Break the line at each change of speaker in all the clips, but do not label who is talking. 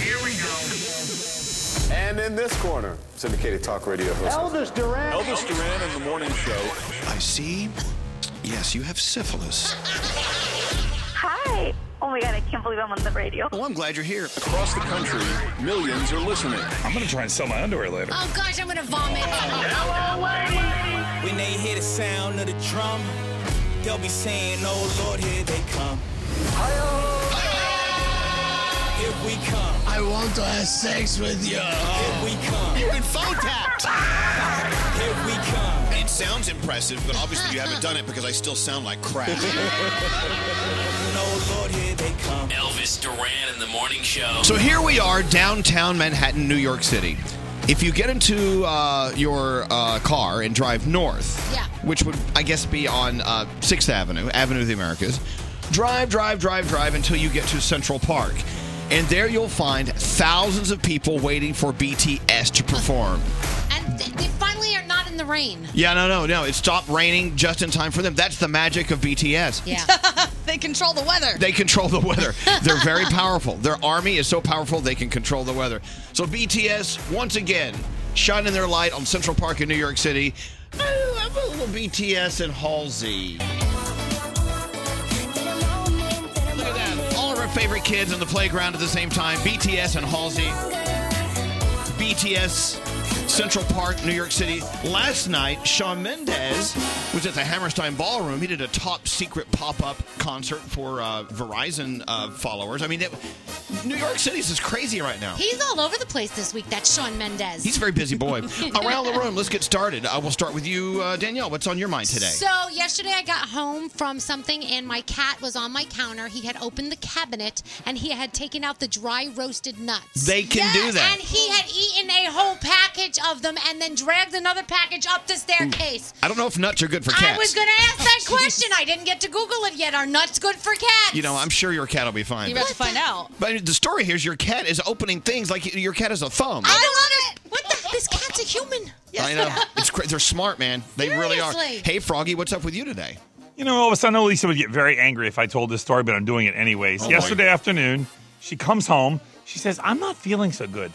Here we go. And in this corner, syndicated talk radio host.
Elvis Duran.
Elvis Duran in the morning show.
I see. Yes, you have syphilis.
Hi. Oh my god, I can't believe I'm on the radio.
Well, I'm glad you're here.
Across the country, millions are listening.
I'm gonna try and sell my underwear later.
Oh gosh, I'm gonna vomit.
When they hear the sound of the drum, they'll be saying, Oh Lord, here they come. Here we come.
I want to have sex with you.
Here we come.
You've been phone tapped.
Here we come.
It sounds impressive, but obviously you haven't done it because I still sound like crap.
Oh Lord, here they come.
Elvis Duran in the morning show.
so here we are, downtown Manhattan, New York City. If you get into uh, your uh, car and drive north,
Yeah.
which would, I guess, be on uh, 6th Avenue, Avenue of the Americas, drive, drive, drive, drive until you get to Central Park. And there you'll find thousands of people waiting for BTS to perform.
And th- they finally are not in the rain.
Yeah, no, no, no. It stopped raining just in time for them. That's the magic of BTS.
Yeah.
They control the weather.
They control the weather. They're very powerful. Their army is so powerful they can control the weather. So BTS once again shining their light on Central Park in New York City. I love a little BTS and Halsey. Look at that. All of our favorite kids on the playground at the same time. BTS and Halsey. BTS, Central Park, New York City. Last night, Shawn Mendes was at the Hammerstein Ballroom. He did a top secret pop up concert for uh, Verizon uh, followers. I mean, it, New York City's is crazy right now.
He's all over the place this week. That's Sean Mendez.
He's a very busy boy. Around the room, let's get started. I will start with you, uh, Danielle. What's on your mind today?
So yesterday I got home from something and my cat was on my counter. He had opened the cabinet and he had taken out the dry roasted nuts.
They can do that.
And he had eaten a whole package of them and then dragged another package up the staircase.
I don't know if nuts are good for cats.
I was going to ask that question. I didn't get to Google it yet. Are nuts good for cats?
you know, I'm sure your cat will be fine.
You're about to find out.
But the story here is your cat is opening things like your cat is a thumb.
I don't want it. What the? This cat's a human.
I know. It's cra- they're smart, man. They really are.
Seriously.
Hey, Froggy, what's up with you today?
You know, all of a sudden, Lisa would get very angry if I told this story, but I'm doing it anyways. Yesterday afternoon, she comes home. She says, I'm not feeling so good.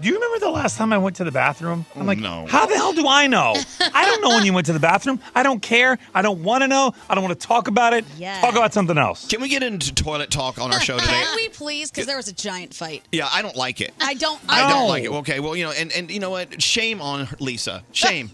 Do you remember the last time I went to the bathroom? I'm
Oh,
like,
no.
how the hell do I know? I don't know when you went to the bathroom. I don't care. I don't want to know. I don't want to talk about it.
Yes.
Talk about something else.
Can we get into toilet talk on our show today?
Can we please? Because there was a giant fight.
yeah, I don't like it.
I don't.
I
No.
don't like it. Okay, well, you know, and, and you know what? Shame on Lisa. Shame.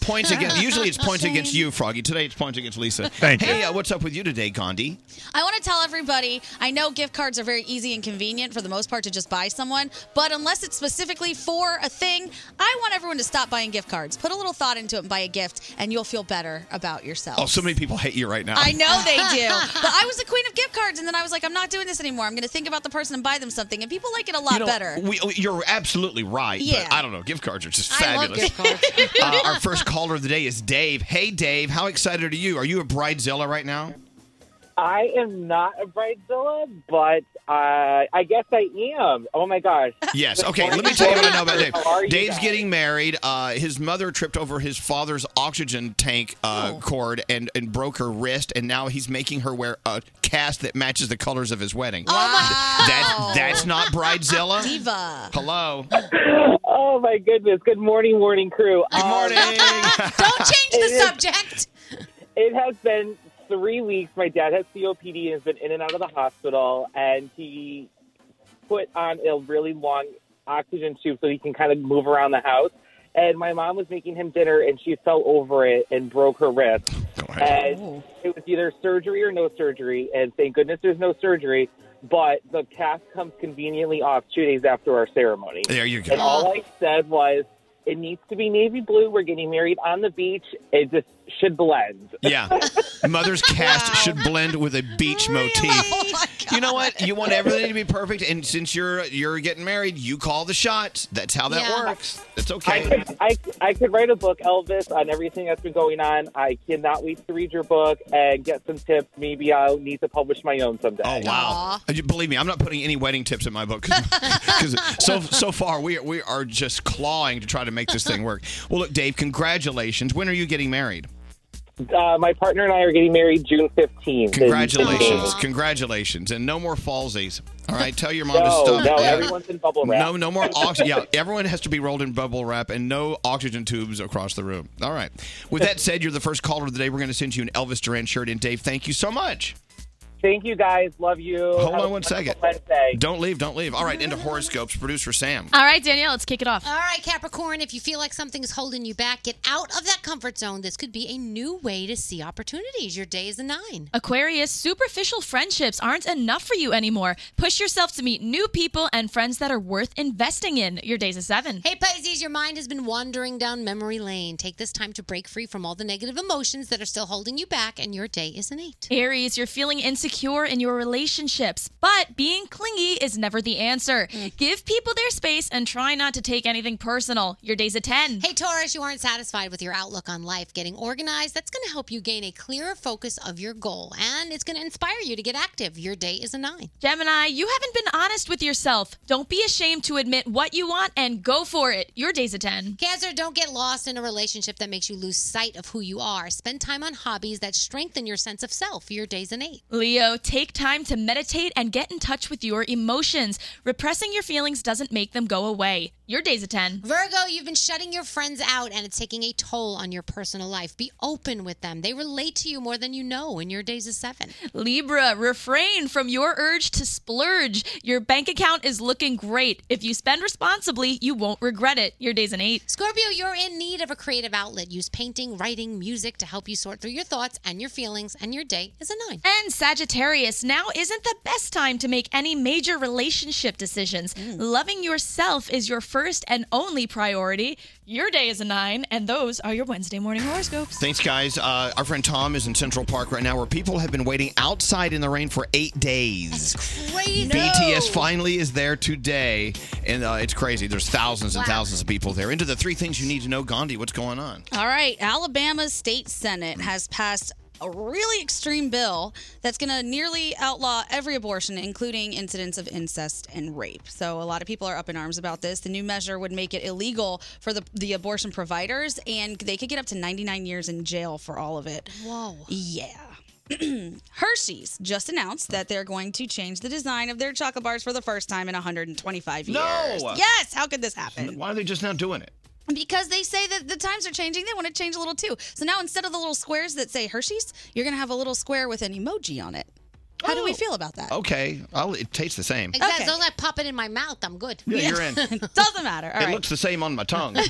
points against. Usually it's points against you, Froggy. Today it's points against Lisa.
Thank you.
hey, uh, what's up with you today, Gandhi?
I want to tell everybody I know gift cards are very easy and convenient for the most part to just buy someone, but unless it's specifically for a thing, I want everyone to stop buying gift cards. Put a little thought into it and buy a gift, and you'll feel better about yourself.
Oh, so many people hate you right now.
I know they do. But I was the queen of gift cards, and then I was like, I'm not doing this anymore. I'm going to think about the person and buy them something, and people like it a lot
You know,
better.
We, you're absolutely right.
Yeah.
But I don't know. Gift cards are just
I love
fabulous.
gift cards.
uh, our first caller of the day is Dave. Hey, Dave, how excited are you? Are you a bridezilla right now?
I am not a bridezilla, but uh, I guess I am. Oh my gosh!
Yes. Okay. Let me tell you what I know about
How are
Dave.
you
Dave's
guys?
getting married. Uh, his mother tripped over his father's oxygen tank uh,
Oh.
cord and, and broke her wrist, and now he's making her wear a cast that matches the colors of his wedding.
Oh,
That, that's not bridezilla.
Diva.
Hello.
Oh my goodness! Good morning, morning crew. Um,
Good morning.
Don't change
It
the
is-
subject.
It has been three weeks. My dad has COPD and has been in and out of the hospital, and he put on a really long oxygen tube so he can kind of move around the house. And my mom was making him dinner, and she fell over it and broke her wrist.
Oh,
And it was either surgery or no surgery. And thank goodness there's no surgery. But the cast comes conveniently off two days after our ceremony.
there you go.
And all I said was, it needs to be navy blue. We're getting married on the beach. It just should blend.
Yeah. Mother's cast should blend with a beach motif.
Oh my
You know what? You want everything to be perfect, and since you're you're getting married, you call the shots. That's how that
Yeah.
works. That's
I
okay.
could, I, I could write a book, Elvis, on everything that's been going on. I cannot wait to read your book and get some tips. Maybe I'll need to publish my own someday.
Oh wow! Uh, you- Believe me, I'm not putting any wedding tips in my book because so so far we we are just clawing to try to make this thing work. Well, look, Dave, congratulations. When are you getting married?
Uh, my partner and I are getting married June 15th. in- in
Congratulations,
Phoenix.
congratulations, and no more falsies. All right, tell your mom to
No,
stop.
no,
Yeah.
everyone's in bubble wrap.
No, no more oxygen. yeah, everyone has to be rolled in bubble wrap and no oxygen tubes across the room. All right. With that said, you're the first caller of the day. We're going to send you an Elvis Duran shirt. And Dave, thank you so much.
Thank you guys. Love you.
Hold on one second. Don't leave. Don't leave. All right, into horoscopes. Producer Sam.
All right, Danielle, let's kick it off. All right, Capricorn, if you feel like something is holding you back, get out of that comfort zone. This could be a new way to see opportunities. Your day is a nine.
Aquarius, superficial friendships aren't enough for you anymore. Push yourself to meet new people and friends that are worth investing in. Your day's a seven.
Hey, Pisces, your mind has been wandering down memory lane. Take this time to break free from all the negative emotions that are still holding you back, and your day is an eight.
Aries, you're feeling insecure in your relationships, but being clingy is never the answer. Give people their space and try not to take anything personal. Your day's a 10.
Hey, Taurus, you aren't satisfied with your outlook on life. Getting organized, that's going to help you gain a clearer focus of your goal, and it's going to inspire you to get active. Your day is a nine.
Gemini, you haven't been honest with yourself. Don't be ashamed to admit what you want and go for it. Your day's a 10.
Cancer, don't get lost in a relationship that makes you lose sight of who you are. Spend time on hobbies that strengthen your sense of self. Your day's an eight.
Leo, take time to meditate and get in touch with your emotions. Repressing your feelings doesn't make them go away. Your day's a 10.
Virgo, you've been shutting your friends out and it's taking a toll on your personal life. Be open with them. They relate to you more than you know, and your day's a seven.
Libra, refrain from your urge to splurge. Your bank account is looking great. If you spend responsibly, you won't regret it. Your day's an 8.
Scorpio, you're in need of a creative outlet. Use painting, writing, music to help you sort through your thoughts and your feelings, and your day is a nine.
And Sagittarius, now isn't the best time to make any major relationship decisions. Loving yourself is your first and only priority. Your day is a 9, and those are your Wednesday morning horoscopes.
Thanks, guys. Uh, our friend Tom is in Central Park right now where people have been waiting outside in the rain for eight days.
Crazy.
BTS finally is there today, and uh, it's crazy. There's thousands and
Wow.
thousands of people there. Into the three things you need to know, Gandhi. What's going on?
All right, Alabama's state senate has passed a really extreme bill that's going to nearly outlaw every abortion, including incidents of incest and rape. So a lot of people are up in arms about this. The new measure would make it illegal for the the abortion providers, and they could get up to 99 years in jail for all of it.
Whoa.
Yeah. Hershey's just announced that they're going to change the design of their chocolate bars for the first time in 125
No!
years. Yes, how could this happen?
Why are they just now doing it?
Because they say that the times are changing, they want to change a little too. So now instead of the little squares that say Hershey's, you're going to have a little square with an emoji on it. How do we feel about that?
Okay, I'll, it tastes the same.
Oh. Exactly. Don't let pop it in my mouth. I'm good.
Yeah, you're in.
Doesn't matter. All
it
right.
looks the same on my tongue.
and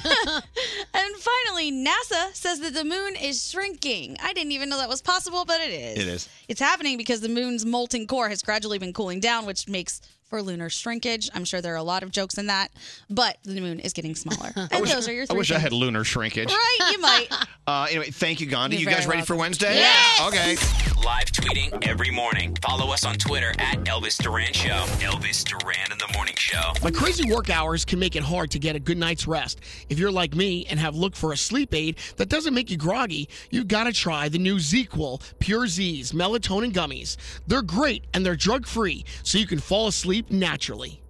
finally, NASA says that the moon is shrinking. I didn't even know that was possible, but it is.
it is.
It's happening because the moon's molten core has gradually been cooling down, which makes for lunar shrinkage. I'm sure there are a lot of jokes in that, but the moon is getting smaller.
I
and
wish,
those are your
I
three.
wish I had lunar shrinkage.
Right, you might.
Uh, anyway, thank you, Gandhi.
You're
you guys
very
ready for
welcome.
Wednesday?
Yes!
Yeah. Okay.
Live tweeting every morning. Follow us on Twitter at Elvis Duran Show. Elvis Duran in the Morning Show.
My crazy work hours can make it hard to get a good night's rest. If you're like me and have looked for a sleep aid that doesn't make you groggy, you gotta try the new ZQL Pure Z's melatonin gummies. They're great and they're drug free, so you can fall asleep naturally.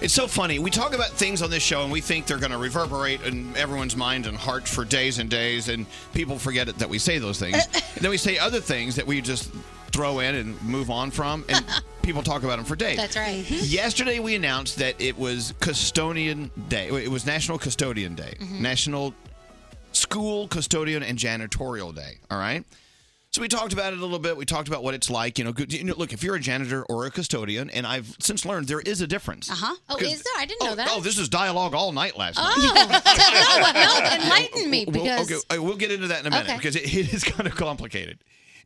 It's so funny. We talk about things on this show and we think they're going to reverberate in everyone's mind and heart for days and days, and people forget it, that we say those things. and then we say other things that we just throw in and move on from, and people talk about them for days.
That's right.
Mm-hmm. Yesterday, we announced that it was Custodian Day. It was National Custodian Day,
Mm-hmm.
Mhm.
National School Custodian and Janitorial Day. All right. So we talked about it a little bit. We talked about what it's like. You know, good, you know look, if you're a janitor or a custodian, and I've since learned there is a difference. Uh
uh-huh.
huh.
Oh, is there? I didn't know that.
Oh, this is dialogue all night last night.
Oh, no, no, enlighten me
We'll-
because.
okay, uh, we'll get into that in a minute
Okay.
because it, it is kind of complicated.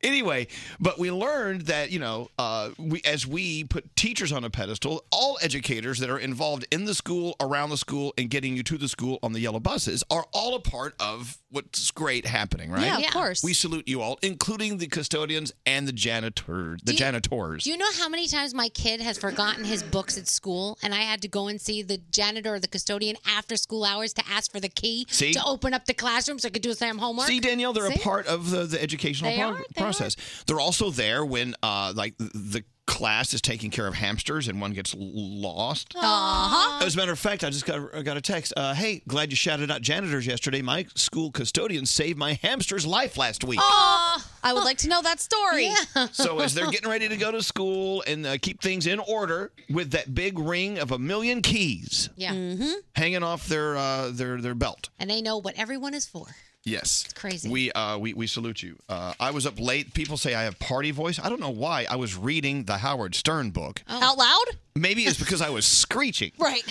Anyway, but we learned that you know, uh, we as we put teachers on a pedestal, all educators that are involved in the school, around the school, and getting you to the school on the yellow buses are all a part of what's great happening, right?
Yeah, of Yeah. course.
We salute you all, including the custodians and the janitor, the
Do you-
janitors.
Do you know how many times my kid has forgotten his books at school, and I had to go and see the janitor or the custodian after school hours to ask for the key
See?
to open up the classroom so I could do some homework?
See, Danielle, they're
See?
a part of the, the educational
They
prog-
are, they
process. They're also there when, uh, like, the class is taking care of hamsters and one gets l- lost.
Uh-huh.
As a matter of fact, I just got I got a text. Uh, hey, glad you shouted out janitors yesterday. My school custodian saved my hamster's life last week.
Aw, I would like to know that story.
So as they're getting ready to go to school and uh, keep things in order with that big ring of a million keys
Yeah. Mm-hmm.
hanging off their uh, their their belt.
And they know what everyone is for.
Yes, it's
crazy.
We uh, we we salute you. Uh, I was up late. People say I have party voice. I don't know why. I was reading the Howard Stern book.
Oh. Out loud?
Maybe it's because I was screeching.
Right.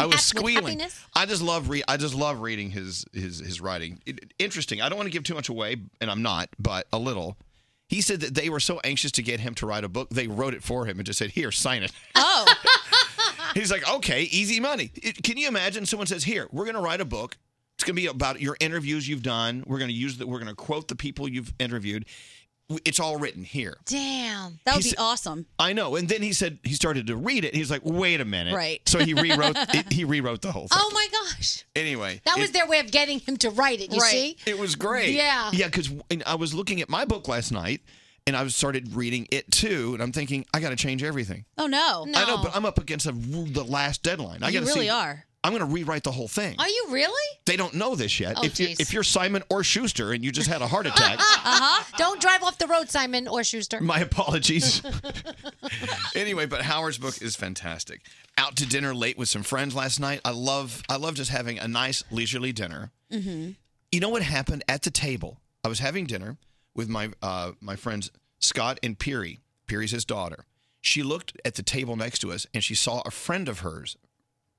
I was squealing. I just love re- I just love reading his his his writing. It- interesting. I don't want to give too much away, and I'm not, but a little. He said that they were so anxious to get him to write a book, they wrote it for him and just said, "Here, sign it."
Oh.
He's like, "Okay, easy money." It- can you imagine? Someone says, "Here, we're going to write a book. It's going to be about your interviews you've done. We're going to use the. We're going to quote the people you've interviewed. It's all written here."
Damn. That would
He
be
said-
awesome.
I know. And then he said he started to read it. He was like, "Wait a minute!"
Right.
So he rewrote. it, he rewrote the whole thing.
Oh my gosh.
Anyway,
That was
it-
their way of getting him to write it, you see?
It was great.
Yeah.
Yeah, because I was looking at my book last night, and I was started reading it too, and I'm thinking I got to change everything.
Oh, no.
I know, but I'm up against a, the last deadline. I
You
got to
really are.
I'm going to rewrite the whole thing.
Are you really?
They don't know this yet.
Oh,
if, you,
geez.
if you're Simon or Schuster and you just had a heart attack,
Uh-huh. Don't drive off the road, Simon or Schuster.
my apologies. anyway, but Howard's book is fantastic. Out to dinner late with some friends last night. I love I love just having a nice leisurely dinner.
Mm-hmm.
You know what happened at the table? I was having dinner with my uh, my friends Scott and Peary. Peary's his daughter. She looked at the table next to us and she saw a friend of hers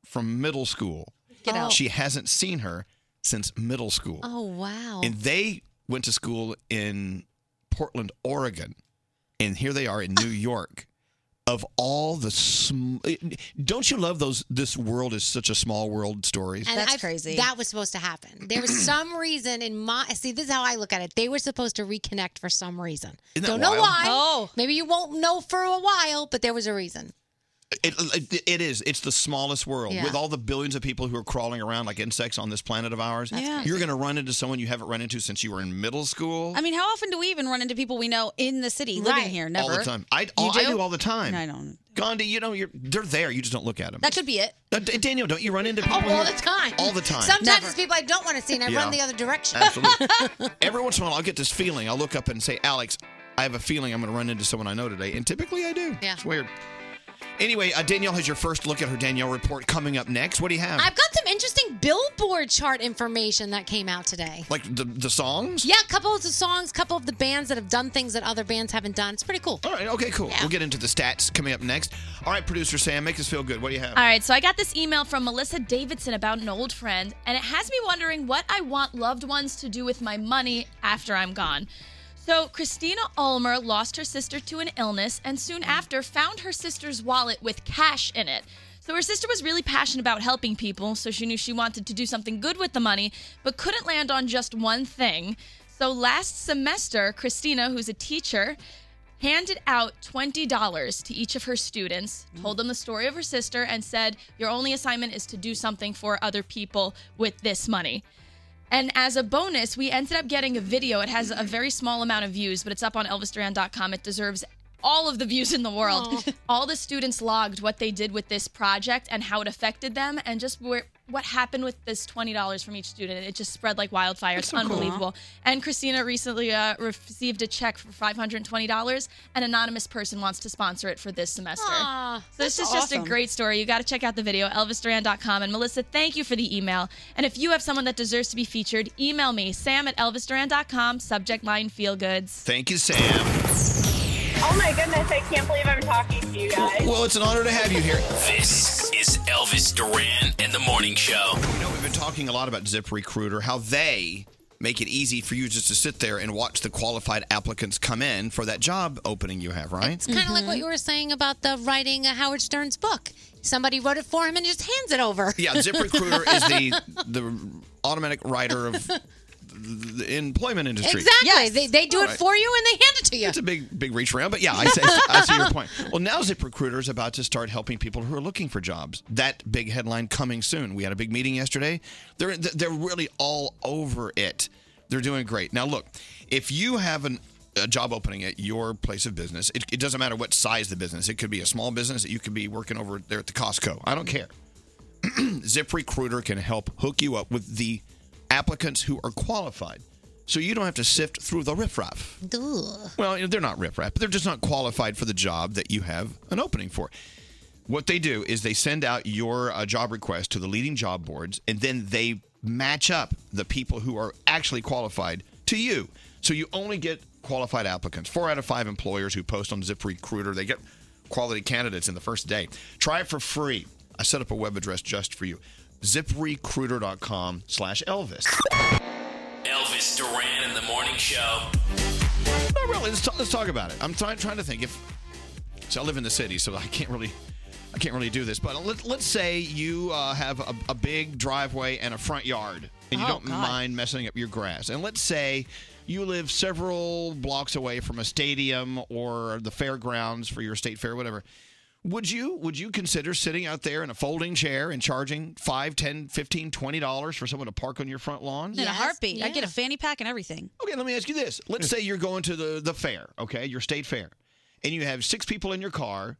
from middle school.
Get out.
She hasn't seen her since middle school.
Oh, wow.
And they went to school in Portland, Oregon. And here they are in
Ah.
New York. Of all the sm- eh, don't you love those this world is such a small world stories?
And I've- That was supposed to happen. There was some reason in my see. This is how I look at it. They were supposed to reconnect for some reason.
Isn't that
Don't know
wild?
why. Oh, maybe you won't know for a while, but there was a reason.
It, uh, it, it is. It's the smallest world
Yeah.
with all the billions of people who are crawling around like insects on this planet of ours.
That's Yeah. crazy.
You're going to run into someone you haven't run into since you were in middle school.
I mean, how often do we even run into people we know in the city living here? Never.
all the time. I,
You
all, I
do?
do all the time.
I don't.
Gandhi, you know, you're, they're there. You just don't look at them.
That could be it.
Uh, D- Daniel, don't you run into people
Oh, all
here?
the time.
All the time.
Sometimes it's people I don't want to see, and I
Yeah.
run the other direction.
Absolutely. Every once in a while, I'll get this feeling. I'll look up and say, Alex, I have a feeling I'm going to run into someone I know today. And typically I do.
Yeah.
It's weird. Anyway, uh, Danielle has your first look at her Danielle report coming up next. What do you have?
I've got some interesting Billboard chart information that came out today.
like the, the songs?
Yeah, a couple of the songs, couple of the bands that have done things that other bands haven't done. It's pretty cool.
All right, okay, cool. We'll get into the stats coming up next. All right, producer Sam, make us feel good. What do you have?
Uh,
All right, so I got this email from Melissa Davidson about an old friend, and it has me wondering what I want loved ones to do with my money after I'm gone. So, Christina Ulmer lost her sister to an illness and soon after found her sister's wallet with cash in it. So, her sister was really passionate about helping people, so she knew she wanted to do something good with the money, but couldn't land on just one thing. So, last semester, Christina, who's a teacher, handed out $20 to each of her students, told them the story of her sister, and said, Your only assignment is to do something for other people with this money. And as a bonus, we ended up getting a video. It has a very small amount of views, but it's up on elvisduran.com. It deserves all of the views in the world. All the students logged what they did with this project and how it affected them and just where, what happened with this $20 from each student. It just spread like wildfire.
That's
It's
so cool.
unbelievable. And Christina recently uh, received a check for $520. An anonymous person wants to sponsor it for this semester.
Aw,
so this
that's
is just a
awesome.
great story. You got to check out the video, elvisduran.com. And Melissa, thank you for the email. And if you have someone that deserves to be featured, email me, sam at elvisduran.com, subject line feel goods.
Thank you, Sam.
Oh my goodness, I can't believe I'm talking to you guys.
Well, it's an honor to have you here.
This is Elvis Duran and the Morning Show.
You know, we've been talking a lot about ZipRecruiter, how they make it easy for you just to sit there and watch the qualified applicants come in for that job opening you have, right?
It's kind of
Mm-hmm.
like what you were saying about the writing of Howard Stern's book. Somebody wrote it for him and just hands it over.
Yeah, ZipRecruiter is the the automatic writer of the- the employment industry.
Exactly. They, they do
All
it
right.
for you and they hand it to you.
It's a big, big reach around, but yeah, I see, I see your point. Well, now ZipRecruiter is about to start helping people who are looking for jobs. That big headline coming soon. We had a big meeting yesterday. They're they're really all over it. They're doing great. Now, look, if you have an a job opening at your place of business, it, it doesn't matter what size the business. It could be a small business. You could be working over there at the Costco. I don't care. ZipRecruiter can help hook you up with the applicants who are qualified, so you don't have to sift through the riffraff. Well, you know, they're not riffraff, but they're just not qualified for the job that you have an opening for. What they do is they send out your uh, job request to the leading job boards, and then they match up the people who are actually qualified to you. So you only get qualified applicants. Four out of five employers who post on ZipRecruiter, they get quality candidates in the first day. Try it for free. I set up a web address just for you. ZipRecruiter.com slash Elvis.
Elvis Duran in the morning show.
Not really. Let's talk, let's talk about it. I'm try, trying to think if. So I live in the city, so I can't really, I can't really do this. But let, let's say you uh, have a, a big driveway and a front yard, and you
Oh,
don't
God.
mind messing up your grass. And let's say you live several blocks away from a stadium or the fairgrounds for your state fair, whatever. Would you would you consider sitting out there in a folding chair and charging five, ten, fifteen, twenty dollars for someone to park on your front lawn?
In a heartbeat. I get a fanny pack and everything.
Okay, let me ask you this. Let's say you're going to the, the fair, okay, your state fair, and you have six people in your car,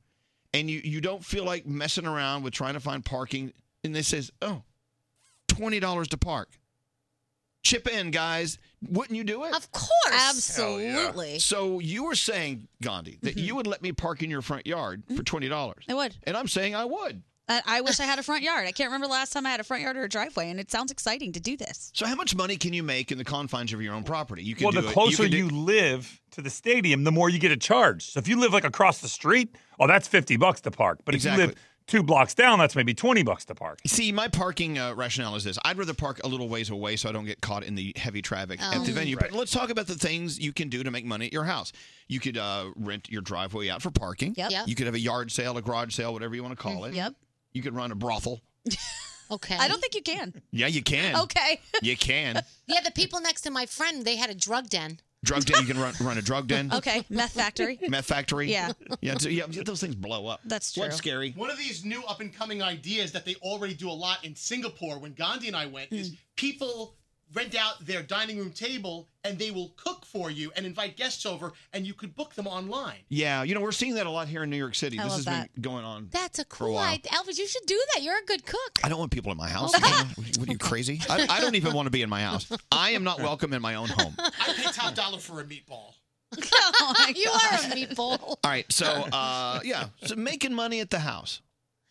and you, you don't feel like messing around with trying to find parking, and they says, oh, $20 to park. Chip in, guys. Wouldn't you do it? Of
course.
Absolutely. So you were saying, Gandhi, that you would let me park in your front yard for $20. Mm-hmm. I
would.
And I'm saying I would.
I, I wish I had a front yard. I can't remember the last time I had a front yard or a driveway, and it sounds exciting to do this.
So how much money can you make in the confines of your own property? You can
well,
do
the
it-
closer
can do-
you, live to the stadium, the more you get a charge. So if you live like across the street, oh, that's fifty bucks to park. But if you live two blocks down, that's maybe twenty bucks to park.
See, my parking uh, rationale is this: I'd rather park a little ways away so I don't get caught in the heavy traffic at the
Oh.
venue. But let's talk about the things you can do to make money at your house. You could uh, rent your driveway out for parking.
Yep. Mm, Yep.
You could have a yard sale, a garage sale, whatever you want to call it.
Yep.
You could run a brothel.
Okay.
I don't think you can.
Yeah, you can.
Okay.
You can.
Yeah, the people next to my friend, they had a drug den.
Drug den. You can run run a drug den.
Okay, meth factory.
Meth factory.
Yeah.
Yeah. so- yeah. Those things blow up. What's scary?
One of these new up and coming ideas that they already do a lot in Singapore when Gandhi and I went is people rent out their dining room table and they will cook for you and invite guests over and you could book them online.
Yeah. You know, we're seeing that a lot here in New York City.
I
this
love
has been going on.
That's a
for
cool
while.
idea. Elvis, you should do that. You're a good cook.
I don't want people in my house.
Okay.
What are you crazy? I, I don't even want to be in my house. I am not welcome in my own home.
I pay top dollar for a meatball.
you are a meatball.
All right, so uh, yeah, so making money at the house.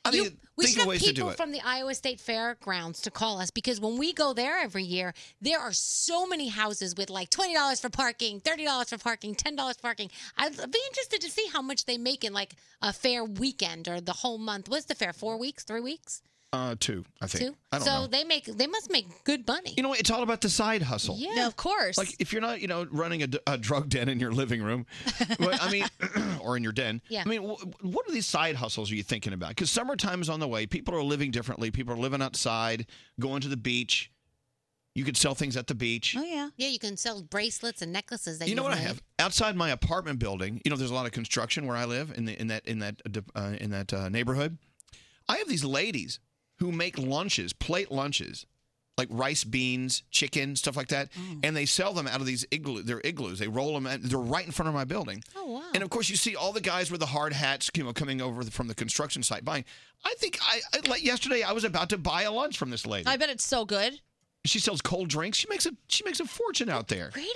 I
You-
mean,
we
think
should
of
have
ways to do
people
it.
from the Iowa State Fairgrounds to call us because when we go there every year, there are so many houses with like twenty dollars for parking, thirty dollars for parking, ten dollars parking. I'd be interested to see how much they make in like a fair weekend or the whole month. What's the fair? Four weeks, three weeks,
uh, two, I think.
two.
I don't
so
know.
they make they must make good money.
You know, what? it's all about the side hustle.
Yeah, of course.
Like if you're not, you know, running a, d- a drug den in your living room, but, I mean, or in your den.
Yeah.
I mean, wh- what are these side hustles are you thinking about? Because summertime is on the way. People are living differently. People are living outside, going to the beach. You could sell things at the beach.
Oh yeah,
yeah. You can sell bracelets and necklaces. That
you know
you've
what I
made.
have outside my apartment building. You know, there's a lot of construction where I live in the in that in that uh, in that uh, neighborhood. I have these ladies who make lunches, plate lunches, like rice, beans, chicken, stuff like that,
Mm.
and they sell them out of these igloo. They're igloos. They roll them. Out, they're right in front of my building.
Oh wow.
And of course, you see all the guys with the hard hats, you know, coming over from the construction site buying. I think I, I like yesterday I was about to buy a lunch from this lady.
I bet it's so good.
she sells cold drinks. She makes a she makes a fortune out there.
Great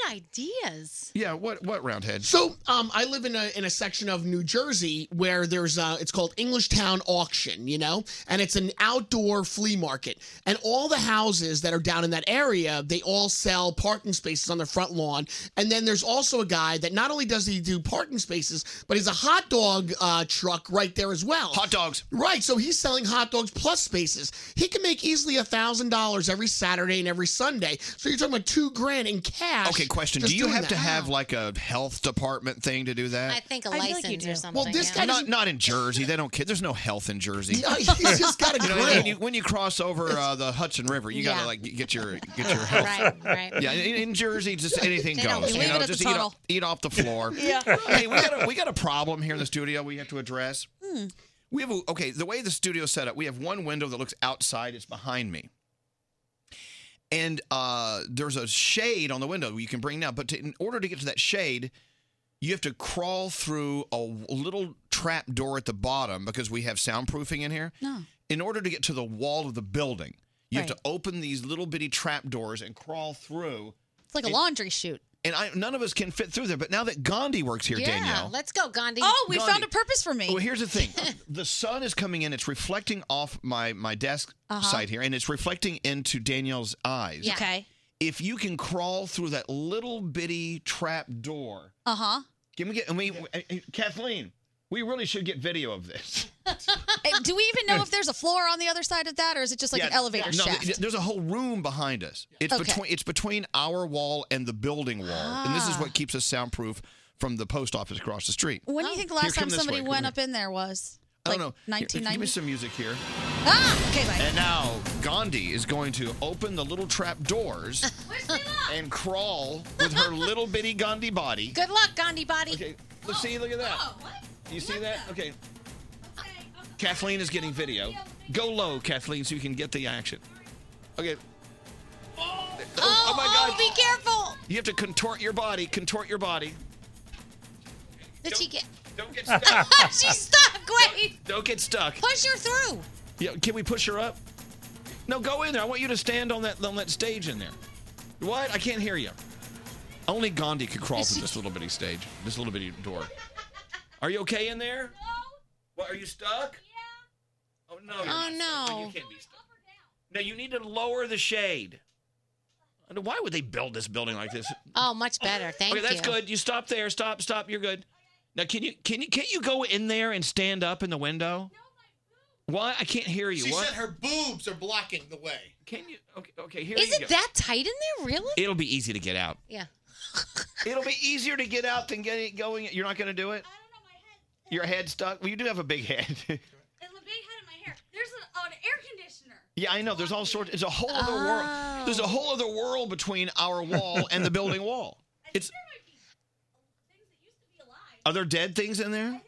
ideas.
Yeah. What what roundhead?
So um, I live in a in a section of New Jersey where there's a, it's called Englishtown Auction, you know, and it's an outdoor flea market. And all the houses that are down in that area, they all sell parking spaces on their front lawn. And then there's also a guy that not only does he do parking spaces, but he's a hot dog uh, truck right there as well. Hot
dogs,
right? So he's selling hot dogs plus spaces. He can make easily a thousand dollars every Saturday and every Sunday. So you're talking about two grand in cash.
Okay, question.
just
Do you
doing
have to
that.
have like a health department thing to do that?
I think a
I feel like
license
you do.
or
Well,
something.
this guy
yeah.
not not in Jersey. They don't care. There's no health in Jersey.
Yeah, he's just got a
You know, when,
grill.
you, when you cross over uh, the Hudson River, you
Yeah.
gotta like get your get your health.
Right, right.
Yeah, in, in Jersey, just anything
They don't
goes.
leave
You
it
know,
at the
just eat
tunnel.
off, eat off the floor.
Yeah.
Hey, we got a, we got a problem here in the studio. We have to address.
Hmm.
We have a, okay. The way the studio's set up, we have one window that looks outside. It's behind me, and uh, there's a shade on the window you can bring now. But to, in order to get to that shade, you have to crawl through a w- little trap door at the bottom because we have soundproofing in here.
No.
In order to get to the wall of the building, you have
Right.
to open these little bitty trap doors and crawl through.
It's like a laundry chute.
And I, none of us can fit through there. But now that Gandhi works here,
yeah,
Danielle.
let's go, Gandhi.
Oh, we found a purpose for me.
Well, here's the thing: the sun is coming in; it's reflecting off my my desk
Uh-huh.
side here, and it's reflecting into Danielle's eyes.
Yeah. Okay.
If you can crawl through that little bitty trap door,
Uh huh.
give me get and we uh, uh, Kathleen, we really should get video of this.
Eh, Do we even know if there's a floor on the other side of that, or is it just like an
Yeah,
elevator
no,
shaft?
th- There's a whole room behind us. It's
Okay.
between it's between our wall and the building wall, and this is
Ah.
what keps us soundproof from the post office across the street.
when do
Oh.
you Oh. think the
Here,
last
come
time
this
somebody
way, come
went
here.
up in there was?
I don't know. Here, Give me
1990?
some music here.
Ah, okay, bye.
And now Gandhi is going to open the little trap doors and crawl with her little bitty Gandhi body.
Good luck, Gandhi body.
Let's see. Look at that. You see that? Okay. Kathleen is getting video. Go low, Kathleen, so you can get the action. Okay. Oh,
Oh,
my
oh,
God.
be careful.
You have to contort your body. Contort your body.
Did she get?
Don't get stuck.
She's stuck. Wait.
Don't get stuck.
Push her through.
Yeah, can we push her up? No, go in there. I want you to stand on that on that stage in there. What? I can't hear you. Only Gandhi could crawl through this little bitty stage, this little bitty door. Are you okay in there? What? Are you stuck? Yeah. Oh no. you're
Oh,
not stuck.
no.
You can't be stuck. No, you need to lower the shade. I wonder Why would they build this building like this?
Oh, much better. Thank
okay,
you.
that's good. You stop there. Stop. Stop. You're good. Now, can you can you can't you go in there and stand up in the window? Why? I can't hear you.
She
what?
said her boobs are blocking the way.
Can you? Okay, okay here
Is it that tight in there? Really?
It'll be easy to get out.
Yeah.
It'll be easier to get out than getting going. You're not going to do it. I don't know. My head. Your head stuck. Well, you do have a big head.
There's an, an air conditioner.
yeah, I know. There's all sorts. There's a whole other
Oh.
world. There's a whole other world between our wall and the building wall. It's. Are there dead things in there?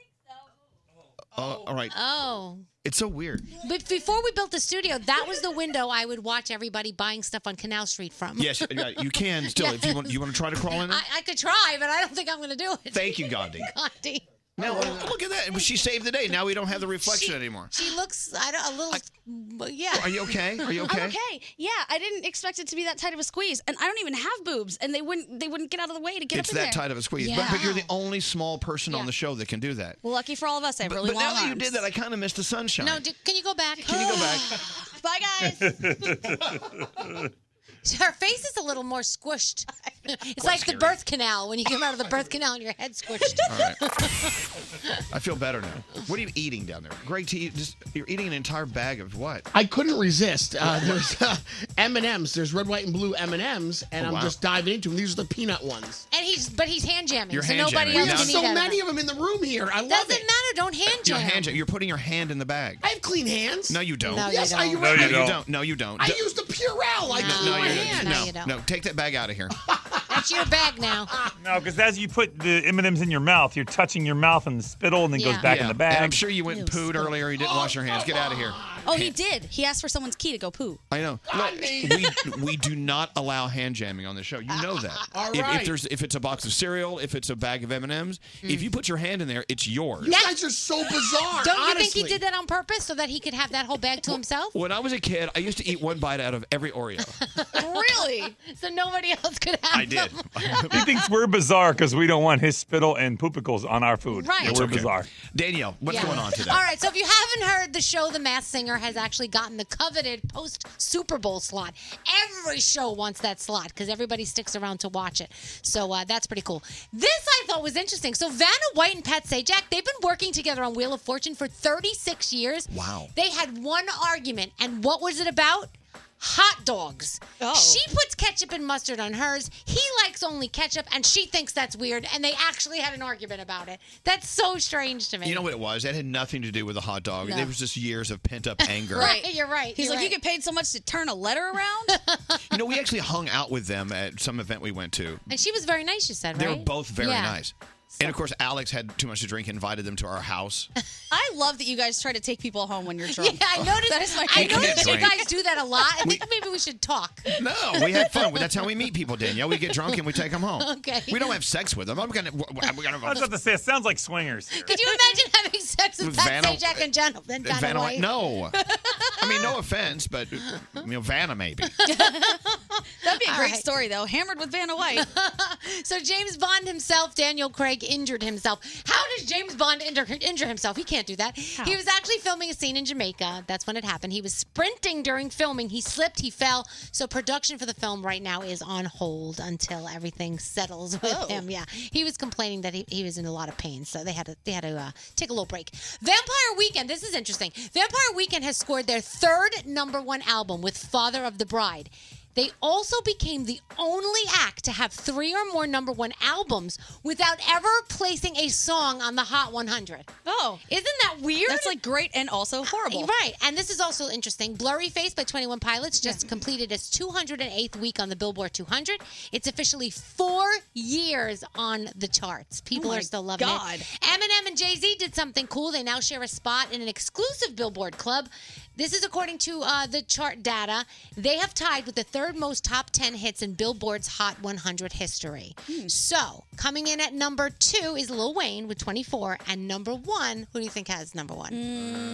Oh, all right.
Oh.
It's so weird.
But before we built the studio, that was the window I would watch everybody buying stuff on Canal Street from.
Yes, yeah, you can still if you want. You want to try to crawl in? There?
I, I could try, but I don't think I'm going to do it.
Thank you, Gandhi.
Gandhi.
Now look, look at that. She saved the day. Now we don't have the reflection anymore.
Oh. She looks I don't, a little. yeah.
Are you okay? Are you
I'm okay. Yeah, I didn't expect it to be that tight of a squeeze, and I don't even have boobs, and they wouldn't they wouldn't get out of the way to get
it's
up in
that
there.
tight of a squeeze. But, but you're the only small person on the show that can do that.
Well, lucky for all of us, I have
But-
really
but
long
now that you
arms.
did that, I kind of missed the sunshine.
No, d- can you go back?
Can you go back?
Bye, guys.
Her face is a little more squished. It's like the birth canal when you come out of the birth canal and your head squished.
All right. I feel better now. What are you eating down there? Great to eat. Just you're eating an entire bag of what?
I couldn't resist. Uh, there's uh, M and M's. There's red, white, and blue M and M's, and
Oh,
I'm
wow.
just diving into them. These are the peanut ones.
And he's but he's hand jamming,
You're
so
hand
nobody
jamming.
else
There's
can eat
so
out of
many
it.
of them in the room here. I love
Doesn't
it.
matter. Don't hand
Your
jam.
hand. You're putting your hand in the bag.
I have clean hands.
No, you don't.
No, you Yes, don't. I- you're
no,
right.
you
No, you
don't. No, you don't.
I
D-
used a Purell. I
No,
clean my
you don't.
hands.
No, you
no,
don't.
no, take that bag out of here.
That's your bag now.
No, because as you put the M&Ms in your mouth, you're touching your mouth and the spittle, and then
Yeah.
goes back
Yeah,
in the bag.
and I'm sure you went and pooed earlier. You didn't wash your hands. Get out of here.
Oh, he did. He asked for someone's key to go poo.
I know. Look, we, we do not allow hand jamming on the show. You know that.
All
if, if
right.
there's if it's a box of cereal, if it's a bag of M and M's, if you
Mm.
put your hand in there, it's yours.
You guys are so bizarre.
Don't you think
honestly.
he did that on purpose so that he could have that whole bag to himself?
When I was a kid, I used to eat one bite out of every Oreo.
really? so nobody else could have.
I did.
Oh.
he thinks we're bizarre because we don't want his spittle and poopicles on our food.
Right.
Yeah,
It's
we're
okay.
bizarre.
Danielle, what's
Yeah. All right, so if you haven't heard, the show The Masked Singer has actually gotten the coveted post Super Bowl slot. Every show wants that slot because everybody sticks around to watch it. So uh, that's pretty cool. This I thought was interesting. So Vanna White and Pat Sajak, they've been working together on Wheel of Fortune for 36 years.
Wow.
They had one argument, and what was it about? Hot dogs. She puts ketchup and mustard on hers. He likes only ketchup, and she thinks that's weird. And they actually had an argument about it. That's so strange to me.
You know what it was? That had nothing to do with a hot dog.
No.
It was just years of pent up anger.
you're right.
He's
you're
like,
right.
you get paid so much to turn a letter around.
You know, we actually hung out with them at some event we went to.
And she was very nice, you said, right?
They were both very
Yeah.
nice. And of course, Alex had too much to drink, invited them to our house.
I love that you guys try to take people home when you're drunk.
Yeah, I noticed.
That is my
I
favorite.
noticed you
Drink.
guys do that a lot. I think maybe we should talk.
No, Oh, we had fun. That's how we meet people, Danielle. We get drunk and we take them home.
Okay.
We don't have sex with them. I'm gonna. We're gonna.
I was about to say, it sounds like swingers.
Could you imagine having sex with
With
Pat
Vanna-
Sajak and John then John
Vanna
White?
White? No. I mean, no offense, but you know, Vanna maybe.
That'd be a great story, though. Hammered with Vanna White.
so James Bond himself, Daniel Craig, injured himself. How does James Bond injure, injure himself? He can't do that. He was actually filming a scene in Jamaica. That's when it happened. He was sprinting during filming. He slipped. He fell. So production for the film right now is on hold until everything settles with
Oh.
him. Yeah, he was complaining that he, he was in a lot of pain, so they had to they had to uh, take a little break. Vampire Weekend. This is interesting. Vampire Weekend has scored their third number one album with Father of the Bride. They also became the only act to have three or more number one albums without ever placing a song on the Hot 100.
Oh.
Isn't that weird?
That's like great and also horrible.
Right. And this is also interesting. Blurry Face by 21 Pilots just completed its 208th week on the Billboard 200. It's officially four years on the charts. People
Oh my
are still loving
God.
it. Eminem and Jay Z did something cool. They now share a spot in an exclusive Billboard club. This is according to uh, the chart data. They have tied with the third most top 10 hits in Billboard's Hot 100 history.
Hmm.
So, coming in at number two is Lil Wayne with 24, and number one, who do you think has number one?
Hmm.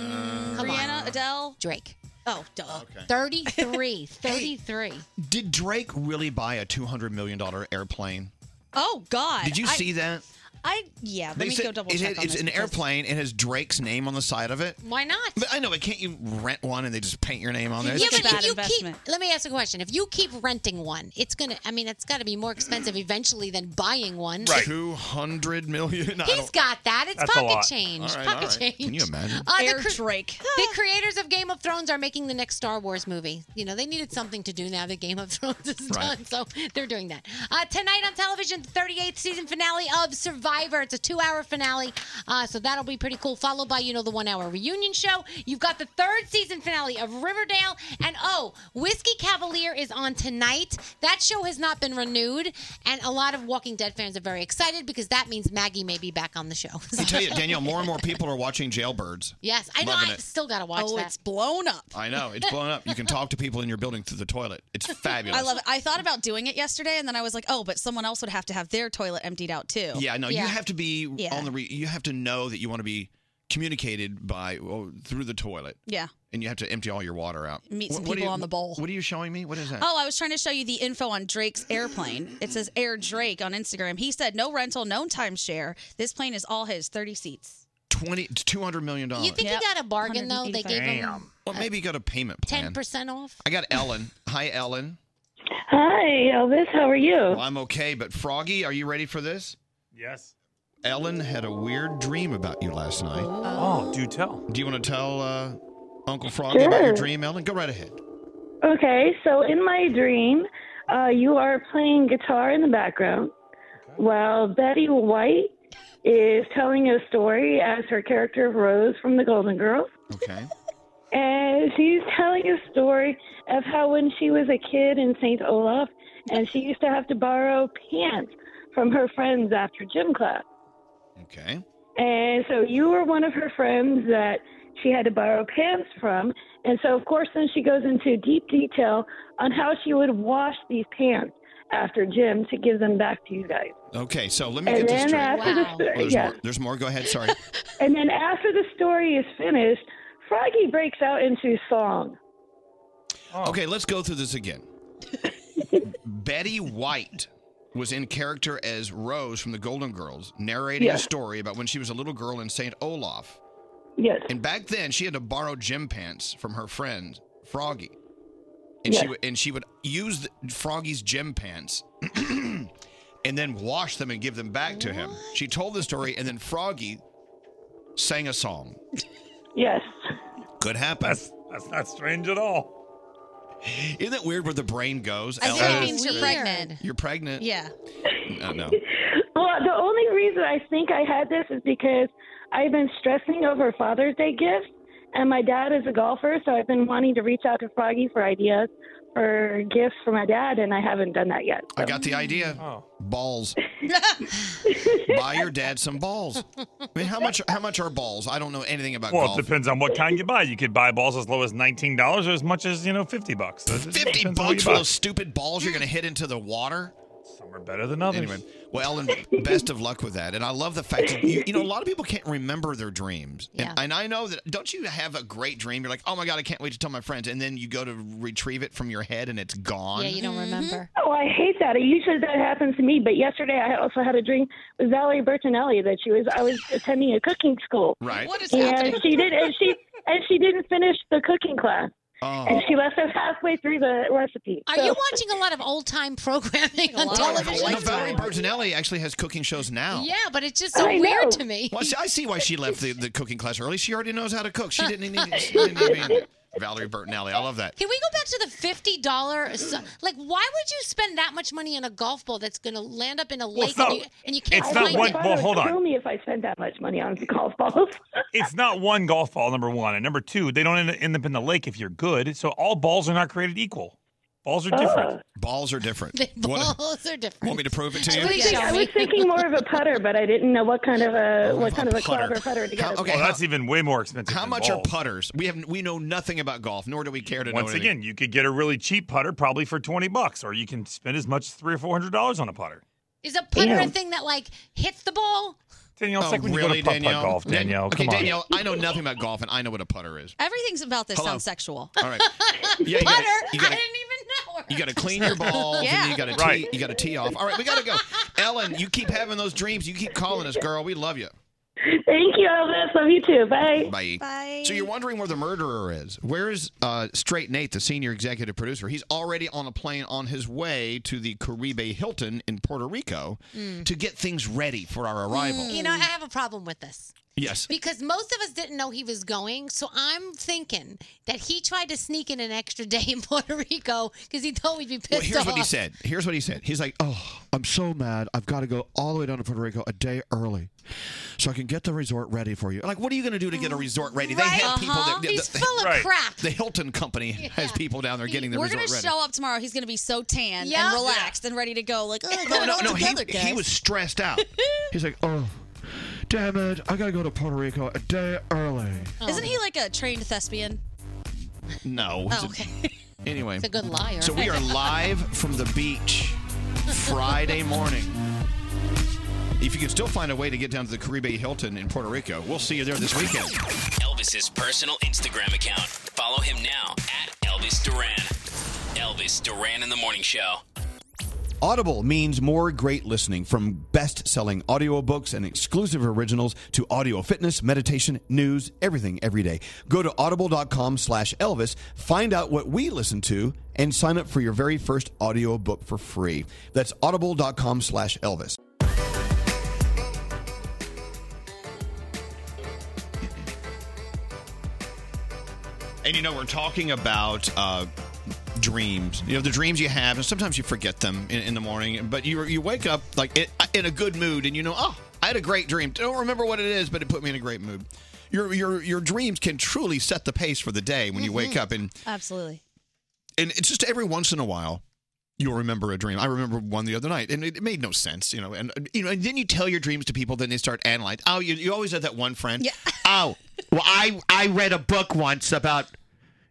Come on.
Rihanna, Adele,
Drake.
Oh, duh.
Uh, Okay.
33. 33.
Did Drake really buy a two hundred million dollar airplane?
Oh God.
Did you
I-
see that?
I yeah. Let
They
me
said-
go double
it
check.
had-
on
It's
this
an
because-
airplane. It has Drake's name on the side of it.
Why not?
But I know, but can't you rent one and they just paint your name on there?
yeah,
It's
but
just-
if you keep, let me ask a question. If you keep renting one, it's going to, I mean, it's got to be more expensive eventually than buying one.
Two hundred million. I
He's
don't-
got that. It's
That's a
pocket
lot.
change.
All right, all
pocket
right.
change.
Can you imagine?
Air Ah.
Drake. Uh, The creators of Game of Thrones are making the next Star Wars movie. You know, they needed something to do now that Game of Thrones is
Right.
done, so they're doing that. Uh, tonight on television, the 38th season finale of Survivor. It's a two-hour finale, uh, so that'll be pretty cool. Followed by, you know, the one-hour reunion show. You've got the third season finale of Riverdale, and oh, Whiskey Cavalier is on tonight. That show has not been renewed, and a lot of Walking Dead fans are very excited because that means Maggie may be back on the show.
I tell you, Danielle, more and more people are watching Jailbirds.
Yes, I know.
Loving
I
it.
still gotta watch
Oh,
that.
it's blown up.
I know it's blown up. You can talk to people in your building through the toilet. It's fabulous.
I love it. I thought about doing it yesterday, and then I was like, oh, but someone else would have to have their toilet emptied out too.
Yeah, no, you have to be
Yeah.
on the. Re- you have to know that you want to be communicated by oh, through the toilet.
Yeah.
and you have to empty all your water out.
Meet some
What- what are
people
you-
on the bowl.
What are you showing me? What is that?
Oh, I was trying to show you the info on Drake's airplane. It says Air Drake on Instagram. He said no rental, no timeshare. This plane is all his, 30 seats.
20 it's 200 million dollars.
You think he got a bargain though? They gave him
Damn. Well, maybe you got a payment
ten
plan.
percent off.
I got Ellen. Hi, Ellen.
Hi, Elvis. How are you?
Well, I'm okay, but Froggy, are you ready for this?
Yes.
Ellen had a weird dream about you last night. Oh,
do tell.
Do you want to tell uh, Uncle Froggy about
Sure.
your dream, Ellen? Go right ahead.
Okay, so in my dream, uh, you are playing guitar in the background while Betty White is telling a story as her character of Rose from The Golden Girls.
Okay.
And she's telling a story of how when she was a kid in St. Olaf, and she used to have to borrow pants from her friends after gym class.
Okay.
And so you were one of her friends that she had to borrow pants from. And so, of course, then she goes into deep detail on how she would wash these pants after gym to give them back to you guys.
Okay, so let me
And
get this
then
straight.
after the Wow. story-
there's,
yeah.
more, there's more. Go ahead. Sorry.
And then after the story is finished, Froggy breaks out into song.
Okay, let's go through this again. Betty White was in character as Rose from the Golden Girls, narrating a
Yes.
story about when she was a little girl in St. Olaf.
Yes.
And back then, she had to borrow gym pants from her friend Froggy, and she
Yes.
would and she would use the, Froggy's gym pants. And then wash them and give them back to him. She told the story, and then Froggy sang a song.
Yes.
Could happen. That's,
that's not strange at all.
Isn't it weird where the brain goes?
I think
Ellen?
it means you're Weird. pregnant.
You're pregnant.
Yeah.
Uh, no.
Well, the only reason I think I had this is because I've been stressing over Father's Day gifts, And my dad is a golfer, so I've been wanting to reach out to Froggy for ideas for gifts for my dad, and I haven't done that yet.
I got the idea.
Oh.
Balls. Buy your dad some balls. I mean, how much? How much are balls? I don't know anything about
Well,
golf.
it depends on what kind you buy. You could buy balls as low as nineteen dollars or as much as you know fifty bucks. Fifty
Bucks for those stupid balls you're going to hit into the water.
Some are better than others.
Anyway, well, and best of luck with that. And I love the fact that you, you know a lot of people can't remember their dreams.
Yeah.
And, and I know that. Don't you have a great dream? You're like, oh my god, I can't wait to tell my friends. And then you go to retrieve it from your head, and it's gone.
remember.
Oh, I hate that. It usually that happens to me. But yesterday, I also had a dream with Valerie Bertinelli that she was. I was attending a cooking school.
Right. What
is
and
happening?
she did, and she and she didn't finish the cooking class,
oh.
and she left us halfway through the recipe.
Are
So-
you watching a lot of old time programming on television?
No, Valerie Bertinelli actually has cooking shows now.
Yeah, but it's just so weird to me.
Well, see, I see why she left the, the cooking class early. She already knows how to cook. She didn't need. She didn't need to be- Valerie Bertinelli. I love that.
Can we go back to the fifty dollar? Like, why would you spend that much money on a golf ball that's going to land up in a lake
it's not-
and, you, and you can't?
it's not
find
one-
it?
well, hold on.
Kill me if I spend that much money on golf balls.
it's not one golf ball, number one. And number two, they don't end- end up in the lake if you're good. So all balls are not created equal. Balls are different.
Balls are different.
The balls are different.
Want me to prove it
I was, think- I was thinking more of a putter, but I didn't know what kind of
Oh,
a what kind of a club or putter to get. it
well, that's even way more expensive.
How
than
much
balls.
are putters? We have we know nothing about golf, nor do we care to know.
Once
anything.
again, you could get a really cheap putter probably for twenty bucks, or you can spend as much as three or four hundred dollars on a putter.
Is a putter
Yeah.
a thing that like hits the ball?
Danielle, it's like when
Oh, really,
you go to putt
Danielle?
golf,
Dan-
Danielle.
okay,
come on.
Danielle, I know nothing about golf, and I know what a putter is.
Everything's about this
Hello.
sounds sexual.
All right. Yeah, you
Butter?
gotta, you gotta,
I didn't even know.
you gotta clean your balls, and
Yeah.
you gotta tee,
Right.
you gotta tee off. All right, we gotta go. Ellen, you keep having those dreams. You keep calling us, girl. We love you.
Thank you, Elvis. Love you too. Bye.
Bye. So you're wondering where the murderer is. Where is uh, Straight Nate, the senior executive producer? He's already on a plane on his way to the Caribe Hilton in Puerto Rico
Hmm.
Mm.
to get things ready for our arrival.
You know, I have a problem with this.
yes.
Because most of us didn't know he was going, so I'm thinking that he tried to sneak in an extra day in Puerto Rico because he thought we'd be pissed
Well, here's
off.
what he said. Here's what he said. He's like, "Oh, I'm so mad. I've got to go all the way down to Puerto Rico a day early, so I can get the resort ready for you." Like, what are you going to do to get a resort ready? They
Right.
have people
Uh-huh.
that the-
He's
the-
full of Right. crap.
The Hilton company has people down there getting the
We're
resort
gonna
ready.
show up tomorrow. He's gonna be so tan
Yeah.
and relaxed and ready to go. Like, oh, I got
no,
it
no,
all
no. He,
together, guys.
he was stressed out. He's like, "Oh, damn it! I got to go to Puerto Rico a day early."
Isn't he like a trained thespian?
No.
Oh, okay.
Anyway,
He's a good liar.
So we are live from the beach Friday morning. If you can still find a way to get down to the Caribe Hilton in Puerto Rico, we'll see you there this weekend.
Elvis's personal Instagram account. Follow him now at Elvis Duran. Elvis Duran in the Morning Show.
Audible means more great listening from best selling audiobooks and exclusive originals to audio fitness, meditation, news, everything every day. Go to audible.com slash Elvis, find out what we listen to, and sign up for your very first audiobook for free. That's audible.com slash Elvis.
And you know, we're talking about uh, dreams. You know, the dreams you have, and sometimes you forget them in, in the morning, but you you wake up like it, in a good mood, and you know, oh, I had a great dream. I don't remember what it is, but it put me in a great mood. Your your your dreams can truly set the pace for the day when you wake
Mm-hmm. Hmm.
up, and
Absolutely.
and it's just every once in a while you'll remember a dream. I remember one the other night, and it, it made no sense, you know. And you know, and then you tell your dreams to people, then they start analyzing. Oh, you, you always have that one friend. Yeah. Oh, well, I I read a book once about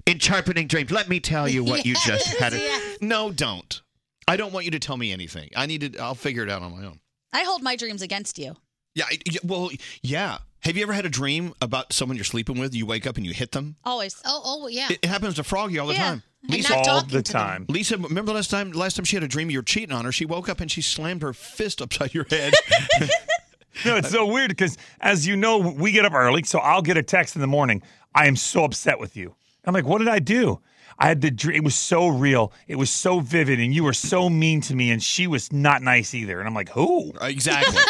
interpreting dreams. Let me tell you what you just had.
Yes.
No, don't. I don't want you to tell me anything. I need to. I'll figure it out on my own.
I hold my dreams against you.
Yeah. I- yeah, Well, yeah. Have you ever had a dream about someone you're sleeping with? You wake up and you hit them.
Always. Oh, oh, yeah.
It, it happens to Froggy all the
Yeah.
time.
And not All talking the to them.
time.
Lisa, remember last time? Last time she had a dream you were cheating on her. She woke up and she slammed her fist upside your head.
No, it's so weird because, as you know, we get up early, so I'll get a text in the morning. I am so upset with you. I'm like, what did I do? I had the dream. It was so real. It was so vivid, and you were so mean to me, and she was not nice either. And I'm like, who?
Uh, Exactly.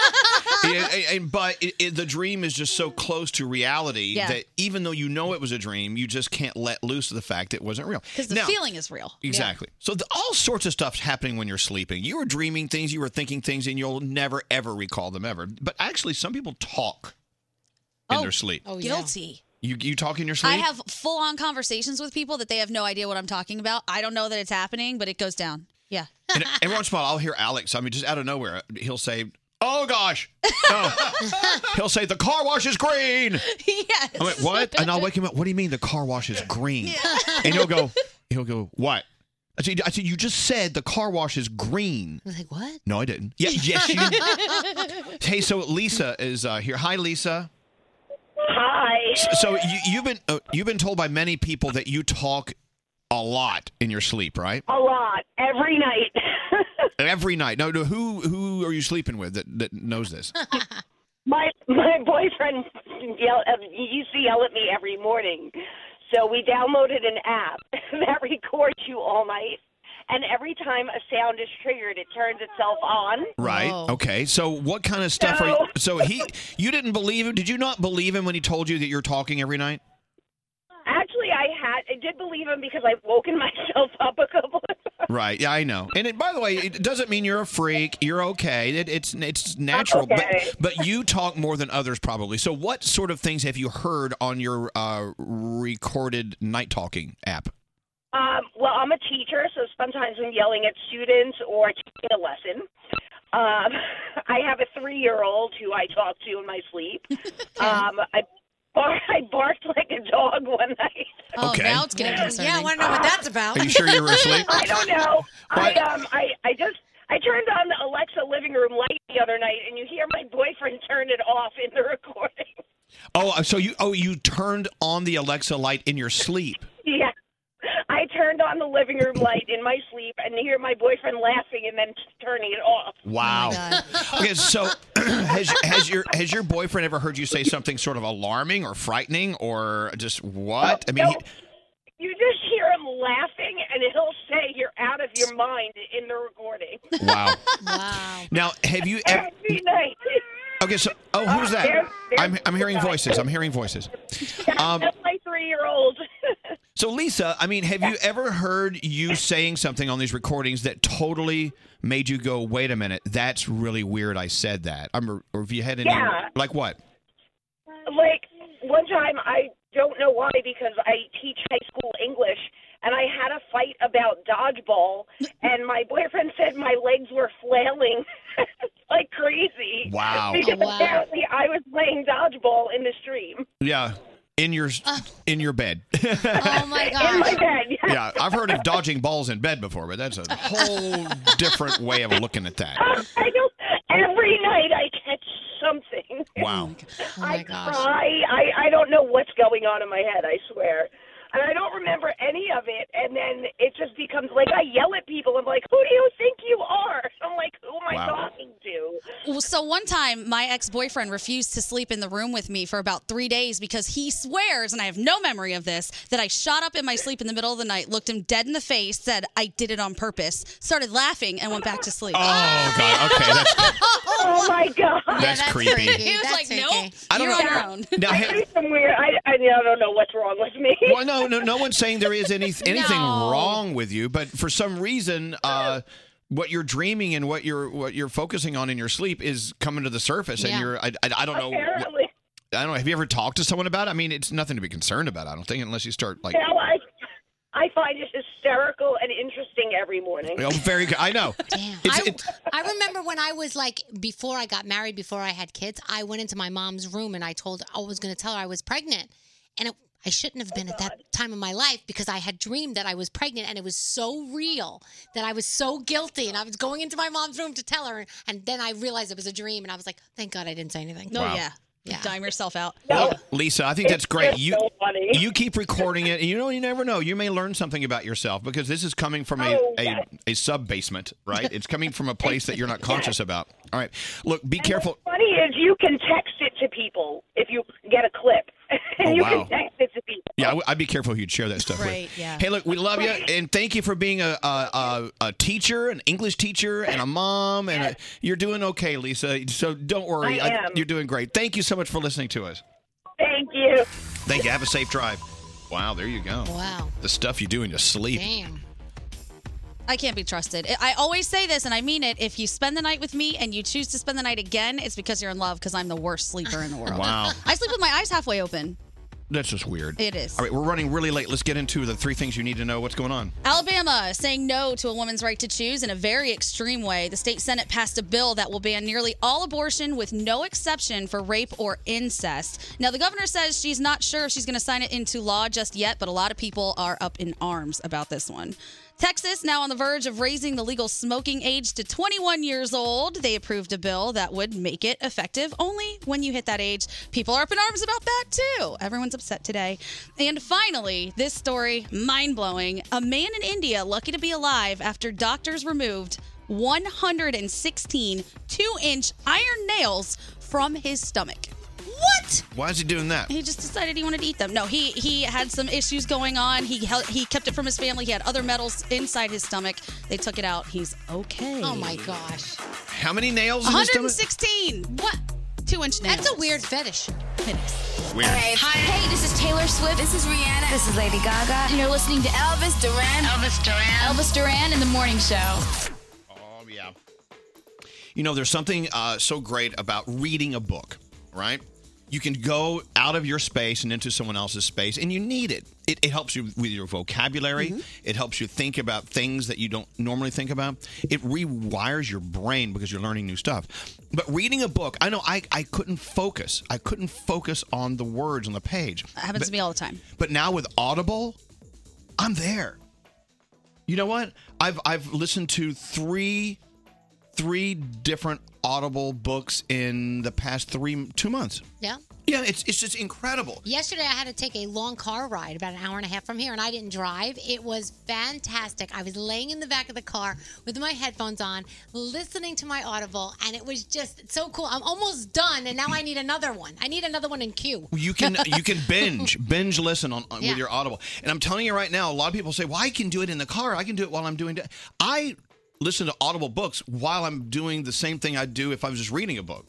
Yeah, and- and- but it, it- the dream is just so close to reality
Yeah.
that even though you know it was a dream, you just can't let loose of the fact it wasn't real.
Because the
Now-
feeling is real.
Exactly. So the, all sorts of stuff's happening when you're sleeping. You were dreaming things, you were thinking things, and you'll never ever recall them ever. But actually, some people talk in
Oh.
their sleep.
Guilty.
You you talk in your sleep.
I have full on conversations with people that they have no idea what I'm talking about. I don't know that it's happening, but it goes down. Yeah.
And every once in a while, I'll hear Alex. I mean, just out of nowhere, he'll say, "Oh gosh," no. he'll say, "The car wash is green."
yes.
I'm like, "What?" And I'll wake him up. What do you mean the car wash is green? And he'll go, he'll go, "What?" I said, I said, "You just said the car wash is green."
I was like, what?
No, I didn't. Yeah, yes, you. hey, so Lisa is uh, here. Hi, Lisa.
Hi.
S- So you, you've been uh, you've been told by many people that you talk a lot in your sleep, right?
A lot. Every night.
Every night. No, no. Who who are you sleeping with that, that knows this?
My my boyfriend yell, uh, he used to yell at me every morning. So we downloaded an app that records you all night. And every time a sound is triggered, it turns itself on.
Right. Okay. So what kind of stuff are you? So he you didn't believe him? Did you not believe him when he told you that you're talking every night?
Actually, I had I did believe him because I've woken myself up a couple
Right. Yeah, I know. And it, by the way, it doesn't mean you're a freak. You're okay. It, it's it's natural.
Okay.
But but you talk more than others probably. So what sort of things have you heard on your uh, recorded night talking app?
Um, well, I'm a teacher, so sometimes I'm yelling at students or teaching a lesson. Um, I have a three-year-old who I talk to in my sleep. um, I, bar- I barked like a dog one night.
Oh,
Okay.
now it's getting concerning. Yeah, I want to know what that's about.
Are you sure you were asleep?
I don't know. I um, I, I just I turned on the Alexa living room light the other night, and you hear my boyfriend turn it off in the recording.
Oh, so you oh you turned on the Alexa light in your sleep.
yeah. I turned on the living room light in my sleep and hear my boyfriend laughing and then turning it off.
Wow. okay, so has has your has your boyfriend ever heard you say something sort of alarming or frightening or just what? I mean, he-
You just hear him laughing, and he'll say, "You're out of your mind" in the recording.
wow. Now, have you ever
Every night.
Okay, so oh, who's that?
There's- there's-
I'm I'm hearing voices. I'm hearing voices. Um,
That's my three-year-old.
so Lisa, I mean, have you ever heard you saying something on these recordings that totally made you go, "Wait a minute, that's really weird I said that." I'm or if you had any
Yeah.
like what?
like one time, I don't know why, because I teach high school English, and I had a fight about dodgeball, and my boyfriend said my legs were flailing like crazy.
Wow.
Because
Oh, wow.
apparently I was playing dodgeball in the stream.
Yeah. In your in your bed.
Oh
my
In my bed.
Yeah, I've heard of dodging balls in bed before, but that's a whole different way of looking at that.
I don't. Every night I catch something.
Wow. Oh
I cry. I, I don't know what's going on in my head, I swear. And I don't remember any of it. And then it just becomes like I yell at people. I'm like, who do you think you are? I'm like, who am I
Wow.
talking to?
Well, so one time, my ex-boyfriend refused to sleep in the room with me for about three days because he swears, and I have no memory of this, that I shot up in my sleep in the middle of the night, looked him dead in the face, said I did it on purpose, started laughing, and went back to sleep.
Oh god. Okay, that's
Oh my god.
That's that's creepy. creepy.
He was like, nope,
I don't
you're on
know-
your own.
Now, ha-
Some weird. I, I I don't know what's wrong with me.
Well, no, no, no one's saying there is any, anything
No.
wrong with you, but for some reason, uh, what you're dreaming and what you're what you're focusing on in your sleep is coming to the surface, and
Yeah.
you're I, I, I don't know.
Apparently.
I don't know. Have you ever talked to someone about it? I mean, it's nothing to be concerned about. I don't think, unless you start like.
now I I find it hysterical and interesting every morning.
Oh, very good. I know. It's, it's,
I remember when I was like, before I got married, before I had kids, I went into my mom's room and I told, I was going to tell her I was pregnant. And it, I shouldn't have been at that time of my life because I had dreamed that I was pregnant and it was so real that I was so guilty. And I was going into my mom's room to tell her. And then I realized it was a dream. And I was like, thank God I didn't say anything.
No, Wow. yeah.
Yeah.
Dime yourself out.
well, Lisa, I think that's great.
just
You
so
you keep recording it. and You know, you never know. You may learn something about yourself because this is coming from a
Oh,
a,
yes.
a sub basement, right? It's coming from a place that you're not conscious about. All right, look, be careful.
Funny is you can text it to people if you get a clip, and
Oh,
you
wow.
can text it to people.
Yeah, I w- I'd be careful who you'd share that stuff
Right,
with.
yeah.
Hey, look, we love you, and thank you for being a a, a, a teacher, an English teacher, and a mom, and a, you're doing okay, Lisa. So don't worry,
I am.
you're doing great. Thank you so much for listening to us.
Thank you.
Thank you. Have a safe drive. Wow, there you go.
Wow.
The stuff you do in your sleep.
Damn. I can't be trusted. I I always say this, and I mean it. If you spend the night with me and you choose to spend the night again, it's because you're in love. Because I'm the worst sleeper in the world.
Wow.
I sleep with my eyes halfway open.
That's just weird.
It is.
All right, we're running really late. Let's get into the three things you need to know. What's going on?
Alabama is saying no to a woman's right to choose in a very extreme way. The state senate passed a bill that will ban nearly all abortion with no exception for rape or incest. Now the governor says she's not sure if she's going to sign it into law just yet, but a lot of people are up in arms about this one. Texas now on the verge of raising the legal smoking age to 21 years old. They approved a bill that would make it effective only when you hit that age. People are up in arms about that too. Everyone's upset today. And finally, this story mind blowing. A man in India lucky to be alive after doctors removed 116 two inch iron nails from his stomach. What?
Why is he doing that?
He just decided he wanted to eat them. No, he he had some issues going on. He held, he kept it from his family. He had other metals inside his stomach. They took it out. He's okay. Oh my gosh.
How many nails Oh, in his stomach?
116. What? 2 inch nails. That's a weird fetish.
Weird.
Hey, hi. Hey, this is Taylor Swift. This is Rihanna. This is Lady Gaga. And you're listening to Elvis Duran. Elvis Duran. Elvis Duran in the morning show.
Oh, yeah. You know, there's something uh, so great about reading a book, right? You can go out of your space and into someone else's space, and you need it. It, it helps you with your vocabulary.
Mm-hmm.
It helps you think about things that you don't normally think about. It rewires your brain because you're learning new stuff. But reading a book, I know I, I couldn't focus. I couldn't focus on the words on the page.
That happens to me all the time.
But now with Audible, I'm there. You know what? I've I've listened to three three different Audible books in the past three two months.
Yeah.
Yeah, it's it's just incredible.
Yesterday, I had to take a long car ride, about an hour and a half from here, and I didn't drive. It was fantastic. I was laying in the back of the car with my headphones on, listening to my Audible, and it was just so cool. I'm almost done, and now I need another one. I need another one in queue.
You can you can binge binge listen on, on
Yeah.
with your Audible, and I'm telling you right now, a lot of people say, "Well, I can do it in the car. I can do it while I'm doing." That. I listen to Audible books while I'm doing the same thing I do if I was just reading a book.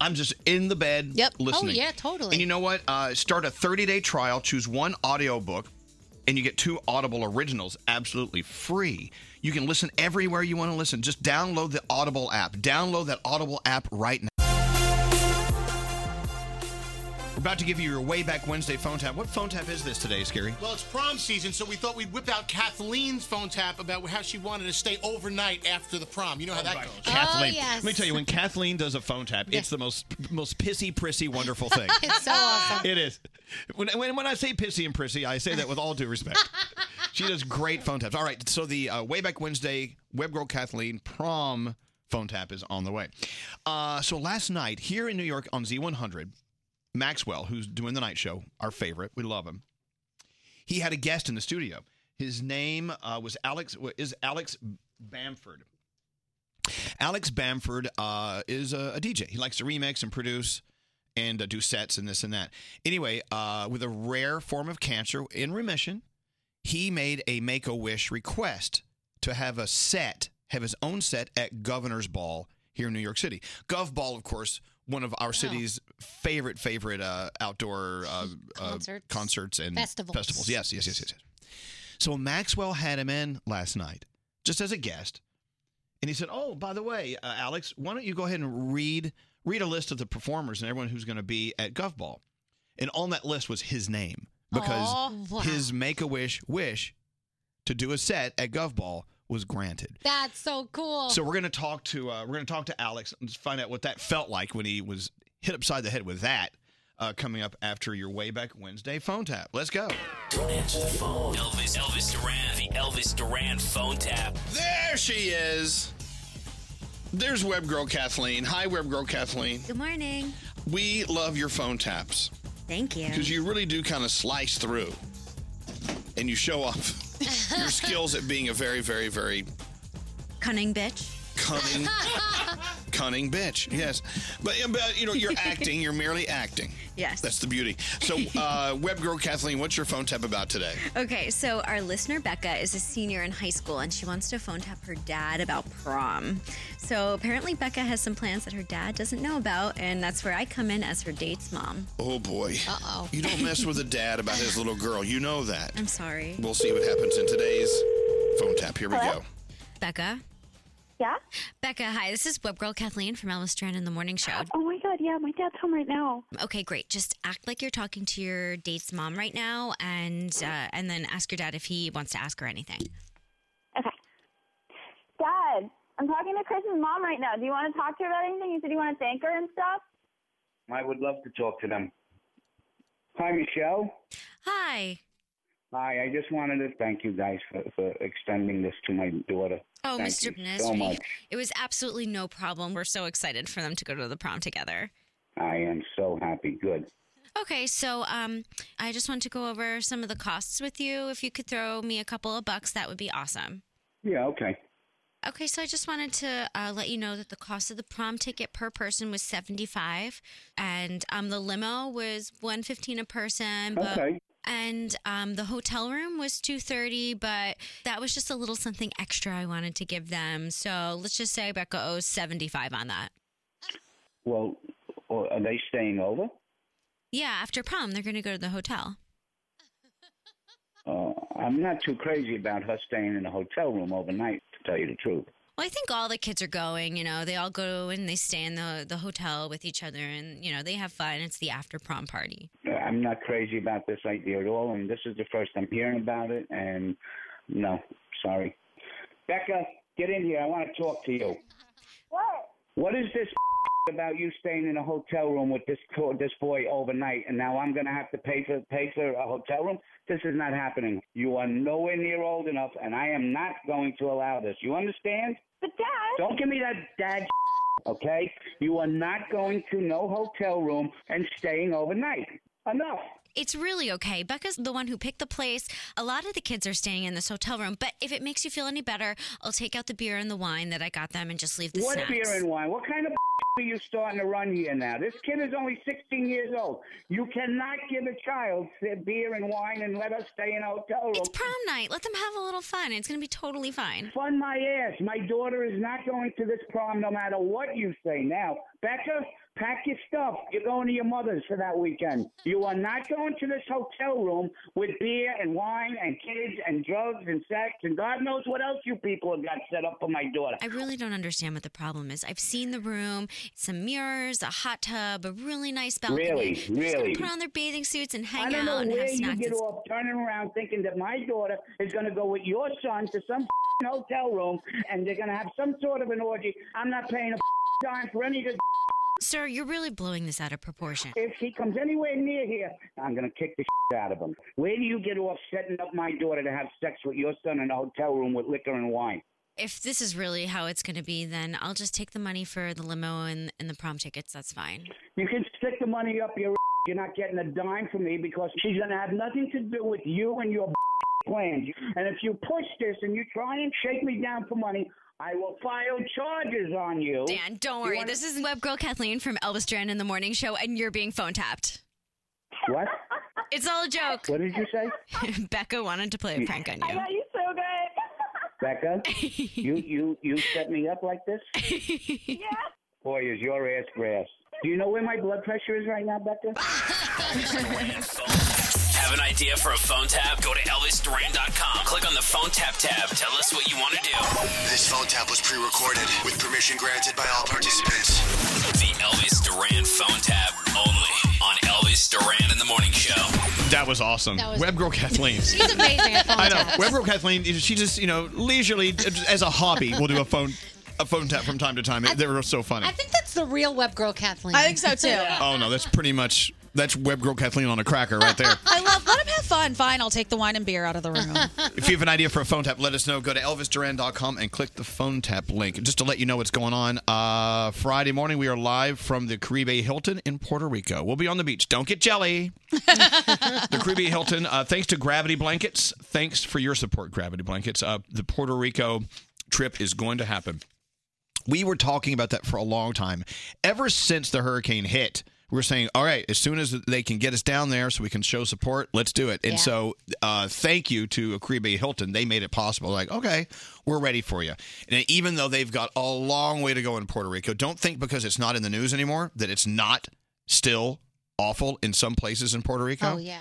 I'm just in the bed yep. listening.
Oh, yeah, totally.
And you know what? Uh, start a 30 day trial. Choose one audiobook, and you get two Audible originals absolutely free. You can listen everywhere you want to listen. Just download the Audible app. Download that Audible app right now. We're about to give you your way back Wednesday phone tap. What phone tap is this today, Scary?
Well, it's prom season, so we thought we'd whip out Kathleen's phone tap about how she wanted to stay overnight after the prom. You know how that
Oh,
goes.
Kathleen. Let me tell you, when Kathleen does a phone tap, it's the most most pissy prissy wonderful thing.
It's so awesome.
it is. When, when, when I say pissy and prissy, I say that with all due respect. she does great phone taps. All right, so the uh, way back Wednesday web girl Kathleen prom phone tap is on the way. Uh, so last night here in New York on Z100, Maxwell, who's doing the night show, our favorite, we love him. He had a guest in the studio. His name uh, was Alex. Is Alex Bamford? Alex Bamford uh, is a, a DJ. He likes to remix and produce and uh, do sets and this and that. Anyway, uh, with a rare form of cancer in remission, he made a Make a Wish request to have a set, have his own set at Governor's Ball here in New York City. Gov Ball, of course, one of our city's favorite favorite uh, outdoor uh,
Concerts.
uh, concerts and
Festivals.
Festivals, yes, yes, yes, yes, yes. So Maxwell had him in last night, just as a guest. And he said, "Oh, by the way, uh, Alex, why don't you go ahead and read read a list of the performers and everyone who's going to be at Gov Ball?" And on that list was his name because
Aw, wow.
his Make a Wish wish to do a set at Gov Ball was granted.
That's so
Oh.
cool.
So we're going to talk to uh, we're going to talk to Alex and find out what that felt like when he was hit upside the head with that. Uh, coming up after your way back Wednesday phone tap. Let's go.
Don't answer the phone. Elvis, Elvis Duran, the Elvis Duran phone tap.
There she is. There's Web Girl Kathleen. Hi, Web Girl Kathleen.
Good morning.
We love your phone taps
Thank you.
because you really do kind of slice through and you show off your skills at being a very, very, very
Cunning bitch.
cunning, cunning bitch. Yes. But, but, you know, you're acting, you're merely acting.
Yes.
That's the beauty. So, uh, Web Girl Kathleen, what's your phone tap about today?
Okay, so our listener Becca is a senior in high school and she wants to phone tap her dad about prom. So apparently, Becca has some plans that her dad doesn't know about, and that's where I come in as her date's mom.
Oh, boy.
Uh oh.
You don't mess with a dad about his little girl. You know that.
Mm-hmm.
I'm sorry.
We'll see what happens in today's phone tap. Here we
Hello?
go.
Becca?
Yeah? Becca, hi. This is Web Girl Kathleen from Elvis Duran in the Morning Show.
Oh my God, yeah, my dad's home right now.
Okay, great. Just act like you're talking to your date's mom right now, and uh, and then ask your dad if he wants to ask her anything.
Dad, I'm talking to Chris's mom right now. Do you want to talk to her about anything? You said you want to thank her and stuff.
I would love to talk to them. Hi, Michelle.
Hi.
Hi, I just wanted to thank you guys for, for extending this to my daughter.
Oh,
Thank
Mr.
you so
Benesri,
much.
it was absolutely no problem. We're so excited for them to go to the prom together.
I am so happy. Good.
Okay, so um, I just want to go over some of the costs with you. If you could throw me a couple of bucks, that would be awesome.
Yeah, okay.
Okay, so I just wanted to uh, let you know that the cost of the prom ticket per person was seventy five, and um, the limo was one fifteen a person. But,
Okay.
And um, the hotel room was two thirty, but that was just a little something extra I wanted to give them. So let's just say Becca owes seventy five on that.
Well, are they staying over?
Yeah, after prom, they're going to go to the hotel.
Uh, I'm not too crazy about her staying in a hotel room overnight, to tell you the truth.
Well, I think all the kids are going. You know, they all go and they stay in the the hotel with each other, and you know they have fun. It's the after prom party.
Uh, I'm not crazy about this idea at all, and this is the first I'm hearing about it, and no, sorry. Becca, get in here. I want to talk to you.
What?
What is this about you staying in a hotel room with this co- this boy overnight, and now I'm gonna have to pay for pay for a hotel room? This is not happening. You are nowhere near old enough, and I am not going to allow this. You understand? But dad, don't give me that dad. Okay, you are not going to no hotel room and staying overnight. Enough.
It's really okay. Becca's the one who picked the place. A lot of the kids are staying in this hotel room, but if it makes you feel any better, I'll take out the beer and the wine that I got them and just leave the
What
snacks.
beer and wine? What kind of are you starting to run here now? This kid is only 16 years old. You cannot give a child beer and wine and let us stay in a hotel room.
It's prom night. Let them have a little fun. It's going to be totally fine.
Fun my ass. My daughter is not going to this prom no matter what you say now. Becca, pack your stuff. You're going to your mother's for that weekend. You are not going to this hotel room with beer and wine and kids and drugs and sex and God knows what else you people have got set up for my daughter.
I really don't understand what the problem is. I've seen the room, some mirrors, a hot tub, a really nice balcony.
Really?
They're just gonna
Really?
put on their bathing suits and hang
I don't
out
know
and
where
have
you
snacks.
get
and-
off turning around thinking that my daughter is going to go with your son to some hotel room and they're going to have some sort of an orgy. I'm not paying a dime for any of this.
Sir, you're really blowing this out of proportion.
If he comes anywhere near here, I'm going to kick the shit out of him. Where do you get off setting up my daughter to have sex with your son in a hotel room with liquor and wine?
If this is really how it's going to be, then I'll just take the money for the limo and, and the prom tickets. That's fine.
You can stick the money up your ass. You're not getting a dime from me because she's going to have nothing to do with you and your plans. And if you push this and you try and shake me down for money, I will file charges on you.
Dan, don't
Oh, You
worry.
wanna-
This is Web Girl Kathleen from Elvis Duran in the Morning Show, and you're being phone tapped.
What?
It's all a joke.
What did you say?
Becca wanted to play a prank on you.
you so good.
Becca, you, you, you set me up like this?
yeah.
Boy, is your ass grass. Do you know where my blood pressure is right now, Becca?
Have an idea for a phone tap? Go to ElvisDuran.com. Click on the phone tap tab. Tell us what you want to do.
This phone tap was pre recorded with permission granted by all participants.
The Elvis Duran phone tap only on Elvis Duran in the Morning Show.
That was awesome.
That was-
Web girl Kathleen.
She's amazing at phone
I know.
taps.
Web girl Kathleen. She just you know leisurely as a hobby will do a phone a phone tap from time to time. They were so funny.
I think that's the real web girl Kathleen.
I think so, too.
oh no, that's pretty much that's Web girl Kathleen on a cracker right there.
I love. Let them have fun. Fine, I'll take the wine and beer out of the room.
If you have an idea for a phone tap, let us know. Go to elvisduran.com and click the phone tap link. Just to let you know what's going on, uh, Friday morning we are live from the Caribe Hilton in Puerto Rico. We'll be on the beach. Don't get jelly. the Caribe Hilton, uh, thanks to Gravity Blankets. Thanks for your support, Gravity Blankets. Uh, the Puerto Rico trip is going to happen. We were talking about that for a long time. Ever since the hurricane hit, we were saying, all right, as soon as they can get us down there so we can show support, let's do it. And
Yeah.
so uh, thank you to Akribe Hilton. They made it possible. Like, okay, we're ready for you. And even though they've got a long way to go in Puerto Rico, don't think because it's not in the news anymore that it's not still awful in some places in Puerto Rico.
Oh yeah.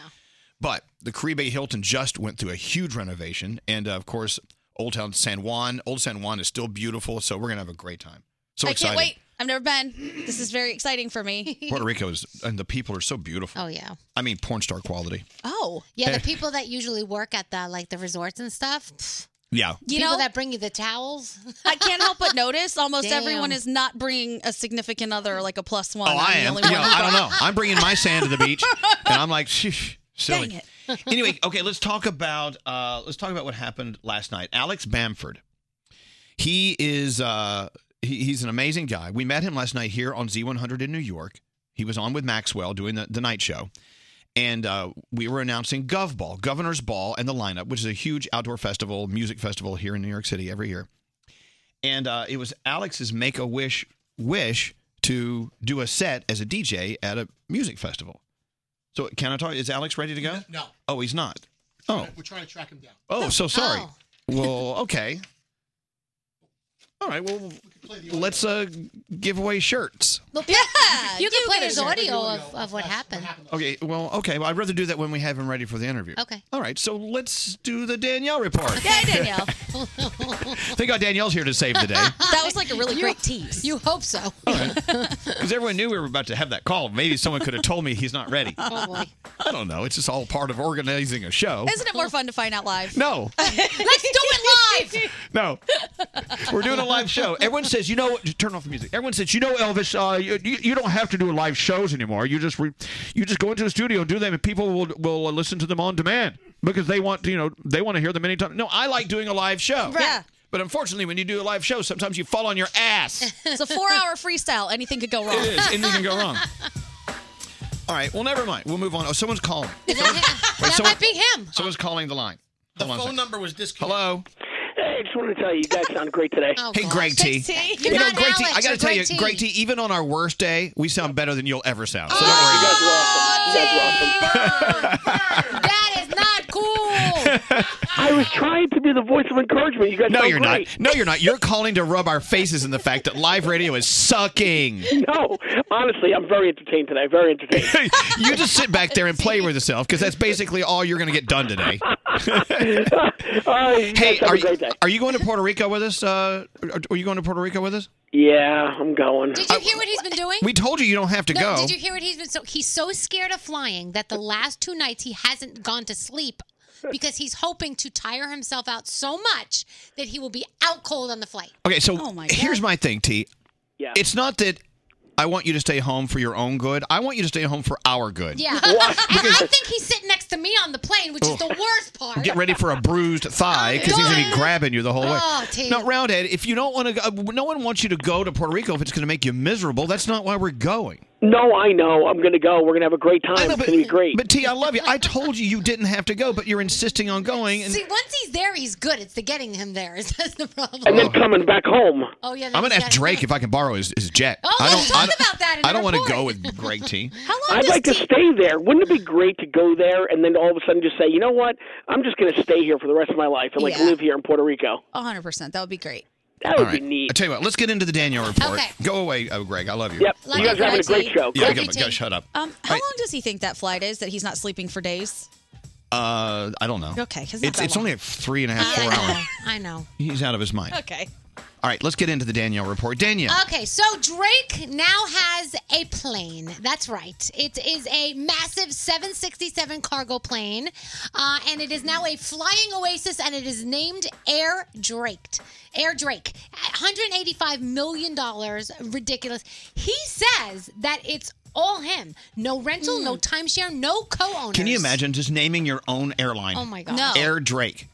But the Caribe Hilton just went through a huge renovation, and uh, of course, Old Town San Juan. Old San Juan is still beautiful, so we're gonna have a great time. So
I
excited.
can't wait. I've never been. This is very exciting for me.
Puerto Rico is, and the people are so beautiful.
Oh yeah.
I mean, porn star quality.
Oh.
Yeah,
Hey.
the people that usually work at the like the resorts and stuff. pff,
Yeah.
You
people
know-
that bring you the towels.
I can't help but notice almost
Damn.
everyone is not bringing a significant other, or like a plus one.
Oh,
I'm
I
the
am.
only
You
one
know,
who
I don't
brought-
know. I'm bringing my sand to the beach, and I'm like, "Sheesh, silly.
Dang
it. anyway, okay, let's talk about uh, let's talk about what happened last night. Alex Bamford, he is uh, he, he's an amazing guy. We met him last night here on Z100 in New York. He was on with Maxwell doing the, the night show, and uh, we were announcing Gov Ball, Governor's Ball, and the lineup, which is a huge outdoor festival, music festival here in New York City every year. And uh, it was Alex's Make a Wish wish to do a set as a DJ at a music festival. So can I talk? Is Alex ready to go?
No.
Oh, he's not. Oh.
We're trying to track him down.
Oh, so sorry. Well, okay. All right. Well, let's uh, give away shirts.
yeah, you can play. There's
can.
audio of, of what happened.
Okay. Well, okay. Well, I'd rather do that when we have him ready for the interview.
Okay.
All right. So let's do the Danielle report.
Yeah, Danielle.
Thank God Danielle's here to save the day
that was like a really great tease.
You hope so.
because everyone knew we were about to have that call. Maybe someone could have told me he's not ready.
Oh,
Probably.
I don't know. It's just all part of organizing a show.
Isn't it more fun to find out live?
Oh. No,
Let's do it live.
no. We're doing a live show. Everyone says, you know, turn off the music. Everyone says, you know, Elvis, uh, you, you don't have to do live shows anymore. You just re- you just go into the studio and do them, and people will will uh, listen to them on demand because they want you know they want to hear them anytime. No, I like doing a live show.
Yeah.
But unfortunately, when you do a live show, sometimes you fall on your ass.
It's a four-hour freestyle. Anything could go wrong.
It is. Anything can go wrong. All right. Well, never mind. We'll move on. Oh, someone's calling. that
might be him.
Someone's calling the line. The
phone number was disconnected.
Hello.
Hey, I just wanted to tell you, you guys sound great today.
hey, Greg T.
You're
you know,
not
Greg T.
Alex,
I got
you're
to tell you,
Greg T.
Greg T. Even on our worst day, we sound better than you'll ever
Oh,
sound. So don't
Oh.
worry.
that is not cool.
I was trying to be the voice of encouragement. You guys
No,
sound
you're
great.
not. No, you're not. You're calling to rub our faces in the fact that live radio is sucking.
No, honestly, I'm very entertained today. Very entertained.
You just sit back there and play with yourself because that's basically all you're going to get done today. hey,
Uh, have a
are you,
great day.
are you going to Puerto Rico with us? Uh, are- are you going to Puerto Rico with us?
yeah, I'm going.
Did you hear what he's been doing?
We told you you don't have to
no,
go.
Did you hear what he's been so he's so scared of flying that the last two nights he hasn't gone to sleep because he's hoping to tire himself out so much that he will be out cold on the flight.
Okay, so
Oh
here's my thing, T.
Yeah.
It's not that I want you to stay home for your own good. I want you to stay home for our good.
Yeah. and I think he's sitting next to me on the plane, which is the
Ugh.
worst part.
Get ready for a bruised thigh because he's going to be grabbing you the whole way.
Oh, T.
Now, Roundhead, if you don't want to go, uh, no one wants you to go to Puerto Rico if it's going to make you miserable. That's not why we're going.
No, I know. I'm going to go. We're going to have a great time. it's going to be great.
But, T, I love you. I told you you didn't have to go, but you're insisting on going. And
See, once he's there, he's good. It's the getting him there. Is that's the problem.
And then coming back home.
Oh yeah. then
I'm going to
he's
ask
gotta-
Drake if I can borrow his, his jet.
Oh,
I
let's
don't, I
talk
don't-
about that in
I don't
the
want to
report.
go with Greg T.
I'd like to stay there. Wouldn't it be great to go there and then all of a sudden just say, you know what? I'm just going to stay here for the rest of my life and like
Yeah.
live here in Puerto Rico.
100. percent That would be great.
That would
All
be
right.
neat.
I tell you what, let's get into the Daniel report.
Okay.
Go away, oh, Greg. I love you.
Yep.
Love You guys you, are having a Greg. great show.
Yeah,
Love
gotta,
you, T.
gotta shut up.
Um, how long does he think that flight is? That he's not sleeping for days?
Uh, I don't know.
Okay, 'cause it's not
it's
that
it's
long.
only a three and a half, four hours.
I know.
He's out of his mind.
Okay.
All right, let's get into the Danielle report. Danielle,
Okay, so Drake now has a plane. That's right. It is a massive 767 cargo plane, uh, and it is now a flying oasis, and it is named Air Drake. Air Drake, 185 million dollars, ridiculous. He says that it's all him. No rental, no timeshare, no co-owner.
can you imagine just naming your own airline?
Oh, my God. No.
Air Drake.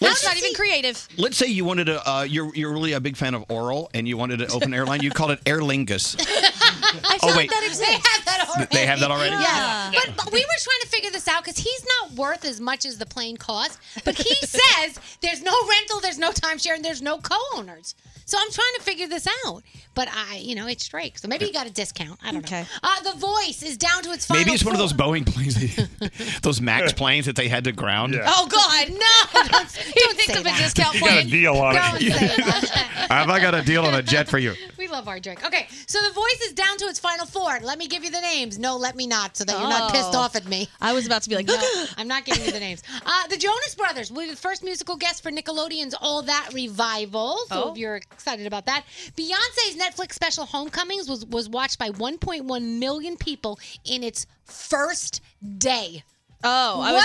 That's not even creative.
Let's say you wanted to. Uh, you're you're really a big fan of oral, and you wanted to open an airline. You called it Air Lingus.
I
feel Oh, like wait. that
exists. They have that already.
They have that already?
Yeah. But, but we were trying to figure this out because he's not worth as much as the plane cost. But he says there's no rental, there's no timeshare, and there's no co-owners. So I'm trying to figure this out. But I, you know, it's Drake. So maybe you got a discount. I don't know. Uh, the voice is down to its final
Maybe it's one of
form.
those Boeing planes, those Max planes that they had to ground.
Oh God, no! Don't, don't think of a discount
You got a
plane.
deal on it.
Don't say that.
Have I got a deal on a jet for you?
We love our Drake. Okay, so the voice is down to its final four. Let me give you the names. No, let me not, so that you're not pissed
Oh.
off at me.
I was about to be like, no.
I'm not giving you the names. Uh, the Jonas Brothers will be the first musical guest for Nickelodeon's All That revival. So
Oh.
if you're excited about that, Beyonce's Netflix special Homecomings was was watched by 1.1 million people in its first day.
Oh, I was-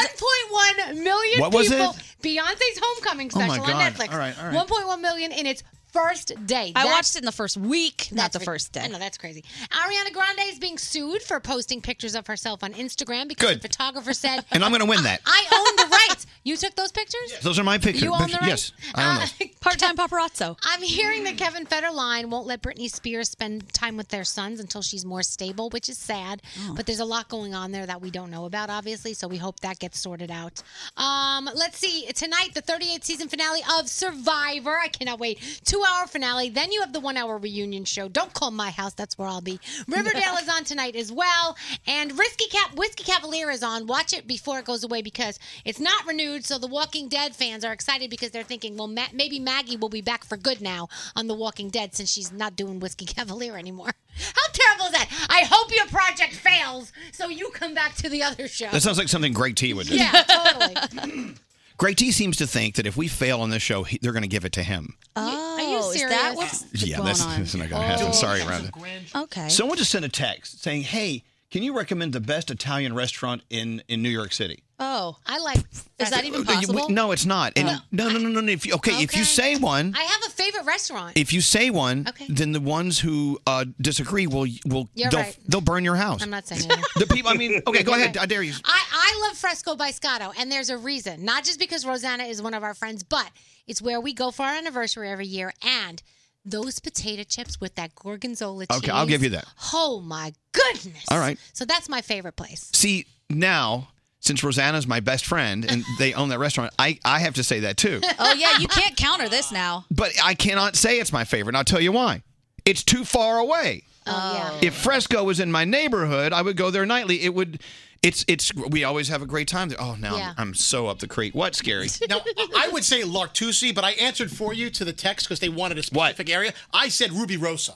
1.1 million
What was
people.
it?
Beyonce's Homecoming
Oh my
special on
God.
Netflix.
All right, all right.
1.1 million in its first day.
I
That-
watched it in the first week, not the
ridic-
first day.
I know that's crazy. Ariana Grande is being sued for posting pictures of herself on Instagram because
Good.
the photographer said,
And I'm going to win that.
"I own the rights." You took those pictures.
Those are my pictures.
You own the rights.
Yes, I own those.
Part-time paparazzo.
I'm hearing that Kevin Federline won't let Britney Spears spend time with their sons until she's more stable, which is sad.
Oh.
But there's a lot going on there that we don't know about, obviously. So we hope that gets sorted out. Um, let's see. Tonight, the 38th season finale of Survivor. I cannot wait. Two-hour finale. Then you have the one-hour reunion show. Don't call my house. That's where I'll be. Riverdale is on tonight as well, and Risky Cap Whiskey Cavalier is on. Watch it before it goes away because it's not renewed. So the Walking Dead fans are excited because they're thinking, well, Ma- maybe Maggie will be back for good now on The Walking Dead since she's not doing Whiskey Cavalier anymore. How terrible is that? I hope your project fails so you come back to the other show.
That sounds like something Greg T would do.
yeah, totally.
Greg T seems to think that if we fail on this show, he, they're going to give it to him.
Oh,
are you serious?
is that what's
yeah, that's, that's not going to happen.
Oh.
Sorry, Rhonda.
Okay.
Someone just sent a text saying, "Hey, can you recommend the best Italian restaurant in in New York City?"
Oh,
I like. Is
that even
Uh, you-
possible?
No, it's not. And
Oh.
no, no, no, no. no. If you, okay, if you
Okay.
say one,
I have a favorite restaurant.
if you say one,
Okay.
then the ones who uh, disagree will will
You're
they'll,
right.
they'll burn your house.
I'm not saying it.
the people. I mean, okay, go
You're
ahead.
right.
I dare you.
I, I love Fresco by Scotto, and there's a reason. Not just because Rosanna is one of our friends, but it's where we go for our anniversary every year. And those potato chips with that gorgonzola cheese.
Okay, I'll give you that.
Oh my goodness!
All right.
So that's my favorite place.
See now, since Rosanna's my best friend and they own that restaurant, I I have to say that too.
oh yeah, you can't counter this now.
But I cannot say it's my favorite. And I'll tell you why. It's too far away.
Oh
If Fresco was in my neighborhood, I would go there nightly. It would. It's it's. We always have a great time there. Oh, now
Yeah.
I'm, I'm so up the creek. What scary?
Now, I I would say Lartusi, but I answered for you to the text because they wanted a specific area. I said Ruby Rosa.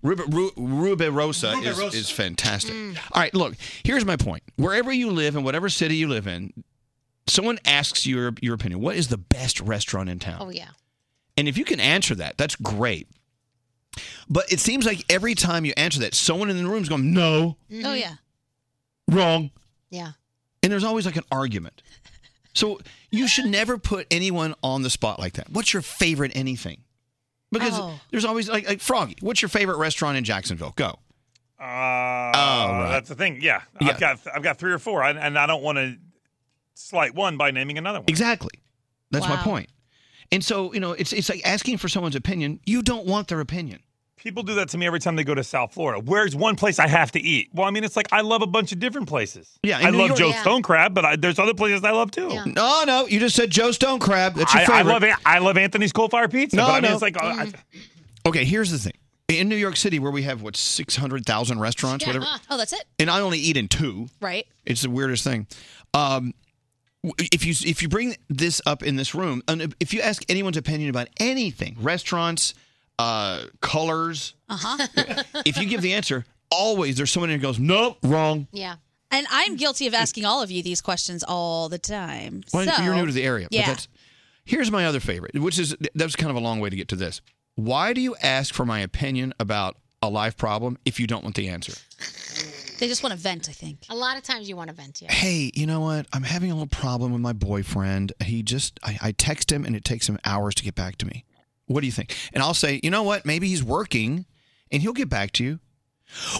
Rube, Ru Rube Rosa
Rube
is,
Rosa.
is fantastic.
Mm.
All right, look, here's my point. Wherever you live in whatever city you live in, someone asks your your opinion. What is the best restaurant in town?
Oh yeah.
And if you can answer that, that's great. But it seems like every time you answer that, someone in the room is going, "No,
Oh yeah.
wrong."
Yeah.
And there's always like an argument. So you should never put anyone on the spot like that. What's your favorite anything? Because
Oh.
there's always like, like Froggy. What's your favorite restaurant in Jacksonville? Go.
Uh,
Oh, right.
That's the thing. Yeah.
Yeah.
I've got I've got three or four, and, and I don't want to slight one by naming another one.
Exactly. That's my
Wow.
point. And so you know, it's it's like asking for someone's opinion. You don't want their opinion.
People do that to me every time they go to South Florida. Where's one place I have to eat? Well, I mean, it's like I love a bunch of different places.
Yeah, in
I
New
love
York-
Joe
Yeah.
Stone Crab, but I, there's other places I love too.
No, Oh, no, you just said Joe Stone Crab. That's your
I, I
favorite.
love it. I love Anthony's Coal Fire Pizza.
No,
but I mean,
no. Mm.
it's like uh, I-
Okay, here's the thing. In New York City, where we have what six hundred thousand restaurants, whatever,
Oh, that's it.
and I only eat in two.
Right.
It's the weirdest thing. Um, w- if you if you bring this up in this room, and if you ask anyone's opinion about anything, restaurants, uh, colors,
Uh huh.
if you give the answer, always there's someone who goes, nope, wrong.
yeah.
And I'm guilty of asking all of you these questions all the time.
Well,
so,
you're new to the area.
Yeah.
But that's, here's my other favorite, which is that's kind of a long way to get to this. Why do you ask for my opinion about a life problem if you don't want the answer?
they just want to vent, I think.
A lot of times you want to vent. Yeah.
Hey, you know what? I'm having a little problem with my boyfriend. He just, I, I text him and it takes him hours to get back to me. What do you think? And I'll say, you know what? Maybe he's working and he'll get back to you.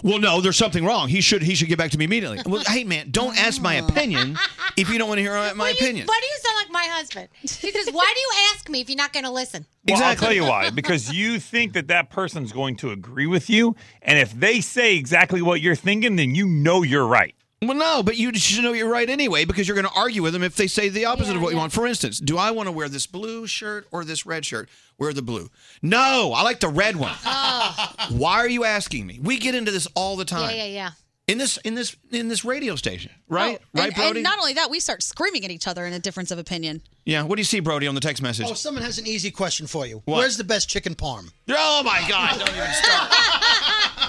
Well, no, there's something wrong. He should he should get back to me immediately. Well, hey man, don't ask my opinion if you don't want to hear my my opinion.
Why do you sound like my husband? He says, "Why do you ask me if you're not going to listen?"
Well, I'll tell you why. Because you think that that person's going to agree with you, and if they say exactly what you're thinking, then you know you're right.
Well, no, but you should know you're right anyway because you're going to argue with them if they say the opposite of what you want. For instance, do I want to wear this blue shirt or this red shirt? Wear the blue.
Oh.
No, I like the red one. Why are you asking me? We get into this all the time.
Yeah, yeah, yeah.
in this in this in this radio station, right?
Oh, And-
right, Brody.
and not only that, we start screaming at each other in a difference of opinion.
yeah. What do you see, Brody, on the text message?
Oh, someone has an easy question for you.
What?
Where's the best chicken parm?
Oh my God! Don't even start.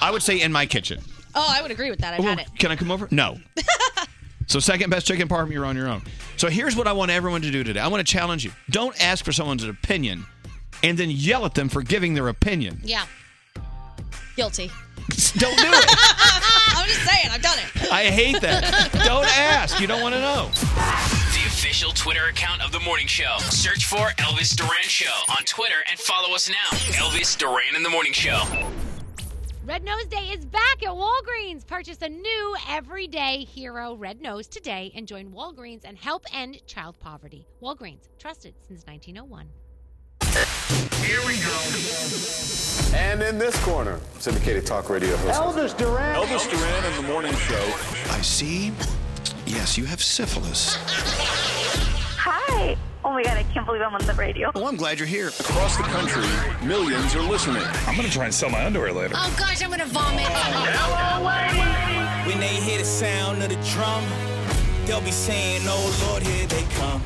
I would say in my kitchen.
Oh, I would agree with that. I've had it.
Can I come over? No. so second best chicken parm, you're on your own. So here's what I want everyone to do today. I want to challenge you. Don't ask for someone's opinion, and then yell at them for giving their opinion.
Yeah. Guilty.
Don't do it.
I'm just saying, I've done it.
I hate that. don't ask. You don't want to know.
The official Twitter account of the morning show. Search for Elvis Duran Show on Twitter and follow us now. Elvis Duran in the morning show.
Red Nose Day is back at Walgreens. Purchase a new everyday hero Red Nose today and join Walgreens and help end child poverty. Walgreens, trusted since 1901.
Here we go. And in this corner, syndicated talk radio host
Elvis Duran.
Elvis Duran and the Morning Show.
I see. Yes, you have syphilis.
Hi. Oh my god, I can't believe I'm on the radio.
Well, I'm glad you're here. Across the country, millions are listening. I'm going to try and sell my underwear later.
Oh gosh, I'm gonna vomit.
When they hear the sound of the drum, they'll be saying, Oh Lord, here they come.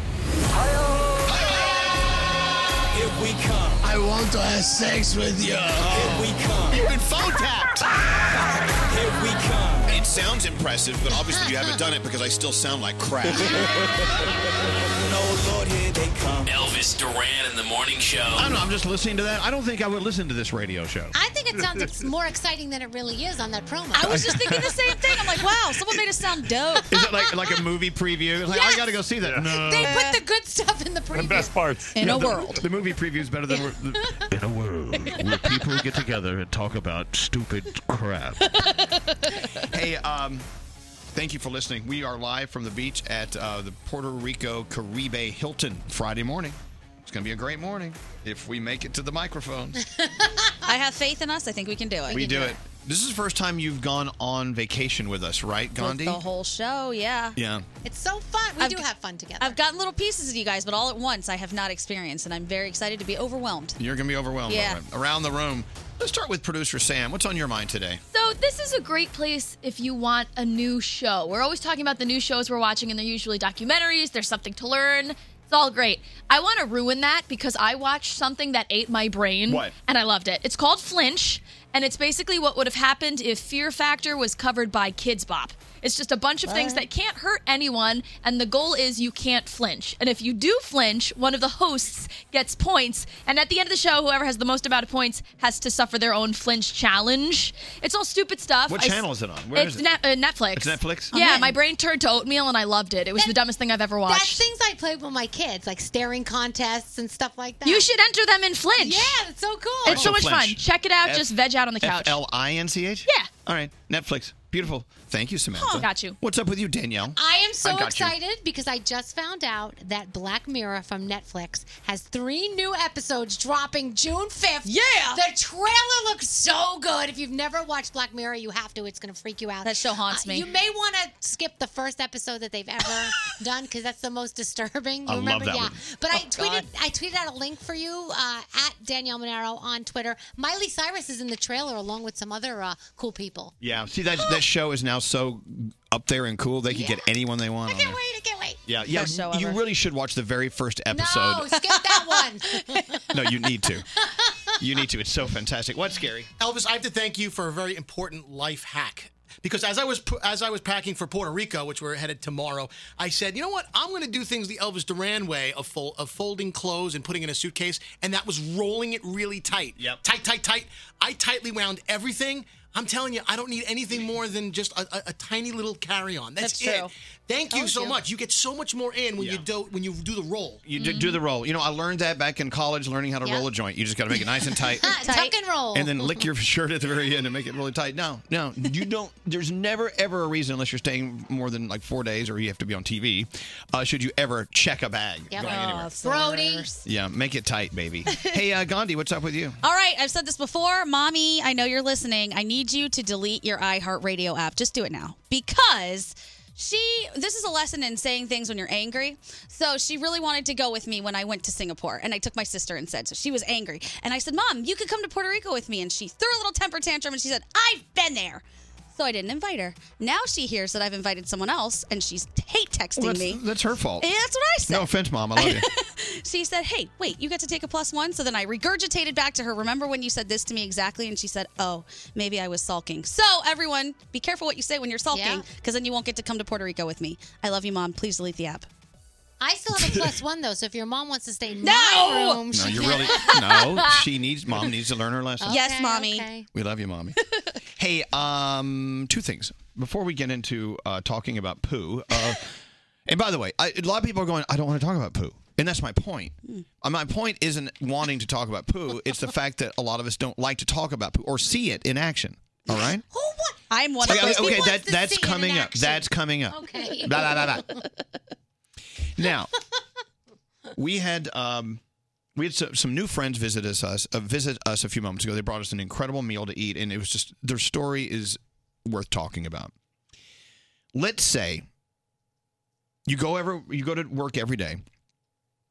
Here we come. I want to have sex with you. Here we come.
You've been phone tapped.
Here we come.
It sounds impressive, but obviously you haven't done it because I still sound like crap.
Oh Lord, here they come.
Elvis Duran in the morning show.
I don't know. I'm just listening to that. I don't think I would listen to this radio show.
I think it sounds ex- more exciting than it really is on that promo.
I was just thinking the
same thing. I'm like, wow, someone made us sound dope.
Is it like like a movie preview? It's Like, I got to go see that. No.
They put
Uh,
the good stuff in the preview.
parts.
In a
the,
world.
The movie preview is better than. the- In a world where people get together and talk about stupid crap. hey, um, thank you for listening. We are live from the beach at uh, the Puerto Rico Caribe Hilton Friday morning. It's going to be a great morning if we make it to the microphone.
I have faith in us. I think we can do it.
we do it. This is the first time you've gone on vacation with us, right, Gandhi?
The whole show, yeah.
yeah.
It's so fun.
We do have fun together.
I've gotten little pieces of you guys, but all at once I have not experienced, and I'm very excited to be overwhelmed.
You're going to be overwhelmed.
Yeah.
by it. Around the room. Let's start with producer Sam. What's on your mind today?
So this is a great place if you want a new show. We're always talking about the new shows we're watching, and they're usually documentaries. There's something to learn. It's all great. I want to ruin that because I watched something that ate my brain.
What?
And I loved it. It's called Flinch, and it's basically what would have happened if Fear Factor was covered by Kids Bop. It's just a bunch of things that can't hurt anyone, and the goal is you can't flinch. And if you do flinch, one of the hosts gets points, and at the end of the show, whoever has the most amount of points has to suffer their own flinch challenge. It's all stupid stuff.
What
I s-
channel is it on? Where
it's
is it?
Net- uh, Netflix.
It's Netflix?
yeah,
I'm in.
my brain turned to oatmeal, and I loved it. It was the dumbest thing I've ever watched.
That's things I played with my kids, like staring contests and stuff like that.
You should enter them in flinch.
Yeah, it's so cool.
It's
Oh,
so much fun. Check it out. just veg out on the couch.
L I N C H?
Yeah. Oh,
All right. Netflix. Beautiful. Thank you, Samantha.
Huh. Got
you.
What's up with you, Danielle?
I am so
got you.
excited because I just found out that Black Mirror from Netflix has three new episodes dropping June 5th. Yeah. The trailer looks so good. If you've never watched Black Mirror, you have to. It's going to freak you out. That show haunts
me.
You may want to skip the first episode that they've ever done because that's the most disturbing.
I
You
love
remember?
that
yeah.
one.
But I
Oh,
tweeted
God.
I tweeted out a link for you uh, at Danielle Monero on Twitter. Miley Cyrus is in the trailer along with some other uh, cool people.
Yeah. See, that that show is now so up there and cool. They can get anyone they want. I can't
wait. I can't wait.
Yeah. Yeah.
First show
you
ever.
really should watch the very first
No,
episode.
skip that one.
No, you need to. You need to. It's so fantastic. What's scary?
Elvis, I have to thank you for a very important life hack. Because as I was as I was packing for Puerto Rico, which we're headed tomorrow, I said, you know what? I'm going to do things the Elvis Duran way of, fol- of folding clothes and putting in a suitcase, and that was rolling it really tight, yep. tight, tight, tight. I tightly wound everything. I'm telling you, I don't need anything more than just a, a, a tiny little carry-on. That's,
That's
it.
true.
Thank you
Told
so
you.
much. You get so much more in when you do when you do the roll.
You d-
Mm-hmm.
do the roll. You know, I learned that back in college, learning how to
Yeah.
roll a joint. You just got to make it nice and tight.
Tuck and roll.
and then lick your shirt at the very end and make it really tight. No, no, you don't. There's never ever a reason unless you're staying more than like four days or you have to be on TV. Uh, should you ever check a bag?
Yep.
going anywhere.
Brody.
Yeah, make it tight, baby. hey, uh, Gandhi, what's up with you?
All right, I've said this before. Mommy, I know you're listening. I need you to delete your iHeartRadio app. Just do it now because she, this is a lesson in saying things when you're angry. So she really wanted to go with me when I went to Singapore and I took my sister and said, so she was angry. And I said, Mom, you could come to Puerto Rico with me. And she threw a little temper tantrum and she said, I've been there. So I didn't invite her. Now she hears that I've invited someone else, and she's hate texting
Well, that's,
me.
that's her fault.
Yeah, that's what I said.
No offense, mom. I love you.
she said, "Hey, wait, you got to take a plus one." So then I regurgitated back to her. Remember when you said this to me exactly? And she said, "Oh, maybe I was sulking." So everyone, be careful what you say when you're sulking, because then you won't get to come to Puerto Rico with me. I love you, mom. Please delete the app.
I still have a plus one though, so if your mom wants to stay in
No!
my room,
No,
she
you're
can.
really no. She needs mom needs to learn her lesson.
yes, mommy.
We love you, mommy. hey, um, two things before we get into uh, talking about poo. Uh, and by the way, I, a lot of people are going, I don't want to talk about poo, and that's my point. Uh, my point isn't wanting to talk about poo; it's the fact that a lot of us don't like to talk about poo or see it in action. All right.
I'm one
Okay,
of those.
okay,
people.
that that's coming up. That's coming up.
Okay.
Blah, blah, blah, blah. Now, we had um, we had some, some new friends visit us us uh, visit us a few moments ago. They brought us an incredible meal to eat, and it was just their story is worth talking about. Let's say you go ever you go to work every day.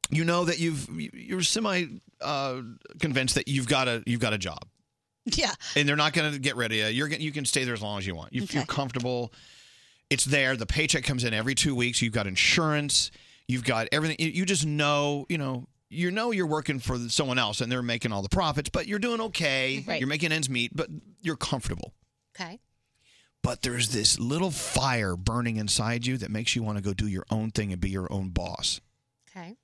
You know that you've you're semi uh, convinced that you've got a you've got a job
Yeah.
and they're not going to get rid of you. You're gonna- you can stay there as long as you want. You feel comfortable. It's there. The paycheck comes in every two weeks. You've got insurance. You've got everything. You- You just know. You know. You know you're working for someone else, and they're making all the profits, but you're doing okay.
Right.
You're making ends meet, but you're comfortable.
Okay.
But there's this little fire burning inside you that makes you want to go do your own thing and be your own boss.
Okay.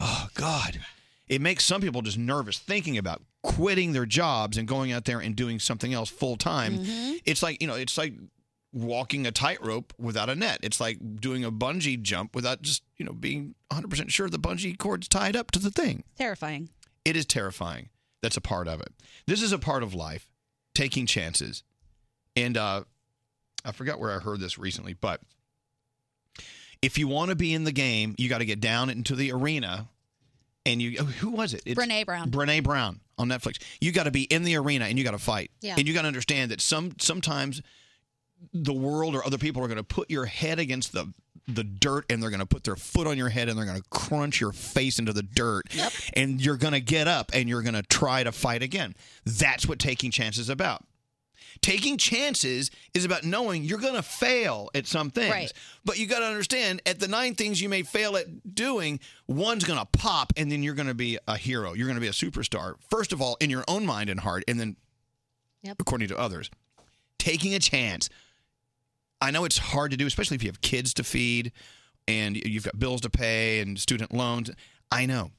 Oh God. It makes some people just nervous thinking about quitting their jobs and going out there and doing something else full time.
Mhm.
It's like, you know, it's like walking a tightrope without a net. It's like doing a bungee jump without just, you know, being 100% sure the bungee cord's tied up to the thing.
Terrifying.
It is terrifying. That's a part of it. This is a part of life, taking chances. And uh I forgot where I heard this recently, but if you want to be in the game, you got to get down into the arena. And you, oh, who was it?
Brene Brown.
Brene Brown on Netflix. You got to be in the arena and you got to fight.
Yeah.
And you got to understand that some sometimes the world or other people are going to put your head against the the dirt and they're going to put their foot on your head and they're going to crunch your face into the dirt and you're going to get up and you're going to try to fight again that's what taking chances is about taking chances is about knowing you're going to fail at some things
Right.
but you got to understand at the nine things you may fail at doing one's going to pop and then you're going to be a hero you're going to be a superstar first of all in your own mind and heart and then according to others taking a chance I know it's hard to do, especially if you have kids to feed and you've got bills to pay and student loans. I know.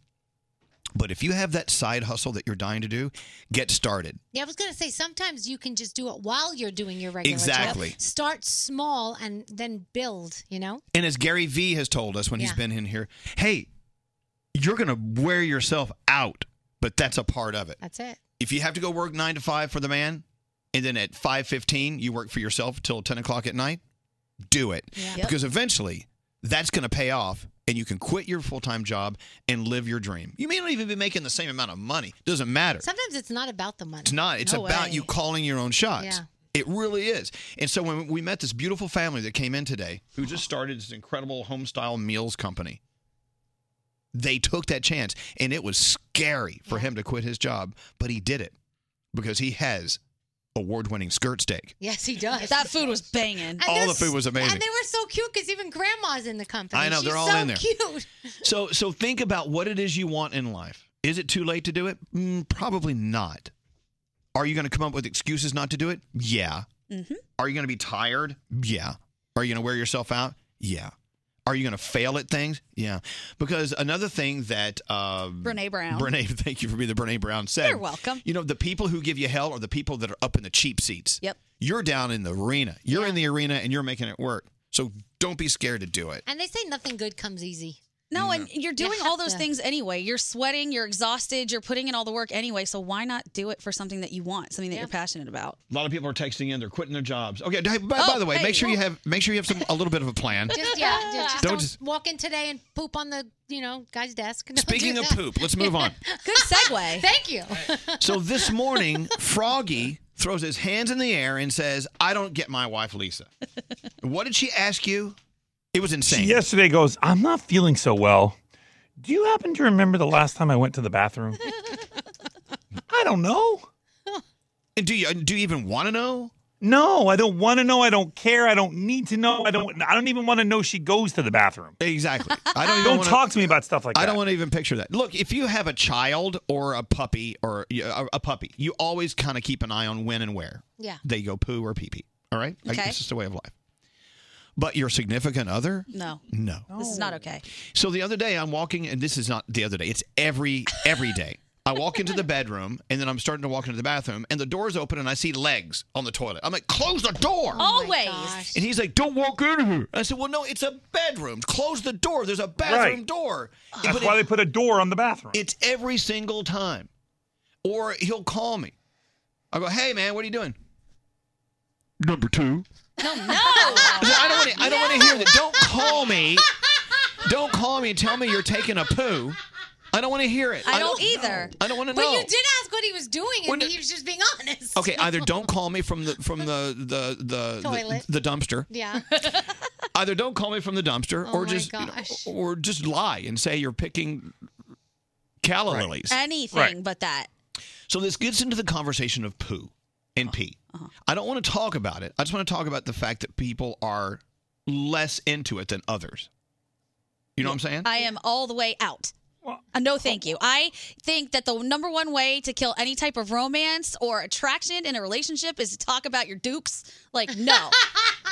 But if you have that side hustle that you're dying to do, get started.
Yeah, I was gonna say sometimes you can just do it while you're doing your regular job.
Exactly.
Start small and then build. You know.
And as Gary Vee has told us when he's
Yeah.
been in here, hey, you're going to wear yourself out, but that's a part of it.
That's it.
If you have to go work 9 to 5 for the man and then at 5:15 you work for yourself till 10 o'clock at night, do it.
Yep.
Because eventually that's going to pay off and you can quit your full-time job and live your dream. You may not even be making the same amount of money. Doesn't matter.
Sometimes it's not about the money.
It's not. It's
No
about
way.
you calling your own shots.
Yeah.
It really is. And so when we met this beautiful family that came in today, who just started this incredible home style meals company, they took that chance, and it was scary for him to quit his job, but he did it because he has award winning skirt steak.
Yes, he does.
That food was banging.
All the food was amazing.
And they were so cute because even grandma's in the company.
I know,
She's
they're all
so
in there.
Cute.
So so think about what it is you want in life. Is it too late to do it? Mm, probably not. Are you going to come up with excuses not to do it? Yeah.
Mhm.
Mm-hmm.
Are you going to be tired? Yeah. Are you going to wear yourself out? Yeah. Are you going to fail at things? Yeah. Because another thing that uh,
Brene Brown.
Brene, thank you for being the Brene Brown said.
You're welcome.
You know, the people who give you hell are the people that are up in the cheap seats.
Yep.
You're down in the arena. You're in the arena and you're making it work. So don't be scared to do it.
And they say nothing good comes easy.
No, and
Mm-hmm.
you're doing
have
all those
to-
things anyway. You're sweating, you're exhausted, you're putting in all the work anyway. So why not do it for something that you want, something that you're passionate about?
A lot of people are texting in. They're quitting their jobs. Okay. Hey, by, by
Oh,
the way,
hey,
make sure you
whoa.
have make sure you have some a little bit of a plan.
Just yeah, yeah, just
Don't
don't,
just-
walk in today and poop on the you know guy's desk. Don't
Speaking
do
of
that.
poop, let's move on.
Good segue.
Thank you.
so this morning, Froggy throws his hands in the air and says, "I don't get my wife Lisa." What did she ask you? It was insane.
She yesterday goes, I'm not feeling so well. Do you happen to remember the last time I went to the bathroom? I don't know.
And do you do you even want to know?
No, I don't want to know. I don't care. I don't need to know. I don't. I don't even want to know she goes to the bathroom.
Exactly. I don't. Even
don't
wanna-
talk to me about stuff like that.
I don't want to even picture that. Look, if you have a child or a puppy or yeah, a, a puppy, you always kind of keep an eye on when and where
Yeah.
they go poo or pee pee. All right, Like,
Okay.
it's just a way of life. But your significant other,
No.
no.
This is not okay.
So the other day I'm walking, and this is not the other day. It's every every day. I walk into the bedroom, and then I'm starting to walk into the bathroom, and the door's open, and I see legs on the toilet. I'm like, close the door.
Oh
Always.
And he's like, "Don't walk in here." I said, "Well, no, it's a bedroom. Close the door. There's a bathroom
Right.
door."
That's why they put a door on the bathroom.
It's every single time. Or he'll call me. I go, "Hey, man, what are you doing?" Number two.
No, no.
I said, I don't want to. I don't want to hear that. Don't call me. Don't call me and tell me you're taking a poo. I don't want to hear it.
I don't either.
I don't want to
But
know.
you did ask what he was doing, and he was just being honest.
Okay, either don't call me from the from the the the
Toilet.
the, the dumpster.
Yeah.
Either don't call me from the dumpster,
Oh
or
my
just you know,
gosh.
or just lie and say you're picking calla lilies.
Anything but that.
So this gets into the conversation of poo
Uh-huh.
and pee. I don't want to talk about it. I just want to talk about the fact that people are less into it than others. You know what I'm saying?
I am all the way out. Uh, no, thank you. I think that the number one way to kill any type of romance or attraction in a relationship is to talk about your dukes. Like, no.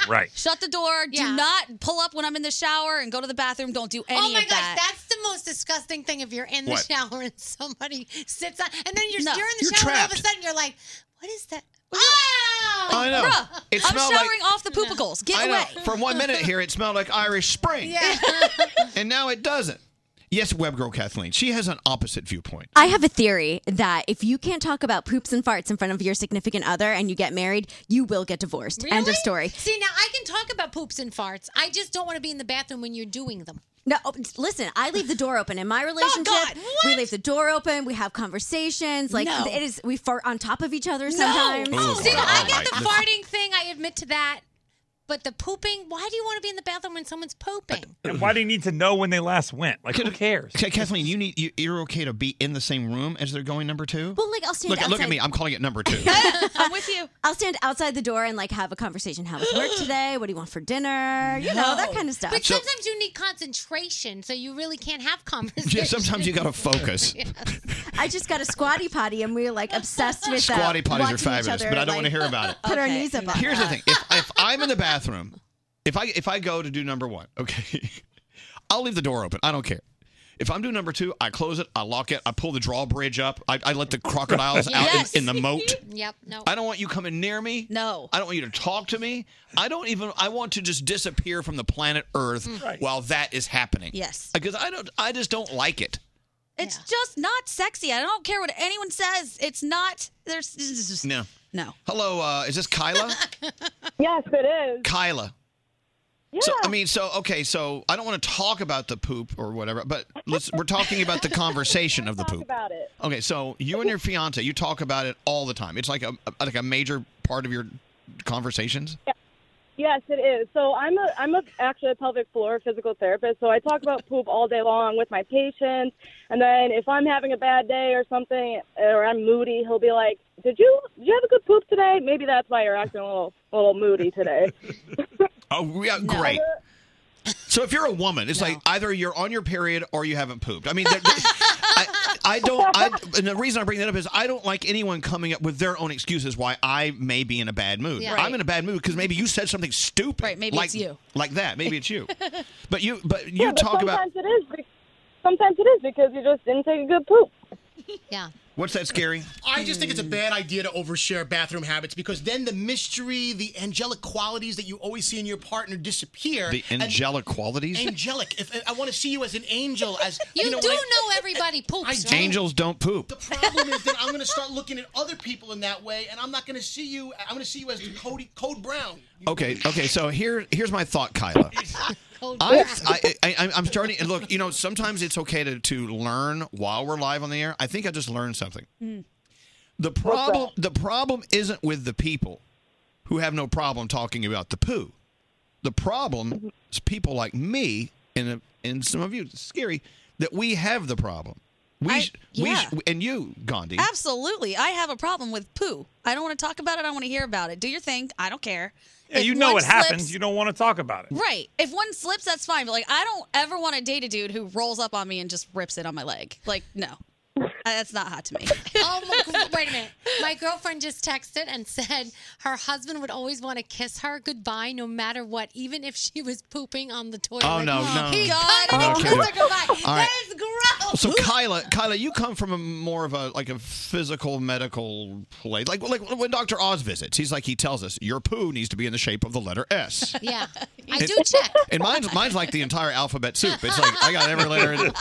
Right.
Shut the door. Do not pull up when I'm in the shower and go to the bathroom. Don't do any
oh my
of that.
gosh, that's the most disgusting thing. If you're in the
What?
shower and somebody sits on, and then you're,
No.
you're in the
You're
shower, and all of
trapped.
a sudden you're like, what is that? Oh!
I know.
Bruh,
It
I'm
smelled
showering
like-
off the poopicles. Get
I know.
away.
For one minute here, it smelled like Irish Spring.
Yeah.
and now it doesn't. Yes, web girl Kathleen. She has an opposite viewpoint.
I have a theory that if you can't talk about poops and farts in front of your significant other and you get married, you will get divorced. End of
Really?
story.
See, now I can talk about poops and farts. I just don't want to be in the bathroom when you're doing them.
No, oh, listen, I leave the door open in my relationship. we leave the door open, we have conversations, like
No.
it is we fart on top of each other sometimes.
Oh, see, I get the
fart.
farting thing. I admit to that. But the pooping, why do you want to be in the bathroom when someone's pooping?
And why do you need to know when they last went? Like, who cares?
Okay, Kathleen, you need you, you're okay to be in the same room as they're going number two.
Well, like I'll stand
look,
outside.
look at me. I'm calling it number two.
I'm
with you.
I'll stand outside the door and like have a conversation. How was work today? What do you want for dinner? You know that kind of stuff.
But sometimes you need concentration, so you really can't have conversation.
yeah, sometimes you gotta focus.
I just got a squatty potty, and we were like obsessed with uh,
Squatty potties
watching
are
each
fabulous,
other,
but I don't
like,
want to hear about it.
Put our knees up. on
Here's the
it.
thing: if, if I'm in the bathroom, if I if I go to do number one, okay, I'll leave the door open. I don't care. If I'm doing number two, I close it, I lock it, I pull the drawbridge up, I, I let the crocodiles out
Yes.
in, in the moat.
Yep. No.
I don't want you coming near me.
No.
I don't want you to talk to me. I don't even. I want to just disappear from the planet Earth
Mm. Right.
while that is happening.
Yes.
Because I don't. I just don't like it.
It's just not sexy. I don't care what anyone says. It's not. There's. it's just-
No.
No.
Hello. Uh, is this Kyla?
yes, it is.
Kyla. Yeah. So I mean, so okay, so I don't want to talk about the poop or whatever, but let's we're talking about the conversation of the
Talk
poop.
about it.
Okay, so you and your fiance, you talk about it all the time. It's like a, a- like a major part of your conversations.
Yes, it is. So I'm a I'm a actually a pelvic floor physical therapist. So I talk about poop all day long with my patients, and then if I'm having a bad day or something, or I'm moody, he'll be like, "Did you did you have a good poop today? Maybe that's why you're acting a little a little moody today."
Oh, yeah, great. So if you're a woman, it's like either you're on your period or you haven't pooped. I mean, there- there- I, I don't. I, and the reason I bring that up is I don't like anyone coming up with their own excuses why I may be in a bad mood.
Yeah.
I'm in a bad mood because maybe you said something stupid.
Right, maybe
like,
it's you.
Like that. Maybe it's you. But you. But you
yeah, but
talk about
sometimes it is. be- Sometimes it is because you just didn't take a good poop.
Yeah.
what's that scary?
I just think it's a bad idea to overshare bathroom habits because then the mystery, the angelic qualities that you always see in your partner disappear.
the
And-
angelic qualities.
Angelic. If I want to see you as an angel, as
You,
you, know,
do
when I-
know everybody poops, right?
Angels don't poop.
The problem is that I'm going to start looking at other people in that way, and I'm not going to see you. I'm going to see you as Cody Code Brown.
Okay. Okay. So here here's my thought, Kyla. I, I, I, I'm- I'm starting. And look, you know, sometimes it's okay to, to learn while we're live on the air. I think I just learned something.
Mm.
The problem the problem isn't with the people who have no problem talking about the poo. The
Mm-hmm.
problem is people like me and and some of you. It's scary that we have the problem. We,
I-
sh- we sh-
yeah.
and you, Gandhi.
Absolutely. I have a problem with poo. I don't want to talk about it. I don't want to hear about it. Do your thing. I don't care.
Yeah,
If
you know
one
it happens.
slips-
You don't want to talk about it.
Right. If one slips, that's fine. But like, I don't ever want to date a dude who rolls up on me and just rips it on my leg. Like, no, Uh, that's not hot to me.
Oh my, gr- wait a minute. My girlfriend just texted and said her husband would always want to kiss her goodbye no matter what, even if she was pooping on the toilet.
Oh, no, no.
He "Oh,
God,
couldn't
no.
kiss her goodbye.
All right.
That is gross.
So Kyla, Kyla, you come from a more of a like a physical medical place, like like when Doctor Oz visits, he's like he tells us your poo needs to be in the shape of the letter S.
Yeah. I
And-
do check.
And mine's mine's like the entire alphabet soup. It's like I got every letter. In,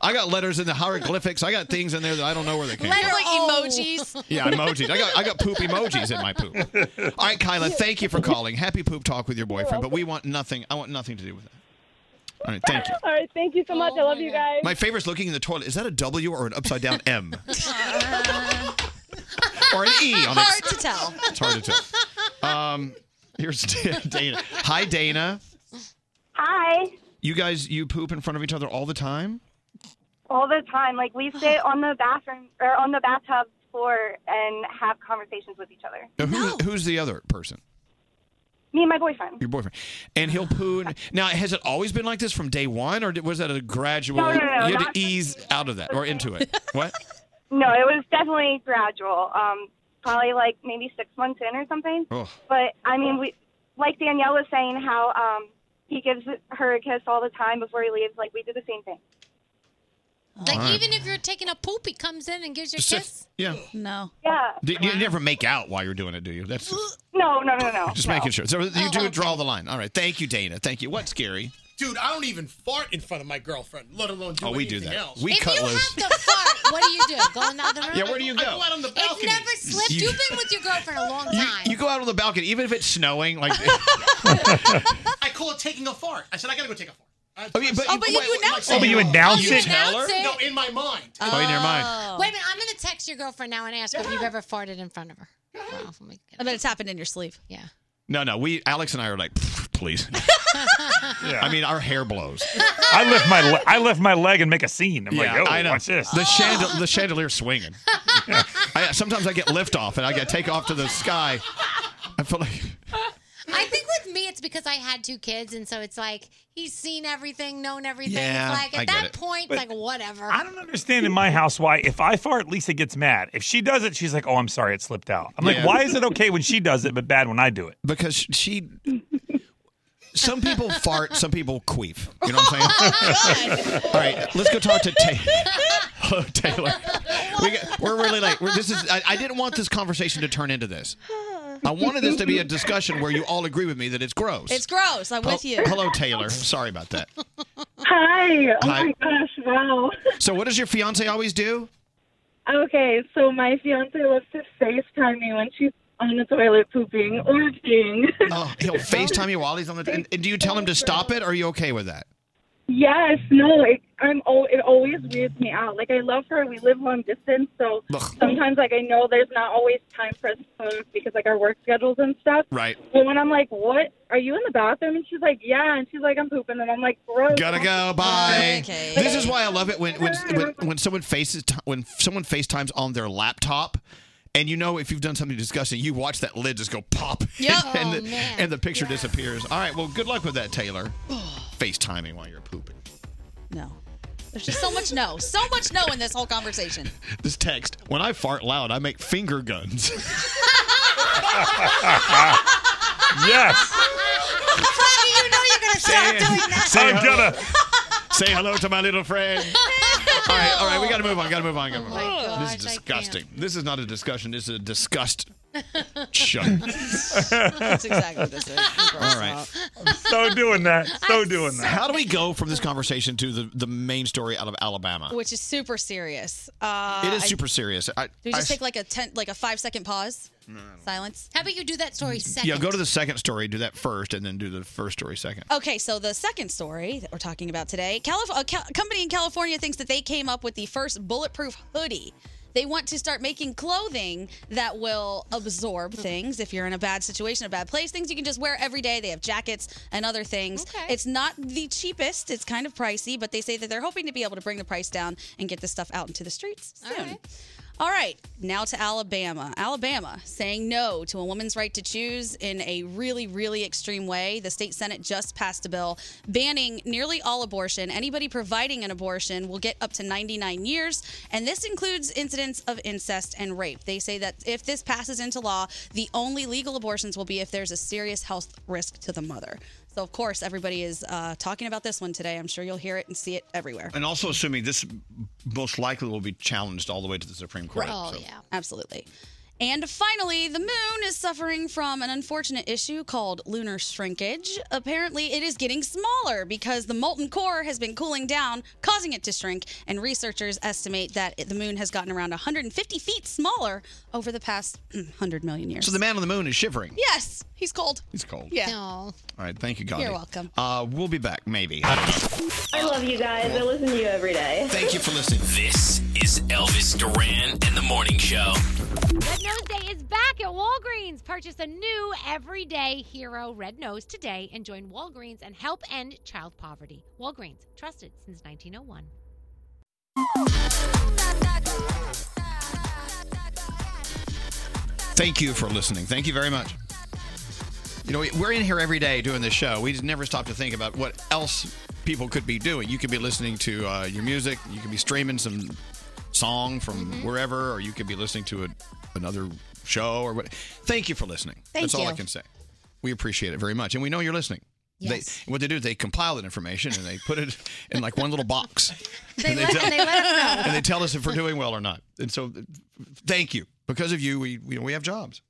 I got letters in the hieroglyphics. I got things in there that I don't know where they came.
Letter
from.
like emojis.
Yeah, emojis. I got I got poop emojis in my poop. All right, Kyla, thank you for calling. Happy poop talk with your boyfriend, but we want nothing. I want nothing to do with that. All right, thank you.
All right, thank you so much. I love you guys.
My favorite's looking in the toilet. Is that a W or an upside down M? or an E on it.
Hard to tell.
It's hard to tell. Um, here's Dana. Hi, Dana.
Hi.
You guys, you poop in front of each other all the time?
All the time. Like we stay on the bathroom or on the bathtub floor and have conversations with each other.
Now, who's, who's the other person?
Me and my boyfriend.
Your boyfriend. And he'll poo. in- Now, has it always been like this from day one, or did- was that a gradual?
No, no, no,
you had
not
to ease out of that or into it. What?
No, it was definitely gradual. Um, probably like maybe six months in or something.
Oh.
But I mean, we like Danielle was saying how um, he gives her a kiss all the time before he leaves. Like we did the same thing.
Like,
All right.
even if you're taking a poop, he comes in and gives you a kiss.
Yeah.
No.
Yeah.
Did- You never make out while you're doing it, do you? That's just,
No, no, no, no.
just
no.
making sure. So you
Oh,
do draw the line. All right. Thank you, Dana. Thank you. What's scary?
Dude, I don't even fart in front of my girlfriend, let alone do
Oh, we do
anything
that.
else.
We If cut you loose.
The fart. What do you do? Go in the other room?
Yeah, where do you
I
go?
go out on the
It
balcony.
never slipped.
You-
You, have been with your girlfriend a long
You,
time.
you go out on the balcony, even if it's snowing. Like,
I call it taking a fart. I said I gotta go take a fart. I,
I mean, but- Oh, but you
announce Oh, but you it. announce
You
it?
tell
announce
her?
it.
No, in my mind.
Oh, never mind.
Wait a minute. I'm going to text your girlfriend now and ask her if you've ever farted in front of her. Wow, let me-
I bet it's happened in your sleep.
Yeah.
No, no. We Alex and I are like, "Pfft, please. I mean, our hair blows.
I lift my le- I lift my leg and make a scene. I'm
Yeah,
like, oh,
I know.
watch this.
The chandel- the chandelier swinging. I, sometimes I get lift off and I get take off to the sky. I feel like
I think with me, it's because I had two kids, and so it's like he's seen everything, known everything.
Yeah,
it's like at
I get
that
it.
point,
But
it's like whatever.
I don't understand in my house why if I fart, Lisa gets mad. If she does it, she's like, "Oh, I'm sorry, it slipped out." I'm like,
Yeah.
"Why is it okay when she does it, but bad when I do it?"
Because she. Some people fart, some people queef. You know what
Oh
I'm saying? All right, let's go talk to Ta- Hello, Taylor. We got, we're really like we're, this is. I, I didn't want this conversation to turn into this. I wanted this to be a discussion where you all agree with me that it's gross.
It's gross. I'm with
Hel-
you.
Hello, Taylor. Sorry about that.
Hi. Oh
Hi.
my gosh, wow.
So, what does your fiance always do?
Okay, so my fiance loves to FaceTime me when she's on the toilet pooping or peeing.
Oh, he'll FaceTime you while he's on the. And, and do you tell him to stop it? Or are you okay with that?
yes, no, it, I'm. Oh, it always weirds me out. Like I love her. We live long distance, so sometimes like I know there's not always time for us to talk because like our work schedules and stuff.
Right.
But when I'm like, "What? Are you in the bathroom?" and she's like, "Yeah," and she's like, "I'm pooping," and I'm like, "Gross."
Gotta go. Bye. This is why I love it when when when, when someone faces when someone FaceTimes on their laptop. And you know if you've done something disgusting, you watch that lid just go pop,
Yep.
and,
Oh,
the,
man.
and the picture disappears. All right, well, good luck with that, Taylor. FaceTiming while you're pooping.
No. There's just so much no. So much no in this whole conversation.
This text: When I fart loud, I make finger guns. yes.
Froggy, you know you're going to stop
Say-
doing that.
say I'm hello. gonna- Say hello to my little friend. All right, all right, we gotta move on. Gotta move on. Gotta move
Oh my
on.
gosh,
this is
I
disgusting. This is not a discussion. This is a disgust. Shut.
That's exactly what this is.
All right.
I'm so doing that. So doing that.
How do we go from this conversation to the, the main story out of Alabama?
Which is super serious. Uh,
it is
I-
super serious. I,
Do we just
I-
take like a ten, like a five second pause? Silence.
How about you do that story second?
yeah, go to the second story. Do that first, and then do the first story second.
Okay, so the second story that we're uh, talking about today, Calif- a ca- company in California thinks that they came up with the first bulletproof hoodie They want to start making clothing that will absorb
Hmm.
things. If you're in a bad situation, a bad place, things you can just wear every day. They have jackets and other things. It's not the cheapest. It's kind of pricey, but they say that they're hoping to be able to bring the price down and get this stuff out into the streets soon. All right, now to Alabama. Alabama saying no to a woman's right to choose in a really, really extreme way. The state senate just passed a bill banning nearly all abortion. Anybody providing an abortion will get up to 99 years, and this includes incidents of incest and rape. They say that if this passes into law, the only legal abortions will be if there's a serious health risk to the mother. So, of course, everybody is uh, talking about this one today. I'm sure you'll hear it and see it everywhere.
And also assuming this most likely will be challenged all the way to the Supreme Court. so.
Absolutely. And finally, the moon is suffering from an unfortunate issue called lunar shrinkage. Apparently, it is getting smaller because the molten core has been cooling down, causing it to shrink. And researchers estimate that it- the moon has gotten around 150 feet smaller over the past 100 million years.
So the man on the moon is shivering.
Yes, he's cold.
He's cold.
Yeah.
All right. Thank you, Gandhi.
You're welcome.
Uh, we'll be back, maybe. I don't know.
I love you guys. I listen to you every day.
Thank you for listening.
This is Elvis Duran and the Morning Show.
Red Nose Day is back at Walgreens. Purchase a new everyday hero red nose today and join Walgreens and help end child poverty. Walgreens, trusted since 1901.
Thank you for listening. Thank you very much. You know, we're in here every day doing this show. We just never stop to think about what else people could be doing. You could be listening to uh, your music. You could be streaming some song from
Mm-hmm.
wherever, or you could be listening to a, another show or what. Thank you for listening.
Thank
That's all I
you.
can say. We appreciate it very much, and we know you're listening.
Yes.
They, what they do is they compile that information and they put it in like one little box.
They let- they let us know.
And they tell us if we're doing well or not. And so, th- thank you. Because of you, we we, we have jobs.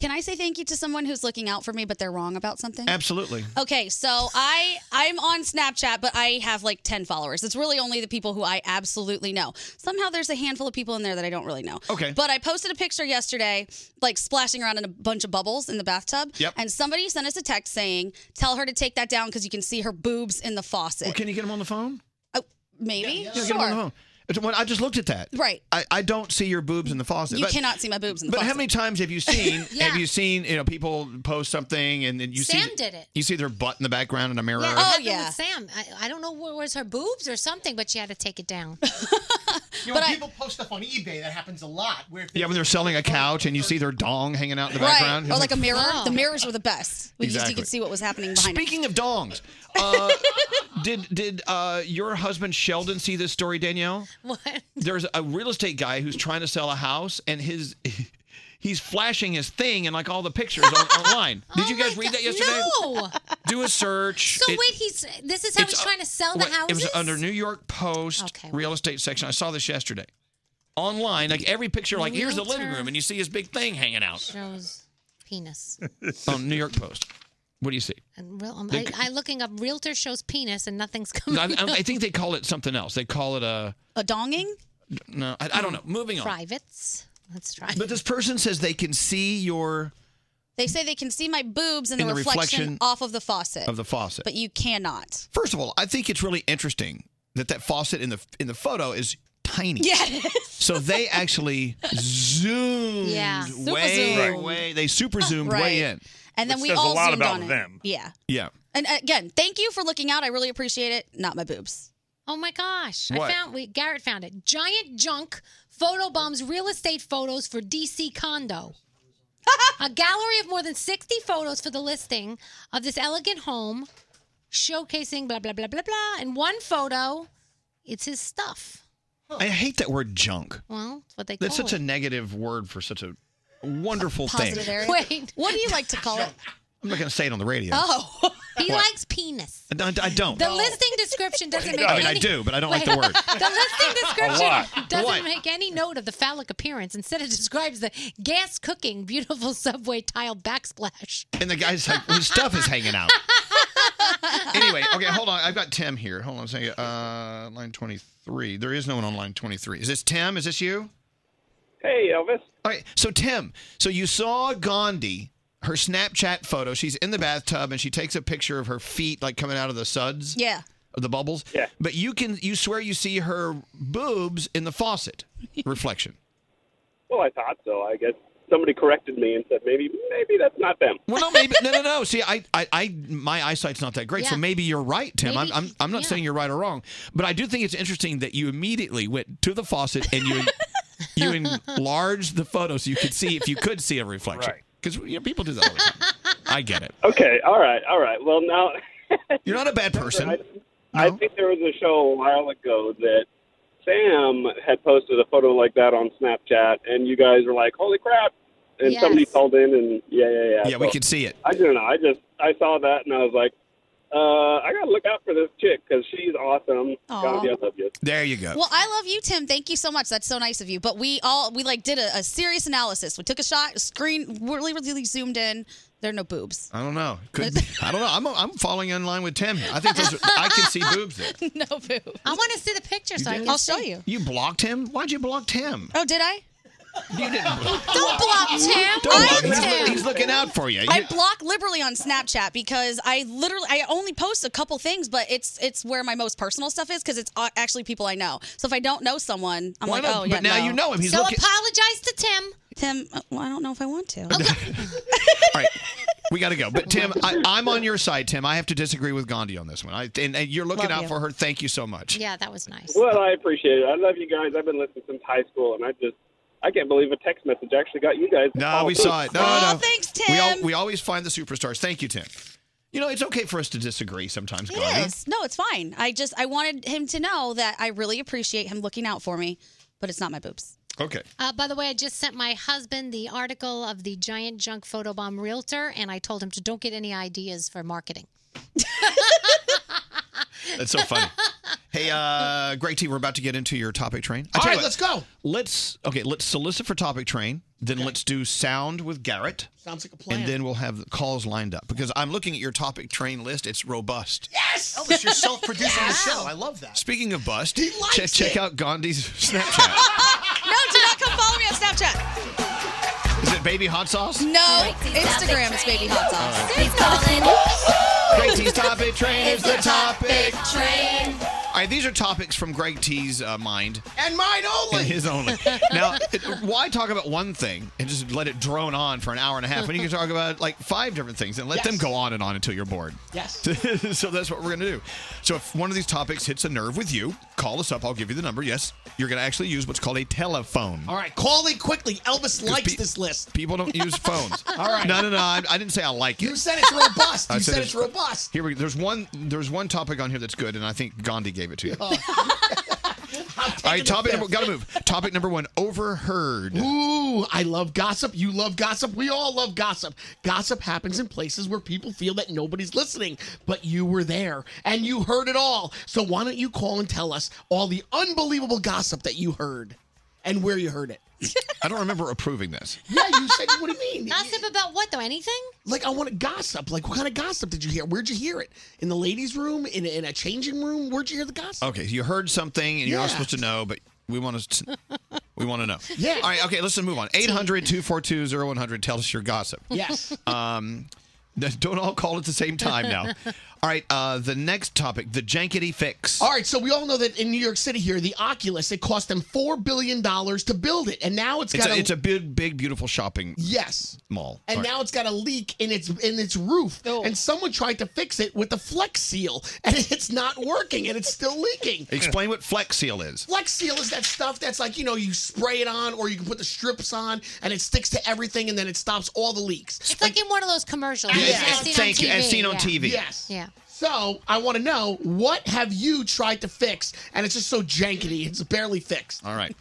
Can I say thank you to someone who's looking out for me, but they're wrong about something?
Absolutely.
Okay, so I I'm on Snapchat, but I have like 10 followers. It's really only the people who I absolutely know. Somehow there's a handful of people in there that I don't really know.
Okay.
But I posted a picture yesterday, like splashing around in a bunch of bubbles in the bathtub.
Yep.
And somebody sent us a text saying, "Tell her to take that down because you can see her boobs in the faucet."
Well, can you get them on the phone?
Oh, maybe.
Yeah,
Sure.
get them on the phone. It's when- I just looked at that.
Right.
I, I don't see your boobs in the faucet.
You
but,
cannot see my boobs in the
But
faucet.
how many times have you seen?
Yeah.
Have you seen you know people post something and then you
Sam
see
did it.
You see their butt in the background in a mirror.
Yeah, it
Oh,
happened With Sam, I, I don't know where was her boobs or something, but she had to take it down.
You know, when people post stuff on eBay, that happens a lot. Where if they
Yeah, when they're selling a couch and you see their dong hanging out in the
Right.
background.
Or like a mirror.
Oh.
The mirrors were the best. We used to
Exactly.
could see what was happening behind
Speaking of dongs, uh, did did uh, your husband Sheldon see this story, Danielle?
What?
There's a real estate guy who's trying to sell a house, and his he's flashing his thing in like all the pictures on, online. Did you guys read that yesterday?
Oh No.
Do a search.
So
It-
wait, he's this is how
it's,
he's
uh,
trying to sell the
wait, It
houses.
was under New York Post real estate section. I saw this yesterday. Online, like every picture, like here's the living
Realtor.
room, and you see his big thing hanging out
Shows penis.
on New York Post. What do you see?
And real, I'm, I,
They-
I looking up realtor shows penis and nothing's coming.
I,
up.
I- I think they call it something else. They call it a
a donging.
no. I, I don't know. Moving on.
Privates. Let's try.
But this person says they can see your
They say they can see my boobs in the,
In the
reflection,
reflection
off of the faucet.
of the faucet.
But you cannot.
First of all, I think it's really interesting that that faucet in the in the photo is tiny.
Yeah.
So they actually zoomed
Yeah. Super
way,
zoomed.
way. They super zoomed way
Right.
in.
And then
Which
we
says a
all
lot
zoomed
about
on it.
them.
Yeah.
Yeah.
And uh, again, thank you for looking out. I really appreciate it. Not my boobs.
Oh my gosh!
What?
I found. We Garrett found it. Giant junk photo bombs real estate photos for DC condo. a gallery of more than sixty photos for the listing of this elegant home, showcasing blah blah blah blah blah. And one photo, it's his stuff.
I hate that word junk.
Oh,
Well, that's what they
That's
call
such a
it.
negative word for such a wonderful
Positive
thing.
area. Wait,
what do you like to call it?
I'm not going to say it on the radio.
Oh,
he
What?
likes penis.
I, don't- I don't.
The listing description doesn't make
Oh, I mean, I
any.
do, but I don't like the word.
The listing description
lot.
doesn't
What?
make any note of the phallic appearance. Instead, it describes the gas cooking, beautiful subway tile backsplash.
And the guy's like, his stuff is hanging out. anyway, okay, hold on. I've got Tim here. Hold on a second. Uh, line 23. There is no one on line 23. Is this Tim? Is this you?
Hey, Elvis.
All right. So, Tim, so you saw Gandhi, her Snapchat photo. She's in the bathtub and she takes a picture of her feet like coming out of the suds.
Yeah.
Of the bubbles. Yeah. But you can, you swear you see her boobs in the faucet reflection.
Well, I thought so. I guess somebody corrected me and said maybe maybe that's not them.
Well, no, maybe no, no, no. See, I, I, I my eyesight's not that great, so
Yeah.
maybe you're right, Tim.
Maybe-
I'm, I'm, I'm not saying you're right or wrong, but I do think it's interesting that you immediately went to the faucet and you, you enlarged the photo so you could see if you could see a reflection. Because people do that. All the time. I get it.
Okay, all right, all right. Well, now
you're not a bad person.
I, I think there was a show a while ago that Sam had posted a photo like that on Snapchat, and you guys were like, "Holy crap!" And
Yes.
somebody called in, and yeah, yeah, yeah.
Yeah, we
So
could see it.
I don't know. I just I saw that, and I was like, uh, "I gotta look out for this chick because she's awesome."
Aw.
Gandhi, I love you.
There you go.
Well, I love you, Tim. Thank you so much. That's so nice of you. But we all we like did a, a serious analysis. We took a shot, screen really, really zoomed in. There are no boobs.
I don't know. Could, I don't know. I'm, I'm falling in line with Tim. here. I think those are, I can see boobs there.
no boobs.
I want to see the picture so I
did?
can
I'll
show
see.
You blocked him. Why'd you block Tim?
Oh, did I?
You didn't. Block.
Don't block Tim.
Don't
I
block him. He's,
am
loo-
Tim.
he's looking out for you.
I
You-
block liberally on Snapchat because I literally I only post a couple things, but it's it's where my most personal stuff is because it's uh, actually people I know. So if I don't know someone, I'm
Well, I
like,
know, but
oh yeah,
now
no.
you know him. He's
So apologize to Tim.
Tim, uh, well, I don't know if I want to.
We got to go. But Tim, I, I'm on your side, Tim. I have to disagree with Gandhi on this one. I, and, and you're looking
Love
out
you.
for her. Thank you so much.
Yeah, that was nice.
Well, I appreciate it. I love you guys. I've been listening since high school, and I just I can't believe a text message actually got you guys.
No, we saw it. No,
Oh,
no.
thanks,
Tim. We, al- we always find the superstars. Thank you, Tim. You know, it's okay for us to disagree sometimes, Gandhi.
It is. No, it's fine. I just I wanted him to know that I really appreciate him looking out for me, but it's not my boobs.
Okay.
Uh, by the way, I just sent my husband the article of the giant junk photobomb realtor, and I told him to don't get any ideas for marketing.
That's so funny. Hey, uh, Greg T, we're about to get into your topic train. I
All
tell you
right,
what,
let's go.
Let's okay. Let's solicit for topic train. Then let's do sound with Garrett.
Sounds like a plan.
And then we'll have the calls lined up because I'm looking at your topic train list. It's robust.
yes, Elvis, you're self-producing the show. I love that.
Speaking of bust,
likes
check, check
it.
out Gandhi's Snapchat.
No, do not come follow me on Snapchat.
Is it baby hot sauce?
No, Instagram is baby hot sauce.
All
It's calling.
Greg T's topic train is the topic.
train.
All right, these are topics from Greg T's uh, mind.
And mine only.
And his only. Now, it- why talk about one thing and just let it drone on for an hour and a half when you can talk about like five different things and let them go on and on until you're bored?
Yes.
so that's what we're going to do. So if one of these topics hits a nerve with you, call us up. I'll give you the number. Yes, you're going to actually use what's called a telephone.
All right, call in quickly. Elvis likes this list.
People don't use phones.
All right.
No, no, no. I, I didn't say I like it.
You said it's robust.
I
You said
it's-
it's robust.
Here we There's one. There's one topic on here that's good, and I think Gandhi gave it to
Oh.
you. All right, topic number. Gotta move. Topic number one. Overheard.
Ooh, I love gossip. You love gossip. We all love gossip. Gossip happens in places where people feel that nobody's listening, but you were there and you heard it all. So why don't you call and tell us all the unbelievable gossip that you heard and where you heard it?
I don't remember approving this.
Yeah, you said. What do you mean?
Gossip about what though? Anything?
Like, I want to gossip. Like, what kind of gossip did you hear? Where'd you hear it? In the ladies' room? In, in a changing room? Where'd you hear the gossip?
Okay, you heard something, and you're not
Yeah.
supposed to know, but we want to. We want to know.
Yeah.
All right. Okay. Let's move on. 800-242-0100. Tell us your gossip.
Yes.
Um, don't all call at the same time now. All right. Uh, the next topic. The jankety fix.
All right, so we all know that in New York City here, the Oculus, it cost them $4 billion to build it. And now it's
It's
got
a, it's a big, big, beautiful shopping
Yes.
mall.
And
All right.
now it's got a leak in its in its roof, and someone tried to fix it with the Flex Seal, and it's not working, and it's still leaking.
explain what Flex Seal is.
Flex Seal is that stuff that's like you know you spray it on, or you can put the strips on, and it sticks to everything, and then it stops all the leaks.
It's like in one of those commercials.
Yeah,
as
yeah.
seen on
Thank you, as seen on
yeah.
TV.
Yes.
Yeah.
So I want to know what have you tried to fix, and it's just so jankety, it's barely fixed.
All right.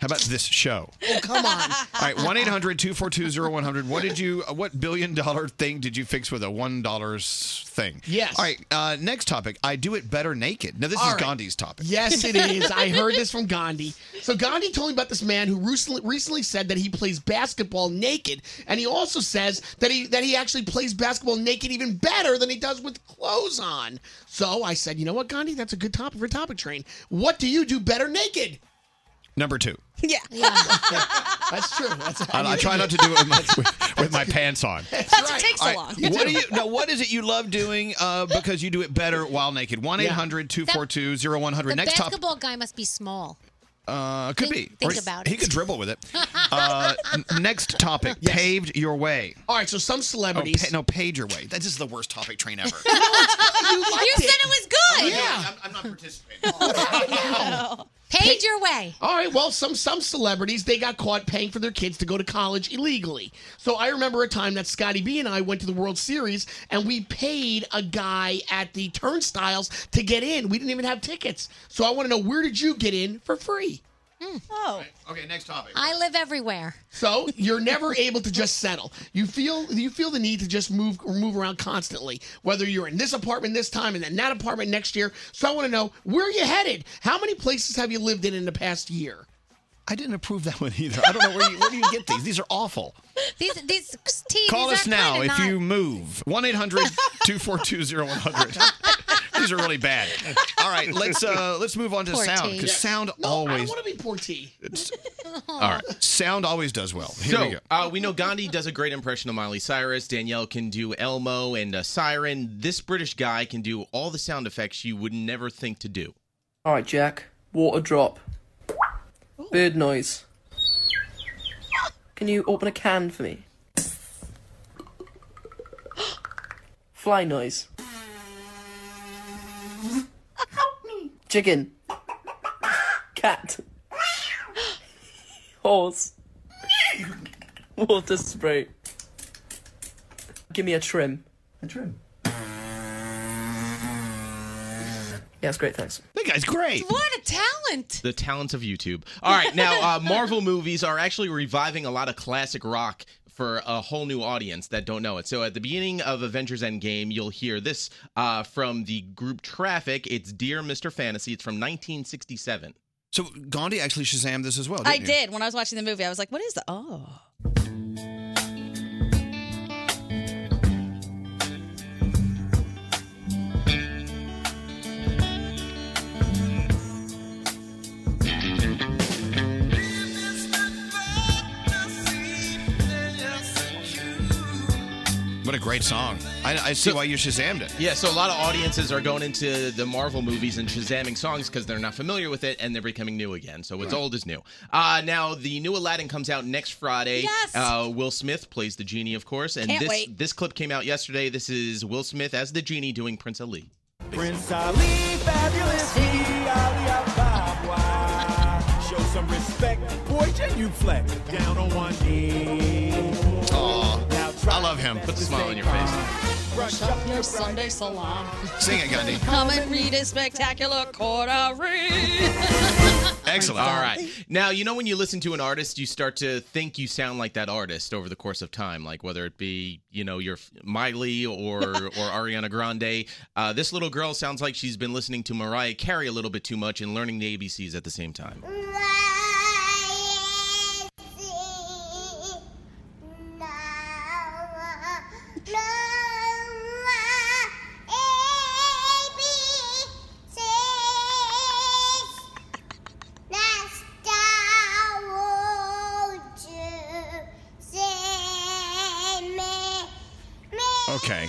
How about this show?
Oh come on!
All right, 1 800 242 0100. What did you, uh, what billion dollar thing did you fix with a $1 thing?
Yes.
All right, uh, next topic. I do it better naked. Now, this
All
is
right.
Gandhi's topic.
Yes, it is. I heard this from Gandhi. So Gandhi told me about this man who recently recently said that he plays basketball naked, and he also says that he that he actually plays basketball naked even better than he does with clothes on. So I said, you know what, Gandhi, that's a good topic for topic train. What do you do better naked?
Number two.
Yeah.
That's true. That's
I, I try not to do it with my, with, with my pants on.
That's
right. takes
All right, What do you, now, what is it you love doing uh, because you do it better while naked? 1 800 242 0100.
The
Next topic.
basketball guy must be small.
Uh, could
Think-
be.
think
he-
about
He
it.
could dribble with it. Uh, n- next topic: paved your way. Oh,
All right, so some celebrities.
no, paved your way. That is the worst topic train ever.
you said it was good.
Yeah.
I'm, I'm not participating. Oh,
Paid your way.
All right. Well, some some celebrities they got caught paying for their kids to go to college illegally. So I remember a time that Scotty B and I went to the World Series and we paid a guy at the turnstiles to get in. We didn't even have tickets. So I want to know where did you get in for free?
Hmm.
Oh.
Okay, next topic.
I live everywhere.
So you're never able to just settle. You feel you feel the need to just move move around constantly. Whether you're in this apartment this time and then that apartment next year. So I want to know where you headed. How many places have you lived in in the past year?
I didn't approve that one either. I don't know where you, where do you get these. These are awful.
These these tea.
Call
these
us
are
now
kinda
if
not-
you move. 1 800 242 100. These are really bad. All right, let's uh, let's move on to
Poor
sound
T.
because sound
No, I
always.
want to be poor T.
All right, sound always does well. Here
so,
we go.
Uh, we know Gandhi does a great impression of Miley Cyrus. Danielle can do Elmo and uh, Siren. This British guy can do all the sound effects you would never think to do.
All right, Jack. Water drop. Bird noise. Can you open a can for me? Fly noise. Chicken. Cat. Horse. Water spray. Give me a trim. A trim. Yeah, it's great. Thanks.
That guy's great.
What a talent.
The talents of YouTube. All right, now uh, Marvel movies are actually reviving a lot of classic rock for a whole new audience that don't know it. So at the beginning of Avengers Endgame, you'll hear this uh, from the group Traffic. It's Dear Mr. Fantasy. It's from 1967.
So Gandhi actually Shazam this as well.
I did when I was watching the movie. I was like, "What is that?" Oh,
What a great song. I, I see why you Shazammed it.
Yeah, so a lot of audiences are going into the Marvel movies and shazamming songs because they're not familiar with it and they're becoming new again. So what's
Right.
old is new. Uh, now the new Aladdin comes out next Friday.
Yes.
Uh, Will Smith plays the genie, of course, and
Can't
this
wait.
this clip came out yesterday. This is Will Smith as the genie doing Prince Ali.
Prince Ali, fabulous he, Ali Ababa. Show some respect, boy, can you flex? Down on one knee.
Aw, I love him. Put
a smile on your face.
Brush up your Sunday salon.
Sing it, Gandhi.
come and read a spectacular quarterly.
Excellent.
All right. Now, you know when you listen to an artist, you start to think you sound like that artist over the course of time, like whether it be, you know, your Miley or or Ariana Grande. Uh, this little girl sounds like she's been listening to Mariah Carey a little bit too much and learning the ABCs at the same time.
Okay.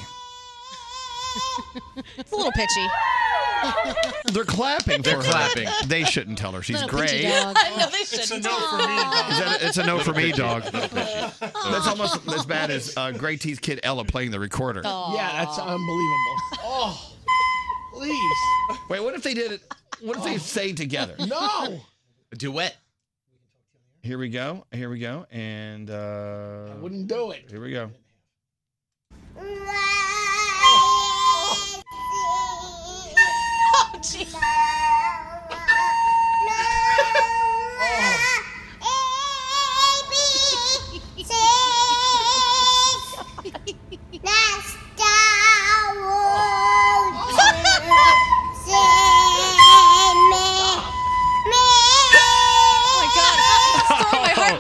it's a little pitchy.
They're clapping.
They're
for
clapping.
Her. They shouldn't tell her she's
Little
great.
pitchy dog. no, they shouldn't.
Is that- it's a no for me,
pitchy.
dog. That's almost as bad as uh, Gray T's kid Ella playing the recorder.
Oh.
Yeah, that's unbelievable. Oh, please.
Wait, what if they did it? What if they sang together?
No.
Duet.
Here we go. Here we go. And uh, I
wouldn't do it.
Here we go.
Oh, jeez.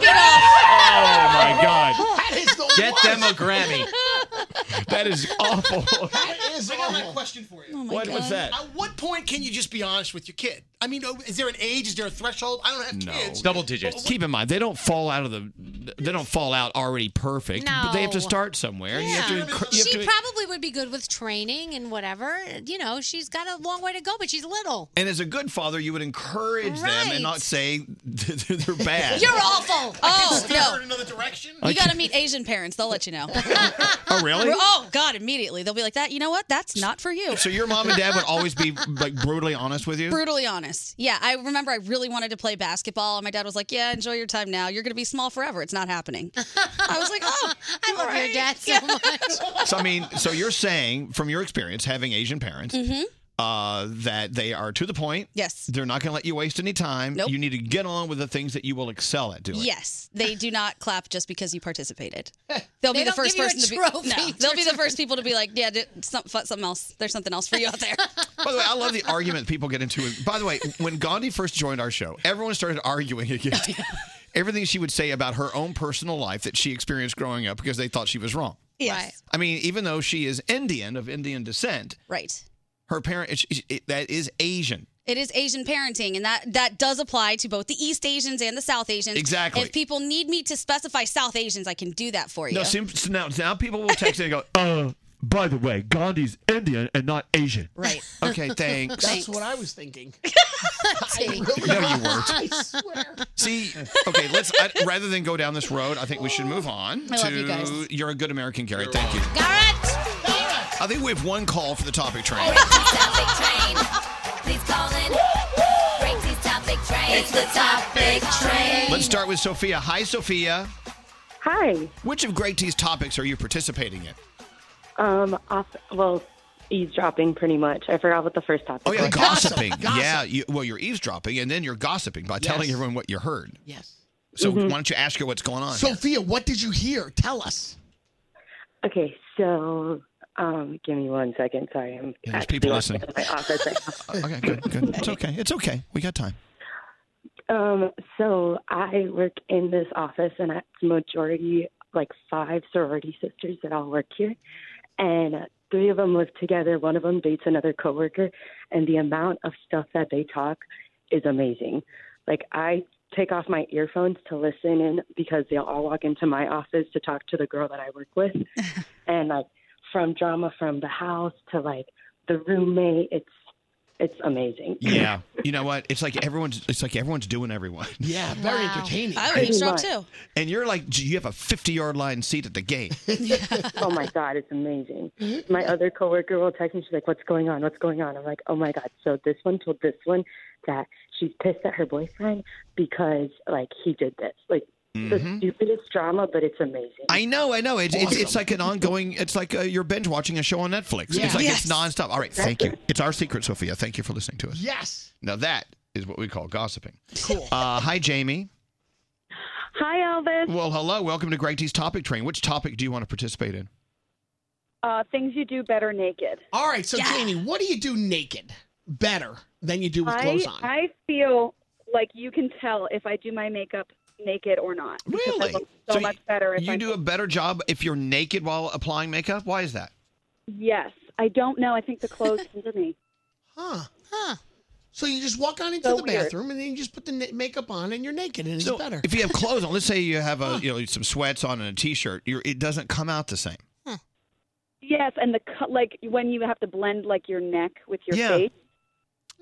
Oh my God.
That is the
Get
worst.
them a Grammy.
That is awful.
That is I got my question for you.
Oh my What was God. that?
At what point can you just be honest with your kid? oh, I mean, is there an age? Is there a threshold? I don't have
No.
kids.
Double digits.
Keep in mind, they don't fall out of the they don't fall out already perfect. But they have to
No.
start somewhere. You have to encour- you have
she
to-
probably would be good with training and whatever. You know, she's got a long way to go, but she's little.
and as a good father, you would encourage them
Right.
and not say they're they're bad.
awful. Oh
Steer
no.
her in
another direction.
I
You got to meet Asian parents. They'll let you know.
Oh, really?
Oh God! Immediately they'll be like that. You know what? That's not for you.
So your mom and dad would always be like brutally honest with you.
Brutally honest. Yeah, I remember I really wanted to play basketball, and my dad was like, "Yeah, enjoy your time now. You're going to be small forever. It's not happening." I was like, "Oh, I love your dad so much."
So I mean, so you're saying from your experience having Asian parents.
hmm
Uh, that they are to the point.
Yes.
They're not going to let you waste any time.
Nope.
You need to get on with the things that you will excel at doing.
Yes, they do not clap just because you participated. They'll
They
be the
don't
first
give you a
person to be.
trophy
No, they'll be the first people to be like, "Yeah, d- some, fu- something else. There's something else for you out there."
By the way, I love the argument people get into. By the way, when Gandhi first joined our show, everyone started arguing against everything she would say about her own personal life that she experienced growing up because they thought she was wrong.
Yes.
I mean, even though she is Indian of Indian descent,
Right.
her parent it- it- it- that is Asian.
It is Asian parenting, and that that does apply to both the East Asians and the South Asians.
Exactly.
If people need me to specify South Asians, I can do that for you.
No, sim- so now now people will text in and go,
Uh, by the way, Gandhi's Indian and not Asian.
Right.
"Okay, thanks."
That's what I was thinking.
No, you weren't.
I swear.
See, okay, let's I, rather than go down this road, I think we should move on
I
to
love you guys.
are a good American, Gary. Thank you. I think we have one call for the topic train.
Please call in. Break these topic trains. It's the topic train.
Let's start with Sophia. Hi, Sophia.
Hi.
Which of Great T's topics are you participating in?
Um, off, well, eavesdropping pretty much. I forgot what the first topic
Oh yeah,
was.
gossiping. Yeah, you, well, you're eavesdropping, and then you're gossiping by telling everyone what you heard.
Yes.
So
Mm-hmm.
why don't you ask her what's going on?
Sophia, what did you hear? Tell us.
Okay, so um, give me one second. Sorry, I'm
there's people listening. Uh,
my office right now.
okay, good, good. It's okay. It's okay. We got time.
Um, so I work in this office, and it's majority like five sorority sisters that all work here, and three of them live together. One of them dates another coworker, and the amount of stuff that they talk is amazing. Like I take off my earphones to listen in because they'll all walk into my office to talk to the girl that I work with, and like from drama from the house to like the roommate, it's it's amazing.
Yeah. You know what? It's like everyone's. It's like everyone's doing everyone.
Yeah, very entertaining.
I would eavesdrop, too.
And you're like, you have a 50 yard line seat at the gate.
oh my god, it's amazing. My other coworker will text me. She's like, "What's going on? What's going on?" I'm like, "Oh my god!" So this one told this one that she's pissed at her boyfriend because like he did this. Like the stupidest drama, but it's amazing.
I know, I know. It's it's, it's like an ongoing. It's like uh, you're binge watching a show on Netflix.
Yeah.
It's like
Yes.
it's nonstop. All right, thank you. It's our secret, Sophia. Thank you for listening to us.
Yes.
Now that is what we call gossiping. Cool. Uh, hi, Jamie.
Hi, Elvis.
Well, hello. Welcome to Greg T's Topic Train. Which topic do you want to participate in?
Uh, things you do better naked.
All right, so Jamie, what do you do naked better than you do with clothes on?
I feel like you can tell if I do my makeup naked or not. because I
Really?
look So,
So
much better if
You
I'm
do a better job if you're naked while applying makeup. Why is that?
Yes, I don't know. I think the clothes into me.
Huh. Huh. So you just walk on into
So
the
weird.
bathroom and then you just put the na- makeup on and you're naked and it's
So
better.
if you have clothes on, let's say you have a you know some sweats on and a t-shirt, you're, it doesn't come out the same.
Yes, and the co- like when you have to blend like your neck with your
Yeah.
face.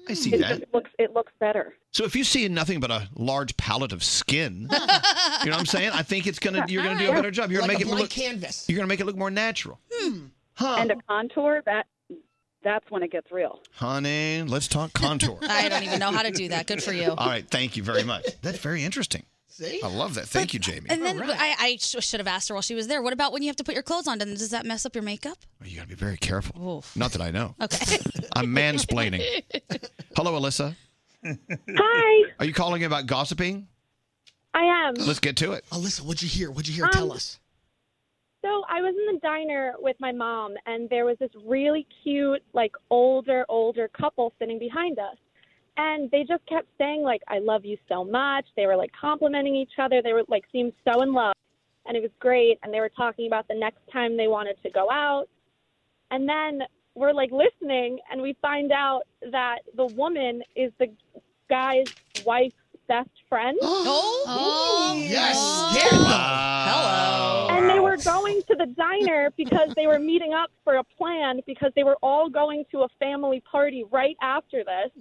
I see
it
that.
Just looks it looks better.
So if you see nothing but a large palette of skin, you know what I'm saying? I think it's gonna you're gonna do a better job. You're gonna
Like
make
a
it
blank
look
canvas.
You're gonna make it look more natural.
And a contour that that's when it gets real.
Honey, let's talk contour.
I don't even know how to do that. Good for you.
All right, thank you very much. That's very interesting.
See?
I love that. Thank you, Jamie.
And then I, I sh- should have asked her while she was there. What about when you have to put your clothes on? Does that mess up your makeup?
you gotta be very careful.
Oof.
Not that I know.
Okay.
I'm mansplaining. Hello, Alyssa.
Hi.
Are you calling about gossiping?
I am.
Let's get to it.
Alyssa, Oh, what'd you hear? What'd you hear?
Um,
Tell us.
So I was in the diner with my mom, and there was this really cute, like older, older couple sitting behind us, and they just kept saying like, "I love you so much." They were like complimenting each other. They were like seemed so in love, and it was great. And they were talking about the next time they wanted to go out, and then we're like listening, and we find out that the woman is the guy's wife's best friend.
Oh, yes.
Hello.
And they were going to the diner because they were meeting up for a plan because they were all going to a family party right after this.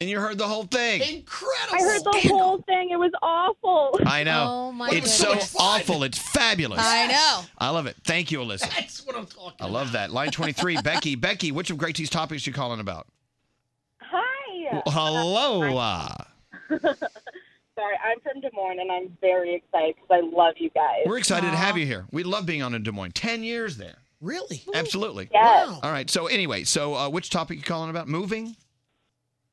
And you heard the whole thing.
Incredible.
I heard the whole thing. It was awful.
I know.
Oh
Oh,
it's so awful. It's fabulous.
I know.
I love it. Thank you, Alyssa.
That's what I'm talking
I love that. Line 23, Becky. Becky, which of Gracie's topics you calling about?
Hi.
Well, hello. uh,
Sorry, I'm from Des Moines and I'm very excited because I love you guys.
We're excited to have you here. We love being on in Des Moines. 10 years there.
Really?
Absolutely.
Yes. Wow.
All right. So, anyway, so uh, which topic you calling about? Moving?